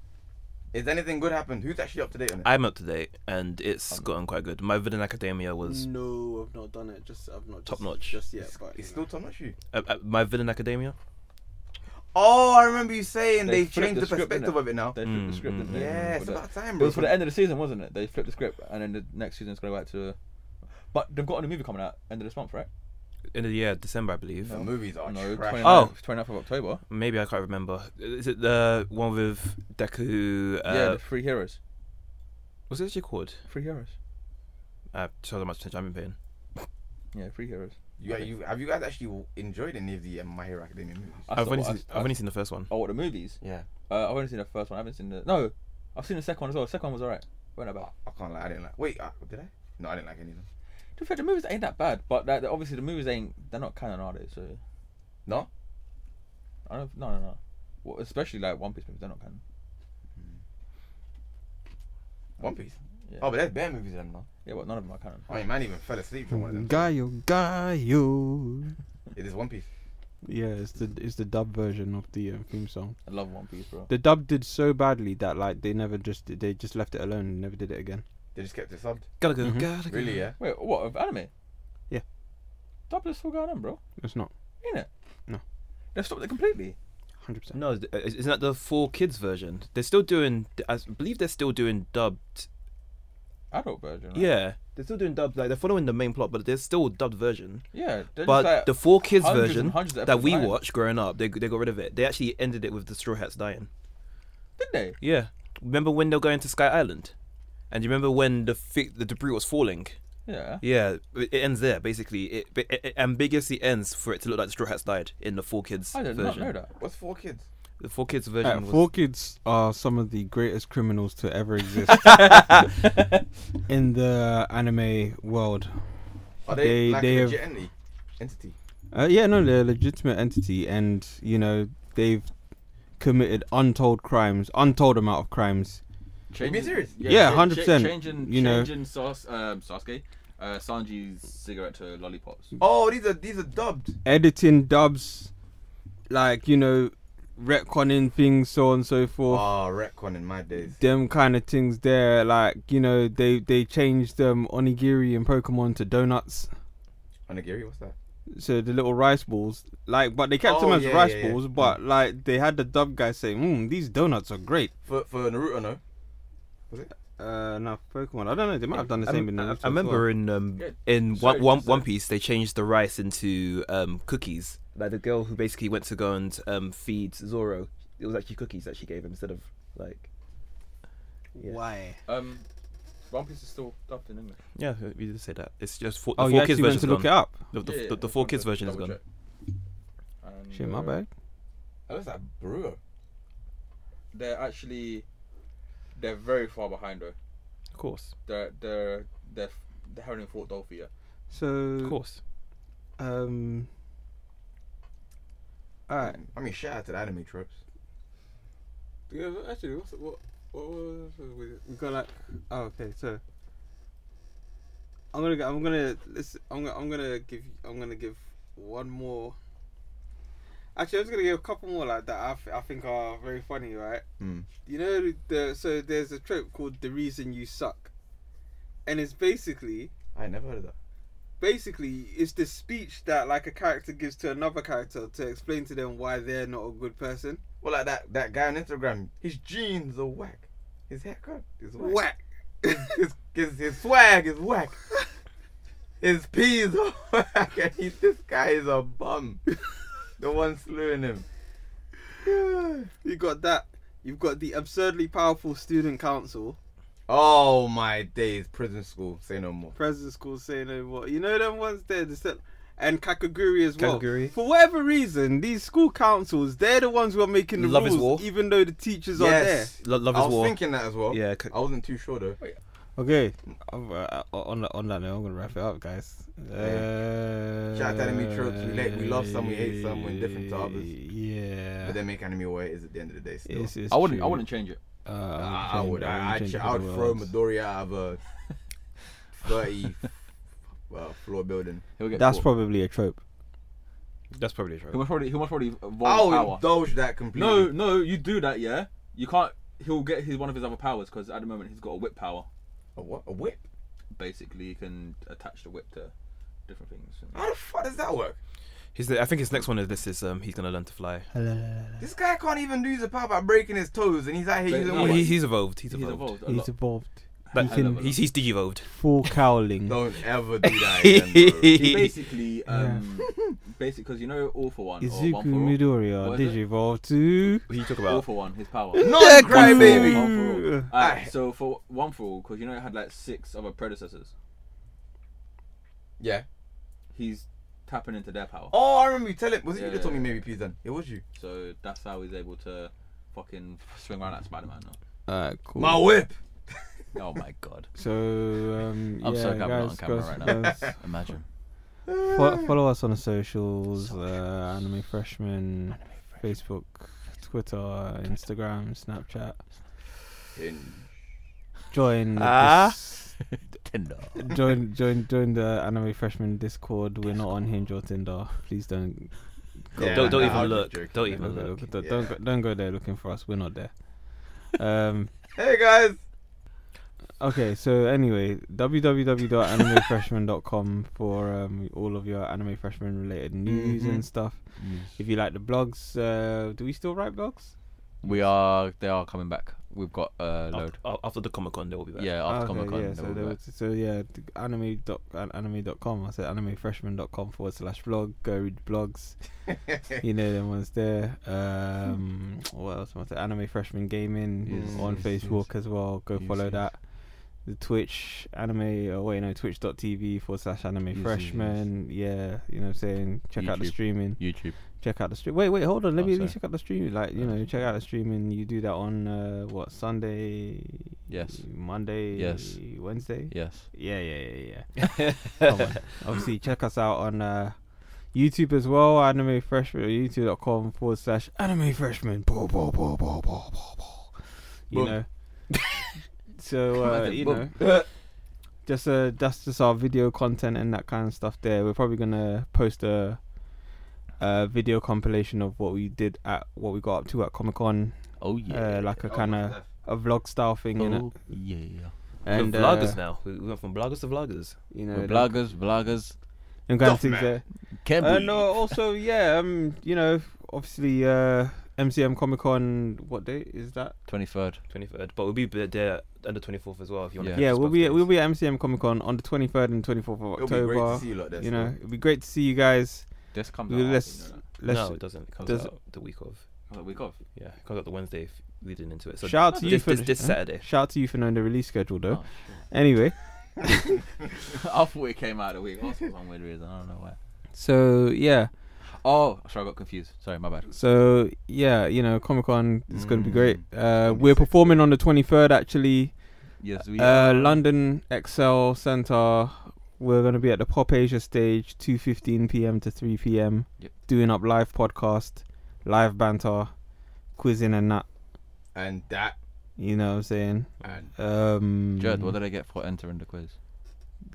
Speaker 1: Is anything good happened? Who's actually up to date on it?
Speaker 5: I'm up to date and it's gotten quite good. My Villain Academia was
Speaker 6: No, I've not done it. Just I've not
Speaker 5: Top
Speaker 6: just,
Speaker 5: notch.
Speaker 6: just yet. But
Speaker 1: it's
Speaker 6: you
Speaker 1: still
Speaker 6: know.
Speaker 1: Tom Nosh.
Speaker 5: uh, uh, My Villain Academia.
Speaker 1: Oh, I remember you saying
Speaker 4: They
Speaker 1: they have
Speaker 4: flipped
Speaker 1: changed
Speaker 4: the
Speaker 1: the
Speaker 4: script,
Speaker 1: perspective
Speaker 4: innit?
Speaker 1: of it now.
Speaker 4: They flipped
Speaker 5: Mm,
Speaker 4: the script.
Speaker 5: mm.
Speaker 4: didn't they?
Speaker 1: Yeah, it's
Speaker 4: For the-
Speaker 1: about time,
Speaker 4: It
Speaker 1: bro.
Speaker 4: was for the end of the season, wasn't it? They flipped the script, and then the next season's going to go back to. But they've got a new movie coming out end of this month, right?
Speaker 5: in the yeah December, I believe.
Speaker 1: The movies are
Speaker 4: No,
Speaker 1: trash.
Speaker 4: 29th,
Speaker 5: Oh.
Speaker 4: 29th of October.
Speaker 5: Maybe I can't remember. Is it the one with Deku? Uh,
Speaker 4: yeah, the Free Heroes.
Speaker 5: Was it actually called?
Speaker 4: Free Heroes.
Speaker 5: Uh, so much attention I'm in pain.
Speaker 4: Yeah, Free Heroes.
Speaker 1: You, you, have you guys actually enjoyed any of the um, My Hero Academia movies?
Speaker 5: I've
Speaker 4: saw-
Speaker 5: only seen,
Speaker 4: I-
Speaker 5: I've only seen the first one.
Speaker 4: Oh, what the movies?
Speaker 1: Yeah.
Speaker 4: Uh, I've only seen the first one. I haven't seen the. No, I've seen the second one as well. The second one was alright. Wasn't that bad?
Speaker 1: I can't lie, I didn't like. Wait, uh, did I? No, I didn't like any of them.
Speaker 4: To be fair, the movies ain't that bad, but like, the- obviously the movies ain't. They're not canon, are they? So
Speaker 1: No?
Speaker 4: I don't. No, no, no. Well, especially like One Piece movies, they're not canon.
Speaker 1: One Piece.
Speaker 4: Yeah.
Speaker 1: Oh, but there's bear movies in them now.
Speaker 4: Yeah, but none of them are canon.
Speaker 1: I mean, man even fell asleep from one of them.
Speaker 3: Gaio, Gaio.
Speaker 1: It is One Piece.
Speaker 3: oh. Yeah, it's the it's the dub version of the uh, theme song.
Speaker 4: I love One Piece, bro.
Speaker 3: The dub did so badly that like they never just they just left it alone and never did it again.
Speaker 1: They just kept it subbed.
Speaker 5: Gotta go.
Speaker 4: Mm-hmm.
Speaker 3: Mhm.
Speaker 5: Gotta go.
Speaker 1: Really, yeah?
Speaker 4: Wait, what of anime?
Speaker 3: Yeah.
Speaker 4: Doubler's still going on, bro.
Speaker 3: It's not
Speaker 4: Ain't it?
Speaker 3: No.
Speaker 4: They've stopped it completely.
Speaker 3: hundred percent.
Speaker 5: No, is- isn't that the four kids version? They're still doing. I believe they're still doing dubbed.
Speaker 4: Adult version. Right?
Speaker 5: Yeah, they're still doing dubbed. Like they're following the main plot, but there's still dubbed version.
Speaker 4: Yeah. they're
Speaker 5: but
Speaker 4: just, like,
Speaker 5: the four kids
Speaker 4: hundreds and
Speaker 5: version
Speaker 4: hundreds of
Speaker 5: that we
Speaker 4: episodes behind.
Speaker 5: watched growing up, they they got rid of it. They actually ended it with the Straw Hats dying.
Speaker 4: Didn't they?
Speaker 5: Yeah. Remember when they were going to Sky Island? And you remember when the fi- the debris was falling?
Speaker 4: Yeah.
Speaker 5: Yeah, it it ends there basically. It, it, it ambiguously ends for it to look like the Straw Hats died in the four kids
Speaker 4: I did not
Speaker 5: version.
Speaker 4: know that.
Speaker 1: What's four kids?
Speaker 5: The four kids version was
Speaker 3: Uh, four kids are some of the greatest criminals to ever exist in the anime world.
Speaker 1: Are they,
Speaker 3: They-
Speaker 1: like
Speaker 3: they
Speaker 1: a
Speaker 3: have-
Speaker 1: legit entity? entity?
Speaker 3: Uh, yeah, no, they're a legitimate entity, and you know they've committed untold crimes, untold amount of crimes.
Speaker 1: Are you being serious?
Speaker 3: Yeah,
Speaker 4: cha-
Speaker 3: 100%,
Speaker 4: cha- Changing,
Speaker 3: you know.
Speaker 4: changing Sas- um, Sasuke, uh, Sanji's cigarette to lollipops.
Speaker 1: Oh, these are these are dubbed.
Speaker 3: Editing dubs, like you know, retconning things, so on and so forth.
Speaker 1: Oh, retcon in my days.
Speaker 3: them kind of things there, like you know, they they changed um, onigiri and Pokemon to donuts,
Speaker 1: Onigiri, what's that?
Speaker 3: so the little rice balls. Like, but they kept
Speaker 1: Oh,
Speaker 3: them as
Speaker 1: yeah,
Speaker 3: rice
Speaker 1: yeah, yeah.
Speaker 3: balls, but like they had the dub guy say, mm, "These donuts are great."
Speaker 1: For for Naruto, no.
Speaker 3: Uh, now Pokemon, I don't know, they might have done the
Speaker 5: I,
Speaker 3: same in
Speaker 5: rem- I-
Speaker 3: Naruto.
Speaker 5: I remember in um,
Speaker 4: Yeah,
Speaker 5: in
Speaker 4: sorry,
Speaker 5: one, one,
Speaker 4: just
Speaker 5: one
Speaker 4: say-
Speaker 5: Piece they changed the rice into um, cookies. Like the girl who basically went to go and um, feed Zoro, it was actually cookies that she gave him instead of like
Speaker 2: Why?
Speaker 4: Um, One Piece is still dubbed in English.
Speaker 5: yeah. We did say that. It's just four,
Speaker 3: Oh,
Speaker 5: the
Speaker 3: you
Speaker 5: four kids
Speaker 3: actually went to
Speaker 5: version.
Speaker 3: look it up.
Speaker 5: The, the,
Speaker 4: Yeah,
Speaker 5: the,
Speaker 4: yeah,
Speaker 5: the four
Speaker 4: I'll
Speaker 5: kids
Speaker 4: double
Speaker 5: version is
Speaker 4: check.
Speaker 5: gone.
Speaker 4: And,
Speaker 3: Shit, my
Speaker 4: uh,
Speaker 3: bad.
Speaker 1: That looks like Naruto.
Speaker 4: They're actually, they're very far behind though.
Speaker 5: Of course,
Speaker 4: They're they're they're they're having fought Dolphy yet.
Speaker 5: of
Speaker 3: So,
Speaker 5: course.
Speaker 3: um, all right.
Speaker 1: I mean, shout out to the anime tropes.
Speaker 6: Yeah, but actually, what's, what, what was with it?
Speaker 3: We got like, oh, okay, so I'm gonna, go, I'm gonna, listen, I'm gonna, I'm gonna give,
Speaker 6: I'm gonna give one more. Actually, I was gonna give a couple more like that. I, th- I think are very funny, right?
Speaker 1: Hmm.
Speaker 6: You know, the so there's a trope called "the reason you suck," and it's basically,
Speaker 1: I ain't never heard of that.
Speaker 6: basically, it's the speech that like a character gives to another character to explain to them why they're not a good person.
Speaker 1: Well, like that that guy on Instagram, his jeans are whack. His haircut is whack.
Speaker 6: Whack.
Speaker 1: His, his, his, his swag is whack. His peas are whack. And he, this guy is a bum. the one slewing him.
Speaker 6: You got that. You've got the absurdly powerful student council.
Speaker 1: Oh my days, prison school. Say no more.
Speaker 6: President school saying no more. You know them ones there, the set- and Kakaguri as well.
Speaker 5: Kakaguri.
Speaker 6: For whatever reason, these school councils, they're the ones who are making the
Speaker 5: Love is
Speaker 6: rules,
Speaker 5: war.
Speaker 6: even though the teachers are there.
Speaker 1: Yes.
Speaker 5: Lo- love
Speaker 1: I
Speaker 5: is
Speaker 1: was
Speaker 5: war.
Speaker 1: thinking that as well.
Speaker 5: Yeah, c-
Speaker 1: I wasn't too sure though.
Speaker 3: Okay, I'm, uh, on that, on that note, I'm gonna wrap it up, guys. Uh,
Speaker 1: Shout out to enemy troops. We like- we love some, we hate some, we're different to others.
Speaker 3: Yeah,
Speaker 1: But they make anime what it is at the end of the day still.
Speaker 3: It's- it's
Speaker 4: I wouldn't I
Speaker 3: true.
Speaker 4: wouldn't change it.
Speaker 3: Uh,
Speaker 1: I, I would. I, I'd, ch- I would throw Midoriya out of a 30 uh, floor building.
Speaker 4: He'll get
Speaker 3: That's
Speaker 4: caught.
Speaker 3: probably a trope.
Speaker 5: That's probably true.
Speaker 4: He must probably he must probably evolve
Speaker 1: I would
Speaker 4: power.
Speaker 1: indulge that completely.
Speaker 4: Oh, No, no, you do that, yeah. You can't. He'll get his one of his other powers because at the moment he's got a whip power.
Speaker 1: A what? A whip?
Speaker 4: Basically, he can attach the whip to different things.
Speaker 1: How the fuck does that work?
Speaker 5: His, I think his next one on the list is um, he's gonna learn to fly.
Speaker 1: This guy can't even do the part by breaking his toes, and he's out here
Speaker 4: But-
Speaker 1: using
Speaker 4: no,
Speaker 5: Oh,
Speaker 1: one.
Speaker 5: he, he's evolved. He's
Speaker 4: He's
Speaker 5: evolved.
Speaker 4: evolved a
Speaker 7: He's
Speaker 4: lot.
Speaker 7: evolved.
Speaker 5: But-
Speaker 7: he can
Speaker 5: He's he's de-evolved.
Speaker 7: full cowling.
Speaker 1: Don't ever do that again, bro.
Speaker 4: He basically, um, basically, because you know, all for
Speaker 3: Oh,
Speaker 4: one or
Speaker 7: Izuku
Speaker 4: one for all.
Speaker 7: Midoriya
Speaker 4: What is it?
Speaker 7: digivolved to
Speaker 5: Who you talk
Speaker 4: All
Speaker 5: about?
Speaker 4: for one, his power.
Speaker 1: Not cry baby.
Speaker 4: One for all.
Speaker 1: Aye.
Speaker 4: Alright, so for one for all, because you know it had like six other predecessors.
Speaker 1: Yeah.
Speaker 4: He's tapping into their power,
Speaker 1: Oh, I remember you telling. Was it you
Speaker 4: Yeah.
Speaker 1: that told me maybe please then? It was you.
Speaker 4: so that's how he's able to fucking swing around like Spider-Man. Now.
Speaker 7: Uh, cool.
Speaker 1: My whip.
Speaker 4: Oh my god!
Speaker 7: So um,
Speaker 4: I'm
Speaker 7: yeah,
Speaker 4: so glad we're not
Speaker 7: guys,
Speaker 4: on camera
Speaker 7: guys,
Speaker 4: right now.
Speaker 7: guys,
Speaker 4: Imagine.
Speaker 7: fo- follow us on the socials: uh, Anime Freshman, Facebook, Twitter, Instagram, Snapchat. Join the
Speaker 5: Ah.
Speaker 7: dis- join join join the Anime Freshman Discord. We're not on Hinge or Tinder. Please don't
Speaker 1: Yeah,
Speaker 5: don't don't
Speaker 1: nah,
Speaker 5: even
Speaker 1: I'm
Speaker 5: look.
Speaker 1: joking.
Speaker 5: Don't
Speaker 7: don't
Speaker 5: even
Speaker 7: go,
Speaker 5: look.
Speaker 7: don't, don't go, don't go there looking for us. We're not there. Um.
Speaker 1: Hey guys.
Speaker 7: Okay, so anyway, www.animefreshman.com for um, all of your anime freshman related news and stuff. If you like the blogs, uh, do we still write blogs?
Speaker 4: We are. They are coming back. We've got a load.
Speaker 5: After, after the Comic Con, they'll be back.
Speaker 4: Yeah, after
Speaker 7: Okay,
Speaker 4: Comic Con.
Speaker 7: yeah, so, there was- so yeah, t- anime dot an- anime.com. I said animefreshman.com forward slash blog. Go read the blogs. you know them ones there. Um, what else? am I say? Anime freshman gaming
Speaker 4: Hmm. Yes,
Speaker 7: on
Speaker 4: yes,
Speaker 7: Facebook as well. Go
Speaker 4: Yes,
Speaker 7: follow
Speaker 4: yes.
Speaker 7: that. The Twitch anime. Oh wait, no, Twitch.tv forward slash anime
Speaker 4: yes, yes.
Speaker 7: freshman. Yeah, you know what I'm saying. Check out the
Speaker 4: YouTube.
Speaker 7: streaming
Speaker 4: YouTube.
Speaker 7: check out the stream. Wait, wait, hold on. Let
Speaker 4: Oh,
Speaker 7: me at least
Speaker 4: sorry.
Speaker 7: check out the stream. Like you know, check out the streaming. You do that on uh, what Sunday?
Speaker 4: Yes.
Speaker 7: Monday.
Speaker 4: Yes.
Speaker 7: Wednesday.
Speaker 4: Yes.
Speaker 7: Yeah, yeah, yeah, yeah. Come on. Oh Obviously, check us out on uh, YouTube as well. Anime Freshman. YouTube.com forward slash Anime Freshman. Blah, blah, blah, blah, blah, blah, blah. You
Speaker 1: Boom.
Speaker 7: know. so
Speaker 4: I
Speaker 7: uh,
Speaker 4: said
Speaker 7: you know
Speaker 4: boom.
Speaker 7: just uh that's just our video content and that kind of stuff there we're probably gonna post a uh video compilation of what we did at what we got up to at comic con
Speaker 4: Oh
Speaker 7: uh, like a kind of a vlog style thing in it
Speaker 4: yeah.
Speaker 7: and
Speaker 5: we're vloggers
Speaker 7: uh,
Speaker 5: now. We we went from bloggers to vloggers.
Speaker 7: you know
Speaker 4: We're
Speaker 7: them-
Speaker 4: bloggers, vloggers.
Speaker 7: them kind of
Speaker 1: Stuff,
Speaker 7: things
Speaker 1: man.
Speaker 7: there
Speaker 4: Can
Speaker 7: and uh, also yeah um you know obviously uh mcm comic con what day is that
Speaker 4: Twenty third.
Speaker 5: Twenty third, but we'll be there on the twenty fourth as well. If you want
Speaker 4: Yeah.
Speaker 5: to.
Speaker 7: yeah we'll be we'll be at mcm comic con on the 23rd and 24th of
Speaker 1: It'll be great to
Speaker 7: october
Speaker 1: see you lot there.
Speaker 7: you know it'd be great to see you guys
Speaker 4: This comes out.
Speaker 7: Well,
Speaker 4: after,
Speaker 7: let's-
Speaker 4: you know that.
Speaker 7: let's
Speaker 5: no, it doesn't. It comes
Speaker 7: does-
Speaker 5: out the week of.
Speaker 4: Oh, we got.
Speaker 5: Yeah, it comes out the Wednesday f- leading into it. So
Speaker 7: Shout out to you
Speaker 5: this,
Speaker 7: for
Speaker 5: this, this
Speaker 7: huh?
Speaker 5: Saturday.
Speaker 7: Shout out to you for knowing the release schedule, though.
Speaker 4: Oh,
Speaker 7: Anyway,
Speaker 4: I thought it came out the week. Also, for some weird reason. I don't know why.
Speaker 7: so yeah,
Speaker 4: Oh, sorry, I got confused. Sorry, my bad.
Speaker 7: so yeah, you know, Comic Con is going to
Speaker 1: Mm.
Speaker 7: be great. Uh,
Speaker 1: be
Speaker 7: we're
Speaker 1: sick.
Speaker 7: performing on the 23rd, actually.
Speaker 4: Yes, we.
Speaker 7: Uh, London Excel Centre. We're going to be at the Pop Asia stage, 2:15 p.m. to 3 p.m.
Speaker 4: Yep.
Speaker 7: Doing up live podcast, live banter, quizzing and that.
Speaker 1: And that.
Speaker 7: You know what I'm saying?
Speaker 1: And
Speaker 7: Um,
Speaker 4: Judd, what did I get for entering the quiz?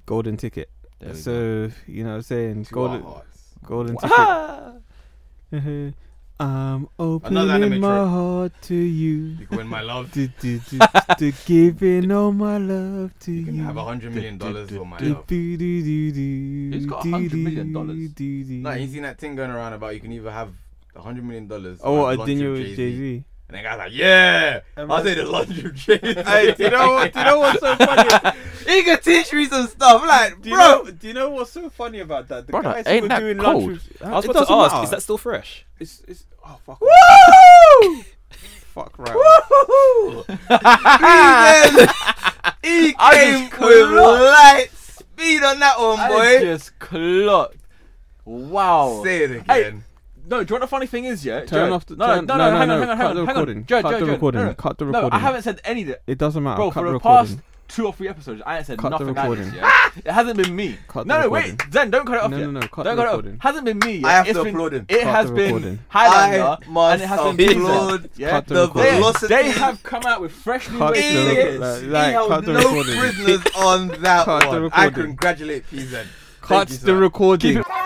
Speaker 7: golden ticket.
Speaker 4: There we go.
Speaker 7: so you know what I'm saying?
Speaker 1: two
Speaker 7: Golden,
Speaker 1: our hearts.
Speaker 7: golden ticket. I'm
Speaker 1: anime
Speaker 7: opening my
Speaker 1: trope.
Speaker 7: heart to you.
Speaker 1: You can win my love.
Speaker 7: To, to, to, to giving all my love to
Speaker 1: You
Speaker 7: you.
Speaker 1: can have a hundred million dollars for my
Speaker 7: Do,
Speaker 1: love.
Speaker 7: do, do, do, do,
Speaker 4: Who's got
Speaker 7: do,
Speaker 4: $100
Speaker 7: do,
Speaker 4: million dollars?
Speaker 7: do, do.
Speaker 1: No, you seen that thing going around about you can either have a hundred million dollars.
Speaker 7: Oh,
Speaker 1: or
Speaker 7: I
Speaker 1: have lunch
Speaker 7: didn't know
Speaker 1: with
Speaker 7: with Jay
Speaker 1: Jay-Z.
Speaker 7: Z.
Speaker 1: And the guy's like, yeah,
Speaker 7: Am
Speaker 1: I'll
Speaker 7: I-
Speaker 1: say the lunch of Jay Z.
Speaker 7: Hey, do you know what? Do you know what's so funny?
Speaker 1: He can teach me some stuff. Like,
Speaker 7: Do you,
Speaker 1: bro,
Speaker 7: know, do you know what's so funny about that? The
Speaker 4: Brother,
Speaker 7: guys
Speaker 4: ain't
Speaker 7: who were
Speaker 4: that
Speaker 7: doing
Speaker 4: cold?
Speaker 7: lunch. With,
Speaker 5: I was
Speaker 7: It
Speaker 5: about to
Speaker 7: doesn't
Speaker 5: ask,
Speaker 7: matter.
Speaker 5: is that still fresh?
Speaker 3: It's it's oh fuck.
Speaker 7: fuck right?
Speaker 1: he
Speaker 4: I
Speaker 1: came
Speaker 4: just
Speaker 1: with
Speaker 4: clocked.
Speaker 1: light speed on that one,
Speaker 4: I
Speaker 1: boy.
Speaker 4: just clocked. Wow.
Speaker 1: Say it again.
Speaker 4: No, do you know what the funny thing is, yeah?
Speaker 7: Turn
Speaker 4: Jud?
Speaker 7: off the-
Speaker 4: no,
Speaker 7: turn-
Speaker 4: no, no,
Speaker 7: no,
Speaker 4: hang
Speaker 7: no,
Speaker 4: on,
Speaker 7: no,
Speaker 4: hang on,
Speaker 7: cut
Speaker 4: hang
Speaker 7: the
Speaker 4: on,
Speaker 7: recording,
Speaker 4: Jud,
Speaker 7: cut
Speaker 4: Jud,
Speaker 7: the
Speaker 4: Jud,
Speaker 7: recording,
Speaker 4: no, no.
Speaker 7: cut the
Speaker 4: No, I
Speaker 7: recording.
Speaker 4: haven't said anything,
Speaker 7: It doesn't matter.
Speaker 4: bro. For
Speaker 7: Cut the
Speaker 4: the
Speaker 7: recording.
Speaker 4: past two or three episodes, I ain't said
Speaker 7: Cut the
Speaker 4: nothing like this,
Speaker 7: recording.
Speaker 4: yeah? It hasn't been me.
Speaker 7: Cut
Speaker 4: no,
Speaker 7: the
Speaker 4: no, wait,
Speaker 7: recording.
Speaker 4: Zen, don't cut it off
Speaker 7: No,
Speaker 4: yet.
Speaker 7: no, no, cut
Speaker 4: don't
Speaker 7: the
Speaker 4: cut it
Speaker 7: recording.
Speaker 4: off. Hasn't been me.
Speaker 1: I
Speaker 4: yet.
Speaker 1: have
Speaker 4: It's
Speaker 1: to
Speaker 4: been-
Speaker 1: upload him.
Speaker 4: It
Speaker 7: Cut
Speaker 4: has
Speaker 7: the
Speaker 4: been
Speaker 7: recording.
Speaker 1: I
Speaker 4: Highlander,
Speaker 1: must
Speaker 4: and it has been Pizza.
Speaker 1: upload
Speaker 4: Yeah,
Speaker 7: Cut the
Speaker 1: The
Speaker 7: recording.
Speaker 1: velocity.
Speaker 4: they have come out with fresh new
Speaker 7: Cut
Speaker 4: ways
Speaker 7: the
Speaker 4: to do
Speaker 7: recording.
Speaker 4: it.
Speaker 1: Idiots.
Speaker 7: like- like,
Speaker 1: he held
Speaker 7: cut the
Speaker 1: no
Speaker 7: recording.
Speaker 1: prisoners on that
Speaker 7: Cut the
Speaker 1: one. I
Speaker 7: recording.
Speaker 1: congratulate PZ. Thank
Speaker 7: Cut
Speaker 1: you,
Speaker 7: the
Speaker 1: sir.
Speaker 7: recording.
Speaker 4: Keep it-